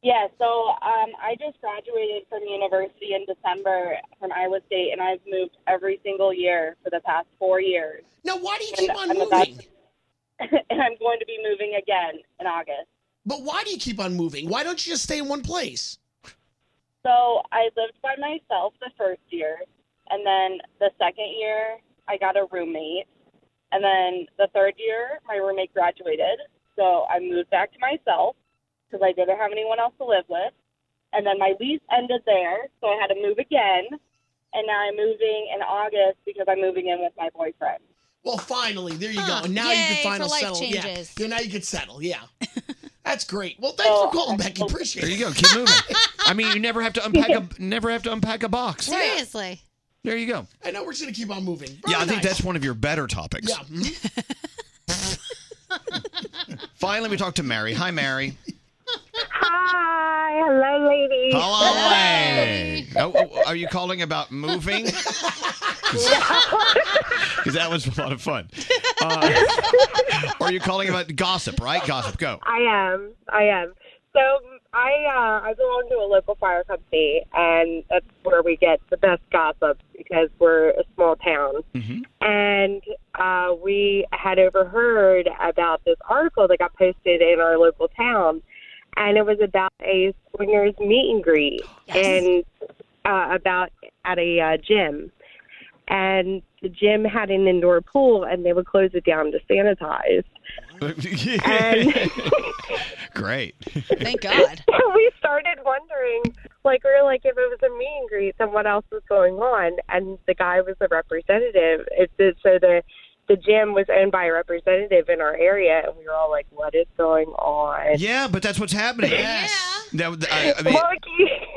Yeah, so um, I just graduated from university in December from Iowa State, and I've moved every single year for the past four years.
Now, why do you
And
keep on
I'm about-
moving?
and I'm going to be moving again in August.
But why do you keep on moving? Why don't you just stay in one place?
So I lived by myself the first year, and then the second year I got a roommate, and then the third year my roommate graduated, so I moved back to myself because I didn't have anyone else to live with, and then my lease ended there, so I had to move again, and now I'm moving in August because I'm moving in with my boyfriend.
Well, finally, there you
Huh.
go. And now you
Yay,
can
for
finally
life
settle.
changes.
Yeah. Now you can settle. Yeah. That's great. Well, thanks for calling, Becky. Appreciate
There
it.
you go. Keep moving. I mean, you never have to unpack a never have to unpack a box.
Seriously.
There you go.
I know we're just going to keep on moving.
yeah, I think that's one of your better topics.
Yeah. mhm.
Finally, we talked to Mary. Hi, Mary.
Hi, hello, ladies.
Hello. Hey. Oh, oh, are you calling about moving? Because that was a lot of fun. Uh, are you calling about gossip? Right, gossip. Go.
I uh, am. I am. So I uh, I belong to a local fire company, and that's where we get the best gossip because we're a small town.
Mm-hmm.
And uh, we had overheard about this article that got posted in our local town, and it was about a swingers meet and greet, and uh, about at a uh, gym. And the gym had an indoor pool, and they would close it down to sanitize.
Great.
Thank God. we started wondering, like, we were like, if it was a meet and greet, then what else was going on? And the guy was a representative. It's it's- so the the gym was owned by a representative in our area, and we were all like, what is going on?
Yeah, but that's what's happening. Yes. That, would- I, I mean,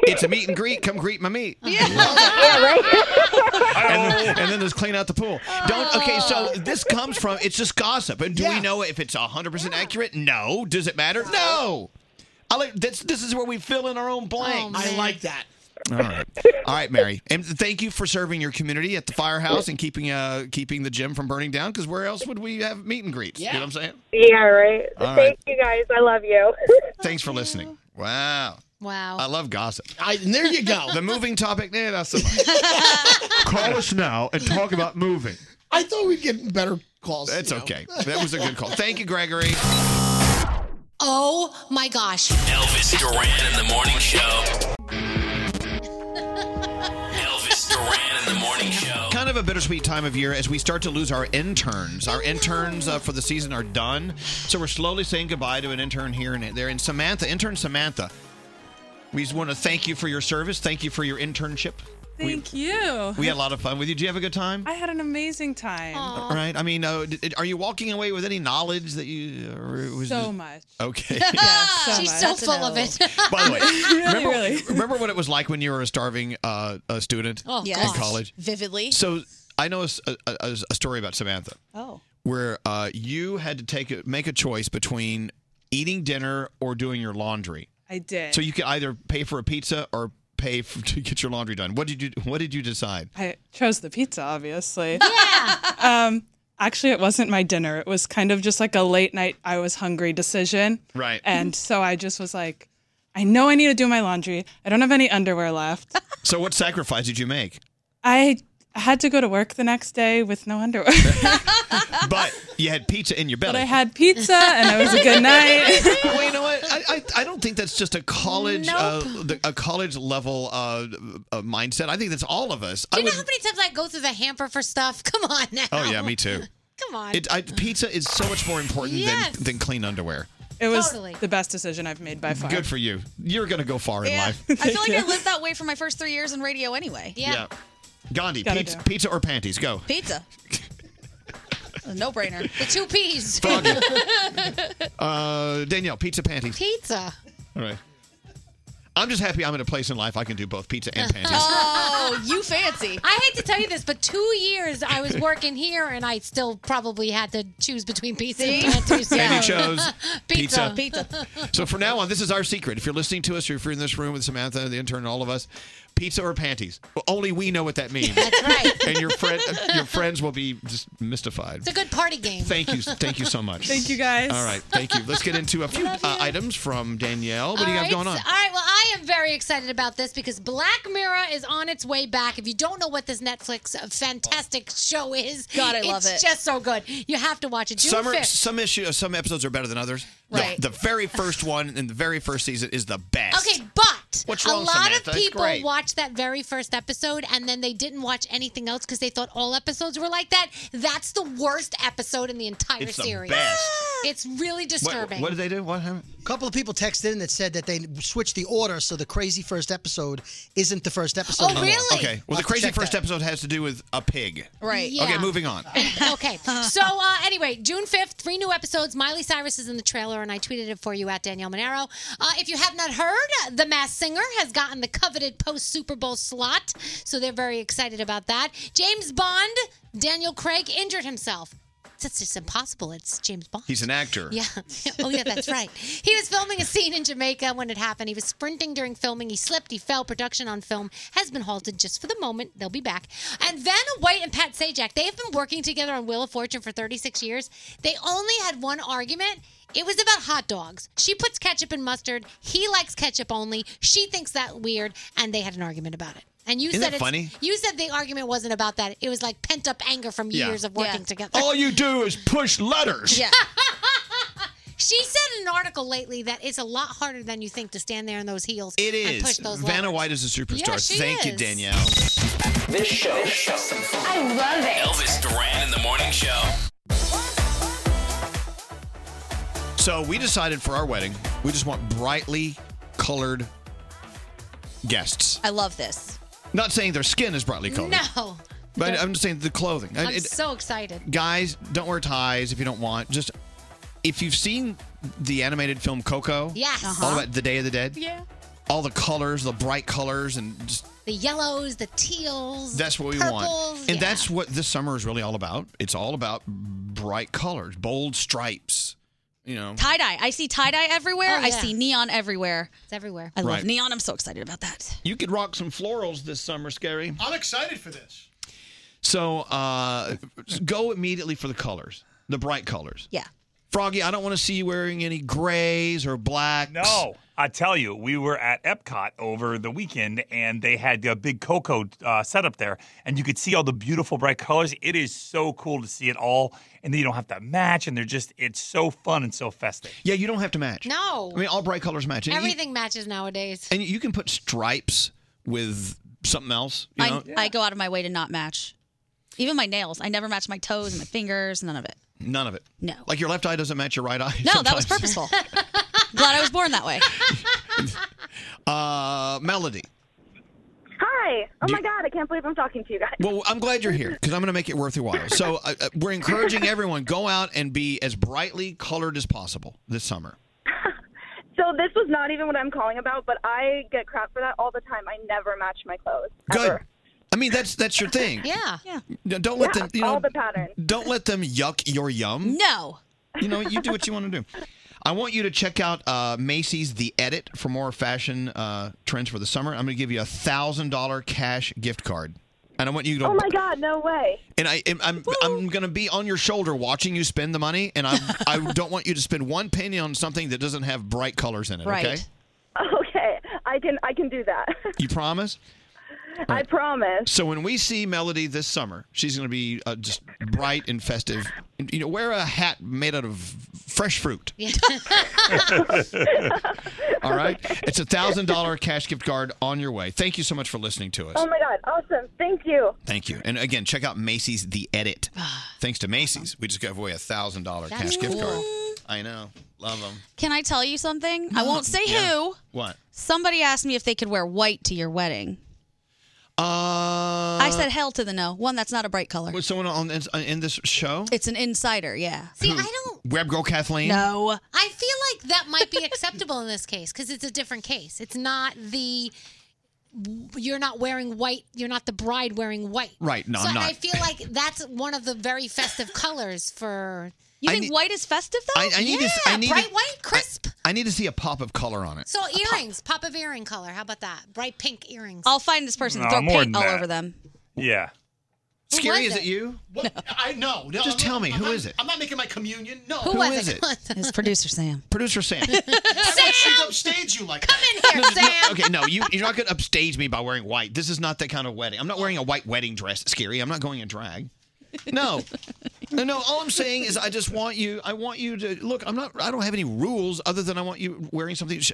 it's a meet and greet. Come greet my meat.
yeah, right. Oh.
and, then, and then there's clean out the pool. Don't. Okay, so this comes from it's just gossip. And do we know if it's 100% accurate? No. Does it matter? No. I like this. This is where we fill in our own blanks.
I like that.
All right, all right, Mary, and thank you for serving your community at the firehouse and keeping uh keeping the gym from burning down. Because where else would we have meet and greets? You know what I'm saying?
yeah, right.
All right.
Thank you guys. I love you.
Thanks for listening. Wow.
Wow.
I love gossip.
I, there you go.
the moving topic. eh, Nah, not so much.
Call us now and talk about moving.
I thought we'd get better calls.
That's okay. That was a good call. Thank you, Gregory.
Oh my gosh.
Elvis Duran in the morning show. Elvis Duran in the morning show.
Kind of a bittersweet time of year as we start to lose our interns. Our interns uh, for the season are done, so we're slowly saying goodbye to an intern here and there. And Samantha, intern Samantha, we just want to thank you for your service. Thank you for your internship.
Thank you.
We had a lot of fun with you. Did you have a good time?
I had an amazing time.
All right. I mean, uh, d- are you walking away with any knowledge that you? Or was
So
it-
much.
Okay.
She's so full of it.
By the way,
Really,
remember,
really.
remember what it was like when you were a starving uh, a student
Oh,
in
gosh.
college?
Vividly.
So I know a, s- a- a- a story about Samantha
oh.
where uh, you had to take a, make a choice between eating dinner or doing your laundry.
I did.
So you could either pay for a pizza or pay f to get your laundry done. What did you What did you decide?
I chose the pizza, obviously. Yeah. um, actually, it wasn't my dinner. It was kind of just like a late night, I was hungry decision.
Right.
And so I just was like, I know I need to do my laundry. I don't have any underwear left.
So what sacrifice did you make?
I had to go to work the next day with no underwear.
But you had pizza in your belly.
but I had pizza and it was a good night.
well, you know what? I, I, I don't think that's just a college uh, the, a college level uh, uh, mindset. I think that's all of us.
Do
I
you know how many times I go through the hamper for stuff? Come on now.
oh yeah, me too.
Come on.
It, I, pizza is so much more important
Yes.
than than clean underwear.
It was
Totally.
the best decision I've made by far.
Good for you. You're going to go far in
Yeah.
life.
I feel like I lived that way for my first three years in radio anyway.
Gandhi,
Gotta
pizza,
do.
pizza or panties? Go.
Pizza. no brainer.
The two P's.
Froggy. Uh, Danielle, pizza, panties.
Pizza.
All right. I'm just happy I'm in a place in life I can do both pizza and panties.
Oh, you fancy.
I hate to tell you this, but two years I was working here and I still probably had to choose between pizza and panties.
And
so-
he chose pizza.
Pizza.
So for now on, this is our secret. If you're listening to us, or if you're in this room with Samantha, the intern, and all of us, pizza or panties. Well, only we know what that means. That's right. And your friend, your friends will be just mystified.
It's a good party game.
Thank you, thank you so much.
Thank you, guys.
All right, thank you. Let's get into a few uh, items from Danielle. What do you
All
have
right,
going on?
All right, well, I am very excited about this because Black Mirror is on its way back. If you don't know what this Netflix uh, fantastic show is,
God, I love
it's
it.
just so good. You have to watch it. June
Some are-
5th.
some issue, uh, some episodes are better than others. The-
Right.
The, very first one in the very first season is the best.
Okay, but
What's
a
wrong,
lot
Samantha?
of
It's
people
great.
watched that very first episode and then they didn't watch anything else because they thought all episodes were like that. That's the worst episode in the entire
It's the
series.
best.
It's really disturbing.
they do? What happened?
A couple of people texted in that said that they switched the order, so the crazy first episode isn't the first
Oh,
Oh,
episode. anymore.
Okay. Well,
I'll
the
have to
crazy
check
first
that.
episode has to do with a pig.
Right. Yeah.
Okay, moving on.
okay. So uh, anyway, June fifth, three new episodes. Miley Cyrus is in the trailer, and I tweeted it for you at Danielle Monero. Uh, if you have not heard, The Masked Singer has gotten the coveted post Super Bowl slot, so they're very excited about that. James Bond, Daniel Craig injured himself. That's just impossible. It's James Bond.
He's an actor.
Yeah. Oh, yeah, that's right. He was filming a scene in Jamaica when it happened. He was sprinting during filming. He slipped. He fell. Production on film has been halted just for the moment. They'll be back. And Vanna White and Pat Sajak, they have been working together on Wheel of Fortune for 36 years. They only had one argument. It was about hot dogs. She puts ketchup and mustard. He likes ketchup only. She thinks that weird. And they had an argument about it. And you
Isn't
said
that
it's-
funny?
You said the argument wasn't about that. It was like pent up anger from
Yeah.
years of working together.
All you do is push letters.
Yeah. She said in an article lately that it's a lot harder than you think to stand there in those heels
It
and push
is.
those
Vanna
levers.
White is a superstar.
Yeah, she
Thank you,
is.
Danielle.
This show is just some fun. I love it. Elvis Duran in the morning show.
So we decided for our wedding, we just want brightly colored guests.
I love this.
Not saying their skin is brightly colored,
No.
but uh, I'm just saying the clothing.
I'm
It-
so excited.
guys, don't wear ties if you don't want. Just if you've seen the animated film Coco,
Yes.
all
Uh-huh.
about the Day of the Dead.
Yeah.
All the colors, the bright colors, and just
The yellows, the teals.
That's what we want.
purples,
And
yeah.
that's what this summer is really all about. It's all about bright colors, bold stripes, you know.
Tie dye. I see tie dye everywhere.
Oh,
I
yeah.
see neon everywhere.
It's everywhere.
I love
Right.
neon. I'm so excited about that.
You could rock some florals this summer, Scary.
I'm excited for this.
So uh, go immediately for the colors, the bright colors.
Yeah.
Froggy, I don't want to see you wearing any grays or blacks.
No, I tell you, we were at Epcot over the weekend, and they had a big Coco uh, setup there, and you could see all the beautiful bright colors. It is so cool to see it all, and then you don't have to match, and they're just—it's so fun and so festive.
Yeah, you don't have to match.
No.
I mean, all bright colors match. And you-
Everything matches nowadays.
and you can put stripes with something else. You
I,
know?
I go out of my way to not match. Even my nails. I never match my toes and my fingers, none of it.
None of it.
No.
Like your left eye doesn't match your right eye.
No, that was
sometimes.
purposeful. Glad I was born that way.
Uh, Melody.
Hi. Oh my God, I can't believe I'm talking to you guys.
Well, I'm glad you're here because I'm going to make it worth your while. So uh, uh, we're encouraging everyone go out and be as brightly colored as possible this summer.
So this was not even what I'm calling about, but I get crap for that all the time. I never match my clothes.
Good. I mean, that's that's your thing.
Yeah.
Yeah.
No, Don't let
Yeah,
them. You know,
all the patterns.
Don't let them yuck your yum.
No.
You know, you do what you want to do. I want you to check out uh, Macy's The Edit for more fashion uh, trends for the summer. I'm going to give you a thousand dollar cash gift card, and I want you to.
Oh my God, no way.
And I, am I'm, I'm going to be on your shoulder watching you spend the money, and I, I don't want you to spend one penny on something that doesn't have bright colors in it. Okay.
Right. Okay, I can I can do that.
You promise?
I promise.
So when we see Melody this summer, she's going to be uh, just bright and festive. And, You know, wear a hat made out of fresh fruit. All right, it's a thousand dollar cash gift card on your way. Thank you so much for listening to us.
Oh my God, awesome. Thank you.
Thank you, and again, check out Macy's
Ah.
The Edit. Thanks to Macy's, we just gave away a thousand dollar
That's
cash gift
cool.
card. I know. Love them.
Can I tell you something? I won't say who.
What?
Somebody asked me if they could wear white to your wedding.
Uh,
I said hell to the no. One, that's not a bright color.
Was someone on in, in this show?
It's an insider, yeah. See,
I don't. Web girl Kathleen.
No.
I feel like that might be acceptable in this case because it's a different case. It's not the you're not wearing white. You're not the bride wearing white.
Right, no,
so
I'm
I
not.
feel like that's one of the very festive colors for.
You think white is festive though?
I, I need to. s- I need
bright
to,
white, crisp.
I need to see a pop of color on it.
so earrings, pop. of earring color. How about that? Bright pink earrings.
I'll find this person
No, throw more paint than all that. over
them.
Yeah.
Scary,
was
is it
it?
you?
What? I no. no
Just
I'm,
tell me,
I'm
who
not-
is it?
I'm not making my communion. No.
Who Who was is it? It's producer Sam.
Producer Sam.
She's upstage you like. Come
in here, Sam.
okay, no, you, you're not going to upstage me by wearing white. This is not that kind of wedding. I'm not wearing a white wedding dress, Scary. I'm not going in drag. No. No, no. All I'm saying is, I just want you. I want you to look. I'm not. I don't have any rules other than I want you wearing something. Sh-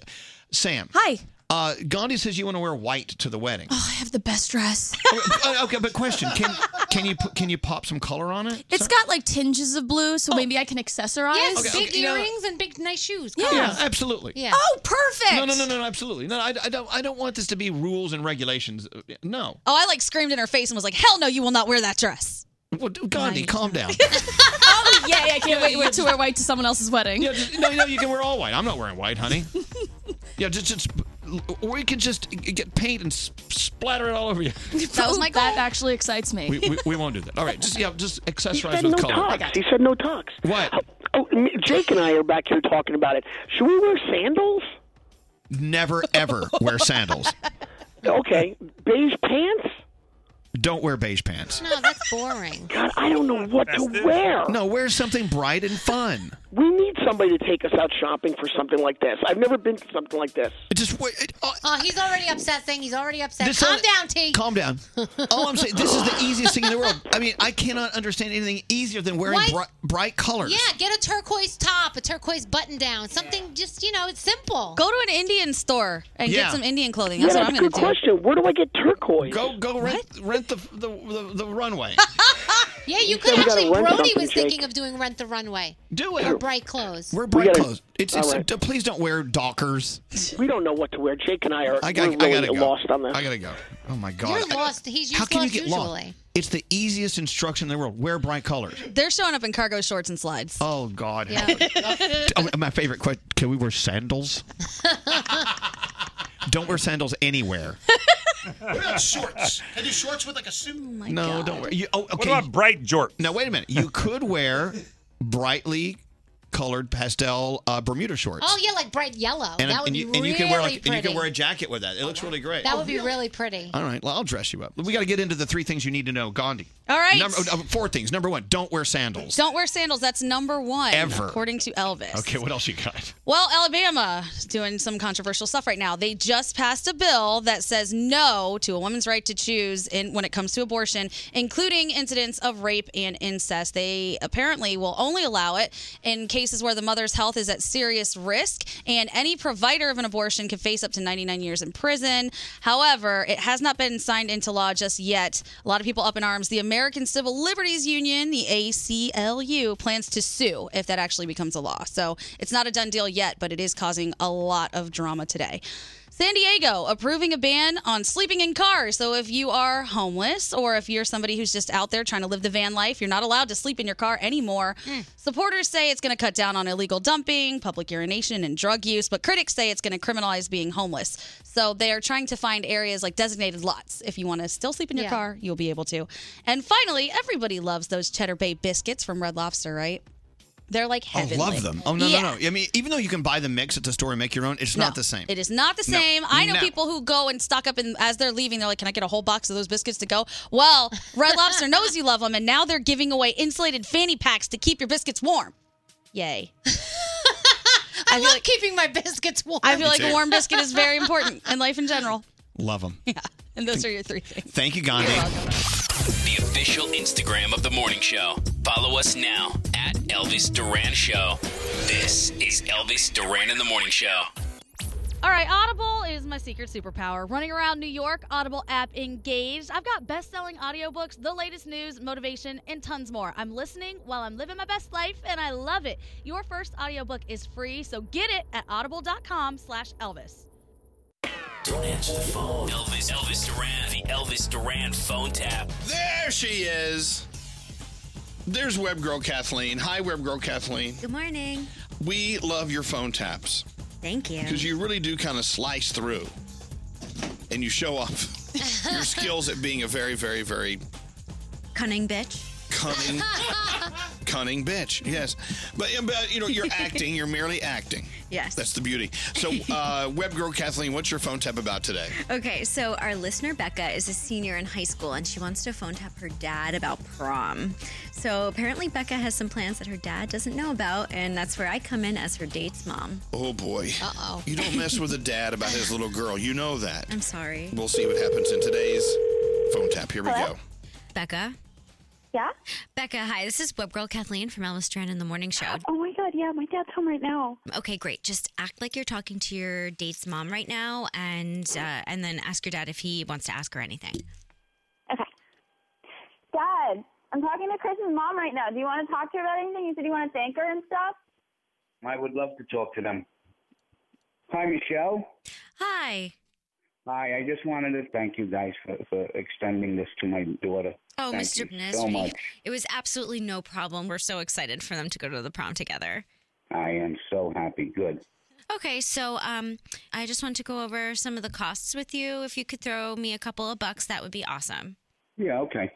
Sam.
Hi.
Uh, Gandhi says you want to wear white to the wedding.
Oh,
I have the best dress.
Uh, okay, but question: Can can you pu- can you pop some color on it?
It's got like tinges of blue, so maybe I can accessorize.
Oh. Yes,
Okay,
big
okay, you know-
earrings and big nice shoes.
Yeah,
Come on.
absolutely.
Yeah.
Oh, perfect.
No, no, no, no, no, absolutely. No, I, I don't. I don't want this to be rules and regulations. Uh, No.
Oh, I like screamed in her face and was like, "Hell no, you will not wear that dress."
Well, d- Gandhi, calm down.
Oh yeah, yeah, I can't wait, wait to wear white to someone else's wedding.
Yeah, just, no, no, you can wear all white. I'm not wearing white, honey. yeah, just, just, or you can just get paint and s- splatter it all over you.
That was my That actually excites me.
We, we, we won't do that. All right, just yeah, just
He
accessorize
said
with
no
color.
talks. He said no talks.
What?
Oh, me- Jake and I are back here talking about it. Should we wear sandals?
Never ever wear sandals.
Okay, beige pants.
Don't wear beige pants.
No, that's boring.
God, I don't know what to wear.
No, wear something bright and fun.
We need somebody to take us out shopping for something like this. I've never been to something like this.
Just
Oh, he's already upsetting. He's already upset.
This
Calm
only-
down, T.
Calm down. All I'm saying, this is the easiest thing in the world. I mean, I cannot understand anything easier than wearing
White-
bri- bright colors.
Yeah, get a turquoise top, a turquoise button down, something just you know, it's simple.
Go to an Indian store and
Yeah.
get some Indian clothing.
yeah,
That's what
that's
I'm
a
going
good
to do.
question. Where do I get turquoise?
Go, go rent, rent the, the, the, the runway.
Yeah, you
You
could
said we gotta
actually.
rent
Brody
something,
was thinking
Jake.
of doing rent the runway.
Do it.
Or bright clothes.
Wear
We
bright
gotta-
clothes. It's, it's
all right.
uh, please don't wear Dockers.
We don't know what to wear. Jake and I are
I got,
we're
I
really
gotta go.
lost on this.
I gotta go. Oh my god.
You're lost. He's
How
used
can you
lost
get
usually.
lost? It's the easiest instruction in the world. Wear bright colors.
They're showing up in cargo shorts and slides.
Oh God.
Yeah.
Oh, my favorite question: Can we wear sandals? don't wear sandals anywhere.
What about shorts? Can I do shorts with like a suit?
no, don't wear. You, oh, okay.
about bright jorts?
Now wait a minute. You could wear brightly colored pastel uh, Bermuda shorts.
Oh yeah, like bright yellow.
And,
that would
and
be
you,
really
and you can wear like,
pretty.
and you can wear a jacket with that. It looks really great.
that would be really pretty.
All right, well, I'll dress you up. We got to get into the three things you need to know, Gandhi.
All right.
Number, uh, four things. Number one, don't wear sandals.
Don't wear sandals. That's number one,
Ever.
according to Elvis.
Okay, what else you got?
Well, Alabama is doing some controversial stuff right now. They just passed a bill that says no to a woman's right to choose in, when it comes to abortion, including incidents of rape and incest. They apparently will only allow it in cases where the mother's health is at serious risk, and any provider of an abortion can face up to 99 years in prison. However, it has not been signed into law just yet. A lot of people up in arms. The American Civil Liberties Union, the ACLU, E plans to sue if that actually becomes a law. So it's not a done deal yet, but it is causing a lot of drama today. San Diego approving a ban on sleeping in cars. So if you are homeless or if you're somebody who's just out there trying to live the van life, you're not allowed to sleep in your car anymore. Supporters say it's going to cut down on illegal dumping, public urination, and drug use, but critics say it's going to criminalize being homeless. So they are trying to find areas like designated lots. If you want to still sleep in your
Yeah.
car, you'll be able to. And finally, everybody loves those Cheddar Bay biscuits from Red Lobster, right? They're like
I
heavenly.
love them. Oh no,
Yeah.
no, no. I mean, even though you can buy the mix at the store and make your own, it's
No,
not the same.
It is not the
No,
same. I know
no.
people who go and stock up, and as they're leaving, they're like, "Can I get a whole box of those biscuits to go?" Well, Red Lobster knows you love them, and now they're giving away insulated fanny packs to keep your biscuits warm. Yay! I, love
keeping my biscuits warm.
I feel like
Me
a
too.
warm biscuit is very important in life in general.
Love them.
And those are your three things.
Thank you, Gandhi.
The official Instagram of the morning show. Follow us now at Elvis Duran Show. This is Elvis Duran in the Morning Show.
All right, Audible
is my secret superpower. Running around New York, Audible app engaged. I've got best selling audiobooks, the latest news, motivation, and tons more. I'm listening while I'm living my best life, and I love it. Your first audiobook is free, so get it at audible.com slash Elvis.
Don't answer the phone. Elvis, Elvis Duran, the Elvis Duran phone tap.
There she is. There's Web Girl Kathleen. Hi, Web Girl Kathleen.
Good morning.
We love your phone taps
Thank you.
because you really do kind of slice through and you show off your skills at being a very, very, very
Cunning bitch.
cunning, cunning bitch. Yes. But, but you know, you're acting, you're merely acting.
Yes.
That's the beauty. So, uh, Web Girl Kathleen, what's your phone tap about today?
Okay, so our listener Becca is a senior in high school and she wants to phone tap her dad about prom. So apparently, Becca has some plans that her dad doesn't know about, and that's where I come in as her date's mom.
Oh, boy.
Uh-oh.
You don't mess with a dad about his little girl. You know that.
I'm sorry.
We'll see what happens in today's phone tap. Here we
Hello?
go.
Becca? Yeah? Becca, hi. This is Web Girl Kathleen from Elvis Duran in the Morning Show.
Oh my god, yeah, my dad's home right now.
Okay, great. Just act like you're talking to your date's mom right now, and uh, and then ask your dad if he wants to ask her anything.
Dad, I'm talking to Chris's mom right now. Do you want to talk to her about anything? You said you want to thank her and stuff.
I would love to talk to them. Hi, Michelle.
Hi.
Hi, I just wanted to thank you guys for, for extending this to my daughter.
Oh,
Thank
Mr.
you
Nesby,
so much.
it was absolutely no problem. We're so excited for them to go to the prom together.
I am so happy. Good.
Okay, so um, I just want to go over some of the costs with you. If you could throw me a couple of bucks, that would be awesome.
Yeah, okay.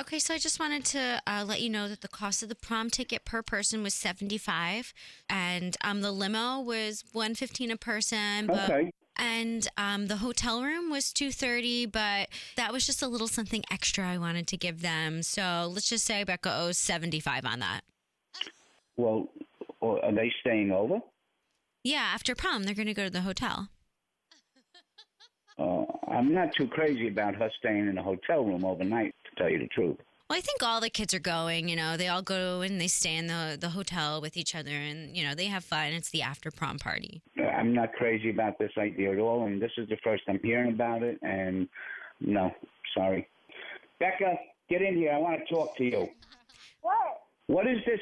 Okay, so I just wanted to uh, let you know that the cost of the prom ticket per person was seventy five, and um, the limo was one fifteen a person. But,
Okay.
And um, the hotel room was two thirty, but that was just a little something extra I wanted to give them. So let's just say Becca owes seventy five on that.
Well, or- are they staying over?
Yeah, after prom, they're going to go to the hotel.
Uh, I'm not too crazy about her staying in a hotel room overnight, to tell you the truth.
Well, I think all the kids are going. You know, they all go and they stay in the the hotel with each other, and you know they have fun. It's the after prom party.
Uh, I'm not crazy about this idea at all, and this is the first I'm hearing about it, and no, sorry. Becca, get in here. I want to talk to you.
What?
What is this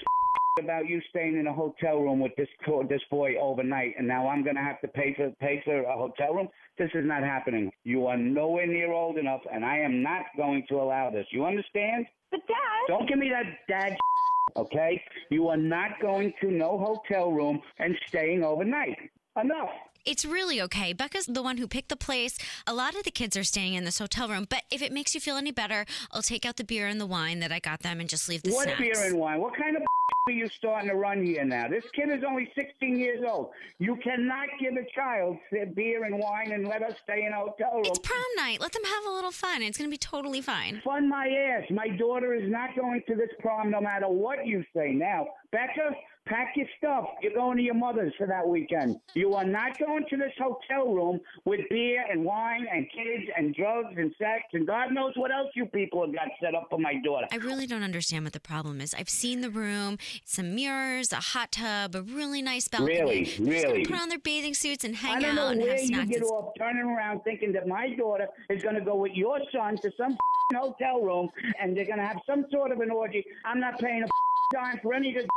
about you staying in a hotel room with this co- this boy overnight, and now I'm gonna have to pay for pay for a hotel room? This is not happening. You are nowhere near old enough, and I am not going to allow this. You understand? But dad, don't give me that dad. Okay, you are not going to no hotel room and staying overnight. Enough.
It's really okay. Becca's the one who picked the place. A lot of the kids are staying in this hotel room, but if it makes you feel any better, I'll take out the beer and the wine that I got them and just leave the
What
snacks.
beer and wine? What kind of are you starting to run here now? This kid is only 16 years old. You cannot give a child beer and wine and let us stay in a hotel room. It's
prom night. Let them have a little fun. It's going to be totally fine.
Fun my ass. My daughter is not going to this prom no matter what you say now. Becca, pack your stuff. You're going to your mother's for that weekend. You are not going to this hotel room with beer and wine and kids and drugs and sex and God knows what else you people have got set up for my daughter.
I really don't understand what the problem is. I've seen the room, some mirrors, a hot tub, a really nice balcony.
Really?
They're just gonna
Really?
put on their bathing suits and
I
hang
don't know
out and
where
have
you
snacks
get
and-
off turning around thinking that my daughter is going to go with your son to some hotel room and they're going to have some sort of an orgy. I'm not paying a dime for any of this.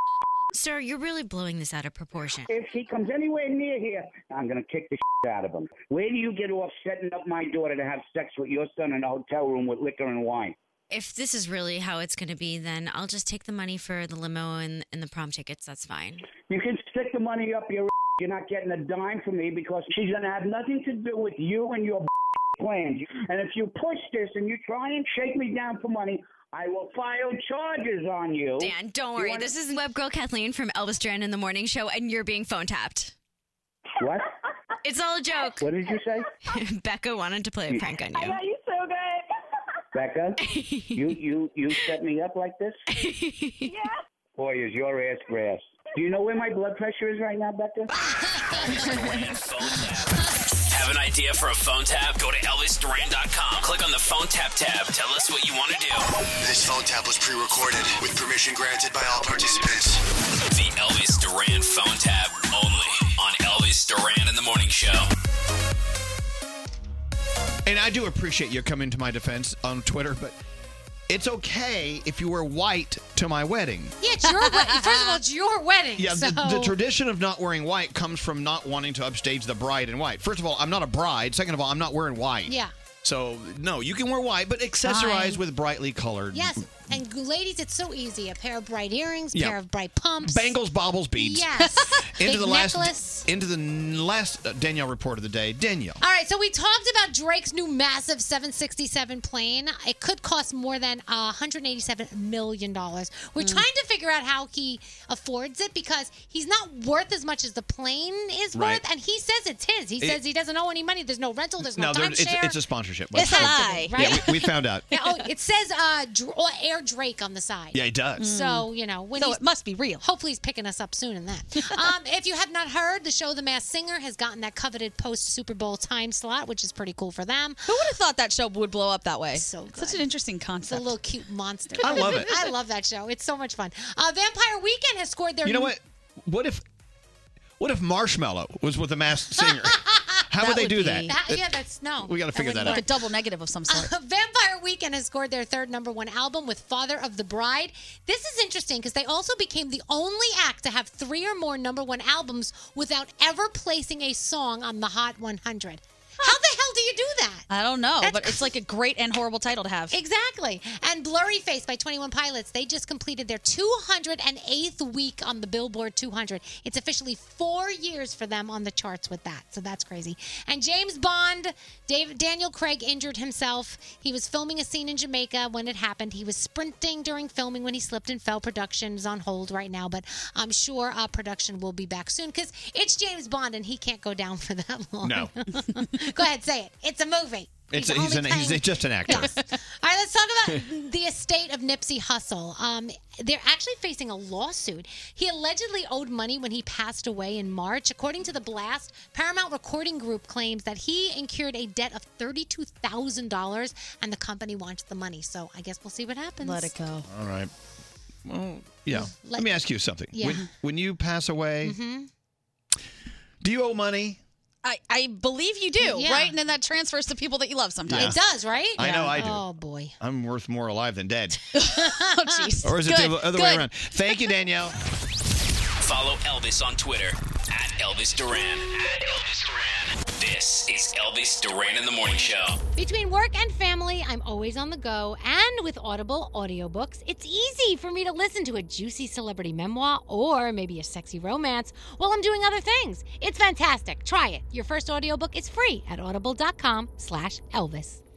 Sir, you're really blowing this out of proportion.
If he comes anywhere near here, I'm going to kick the out of him. Where do you get off setting up my daughter to have sex with your son in a hotel room with liquor and wine?
If this is really how it's going to be, then I'll just take the money for the limo and, and the prom tickets. That's fine.
You can stick the money up your. You're not getting a dime from me because she's going to have nothing to do with you and your plans. And if you push this and you try and shake me down for money, I will file charges on you.
Dan, don't worry.
You wanna-
This is Web Girl Kathleen from Elvis Duran in the Morning Show, and you're being phone tapped.
What?
It's all a joke.
What did you say?
Becca wanted to play a prank on you.
you so good.
Becca, you you you set me up like this?
yeah.
Boy, is your ass grass. Do you know where my blood pressure is right now, Becca?
Have an idea for a phone tap? Go to ElvisDuran.com. Click on the phone tap tab. Tell us what you want to do.
This phone tap was pre-recorded with permission granted by all participants.
The Elvis Duran phone tap only on Elvis Duran in the Morning Show.
And I do appreciate you coming to my defense on Twitter, but it's okay if you wear white to my wedding.
Yeah, it's your wedding. First of all, it's your wedding.
Yeah,
so.
the, the tradition of not wearing white comes from not wanting to upstage the bride in white. First of all, I'm not a bride. Second of all, I'm not wearing white.
Yeah.
So no, you can wear white, but accessorize
Fine.
with brightly colored.
Yes, and ladies, it's so easy. A pair of bright earrings,
Yeah.
pair of bright pumps.
Bangles, baubles, beads.
um, Yes.
Into
Big
the
necklace.
last into the n- last uh, Danielle report of the day. Danielle.
All right, so we talked about Drake's new massive 767 plane. It could cost more than uh, $187 million. We're
Mm.
trying to figure out how he affords it because he's not worth as much as the plane is
Right.
worth, and he says it's his. He
It-
says he doesn't owe any money. There's no rental, there's no,
there-
timeshare.
it's, it's a sponsorship.
It's a lie,
Yeah,
right?
we, we found out.
Yeah, oh, it says uh, Dr- or Air Drake on the side.
Yeah, it does.
Mm. So you know, when
So
he's-
it must be real.
Hopefully, he's picking us up soon in that. um, if you have not heard, the show The Masked Singer has gotten that coveted post Super Bowl time slot, which is pretty cool for them. Who would have thought that show would blow up that way? So good. such an interesting concept. It's a little cute monster.
I love it.
I love that show. It's so much fun. Uh, Vampire Weekend has scored their.
You know
new-
what? What if what if Marshmallow was with the masked singer? How would they do that?
Yeah, that's no.
We gotta figure that out.
Like a double negative of some sort.
Uh, Vampire Weekend has scored their third number one album with Father of the Bride. This is interesting because they also became the only act to have three or more number one albums without ever placing a song on the Hot 100. How the hell do you do that?
I don't know, but it's like a great and horrible title to have.
Exactly. And Blurry Face by 21 Pilots, they just completed their 208th week on the Billboard 200. It's officially four years for them on the charts with that. So that's crazy. And James Bond, Dave, Daniel Craig injured himself. He was filming a scene in Jamaica when it happened. He was sprinting during filming when he slipped and fell. Production is on hold right now, but I'm sure uh, production will be back soon because it's James Bond and he can't go down for that long.
No.
go ahead, say it. It's a movie.
It's he's, an, he's just an actor.
All right, let's talk about the estate of Nipsey Hussle. Um, they're actually facing a lawsuit. He allegedly owed money when he passed away in March. According to The Blast, Paramount Recording Group claims that he incurred a debt of $32,000 and the company wants the money. So I guess we'll see what happens.
Let it go.
All right. Well, yeah. Let me ask you something.
Yeah.
When, when you pass away,
Mhm.
do you owe money?
I, I believe you do,
Yeah.
right? And then that transfers to people that you love sometimes.
Yeah. It does,
right?
I know I do.
Oh,
boy.
I'm worth more alive than dead.
oh, jeez.
Or is it
Good,
the other way
good.
around? Thank you, Danielle.
Follow Elvis on Twitter at Elvis Duran. At Elvis Duran. This is Elvis Duran in the Morning Show.
Between work and family, I'm always on the go, and with Audible audiobooks, it's easy for me to listen to a juicy celebrity memoir or maybe a sexy romance while I'm doing other things. It's fantastic. Try it. Your first audiobook is free at audible.com/elvis.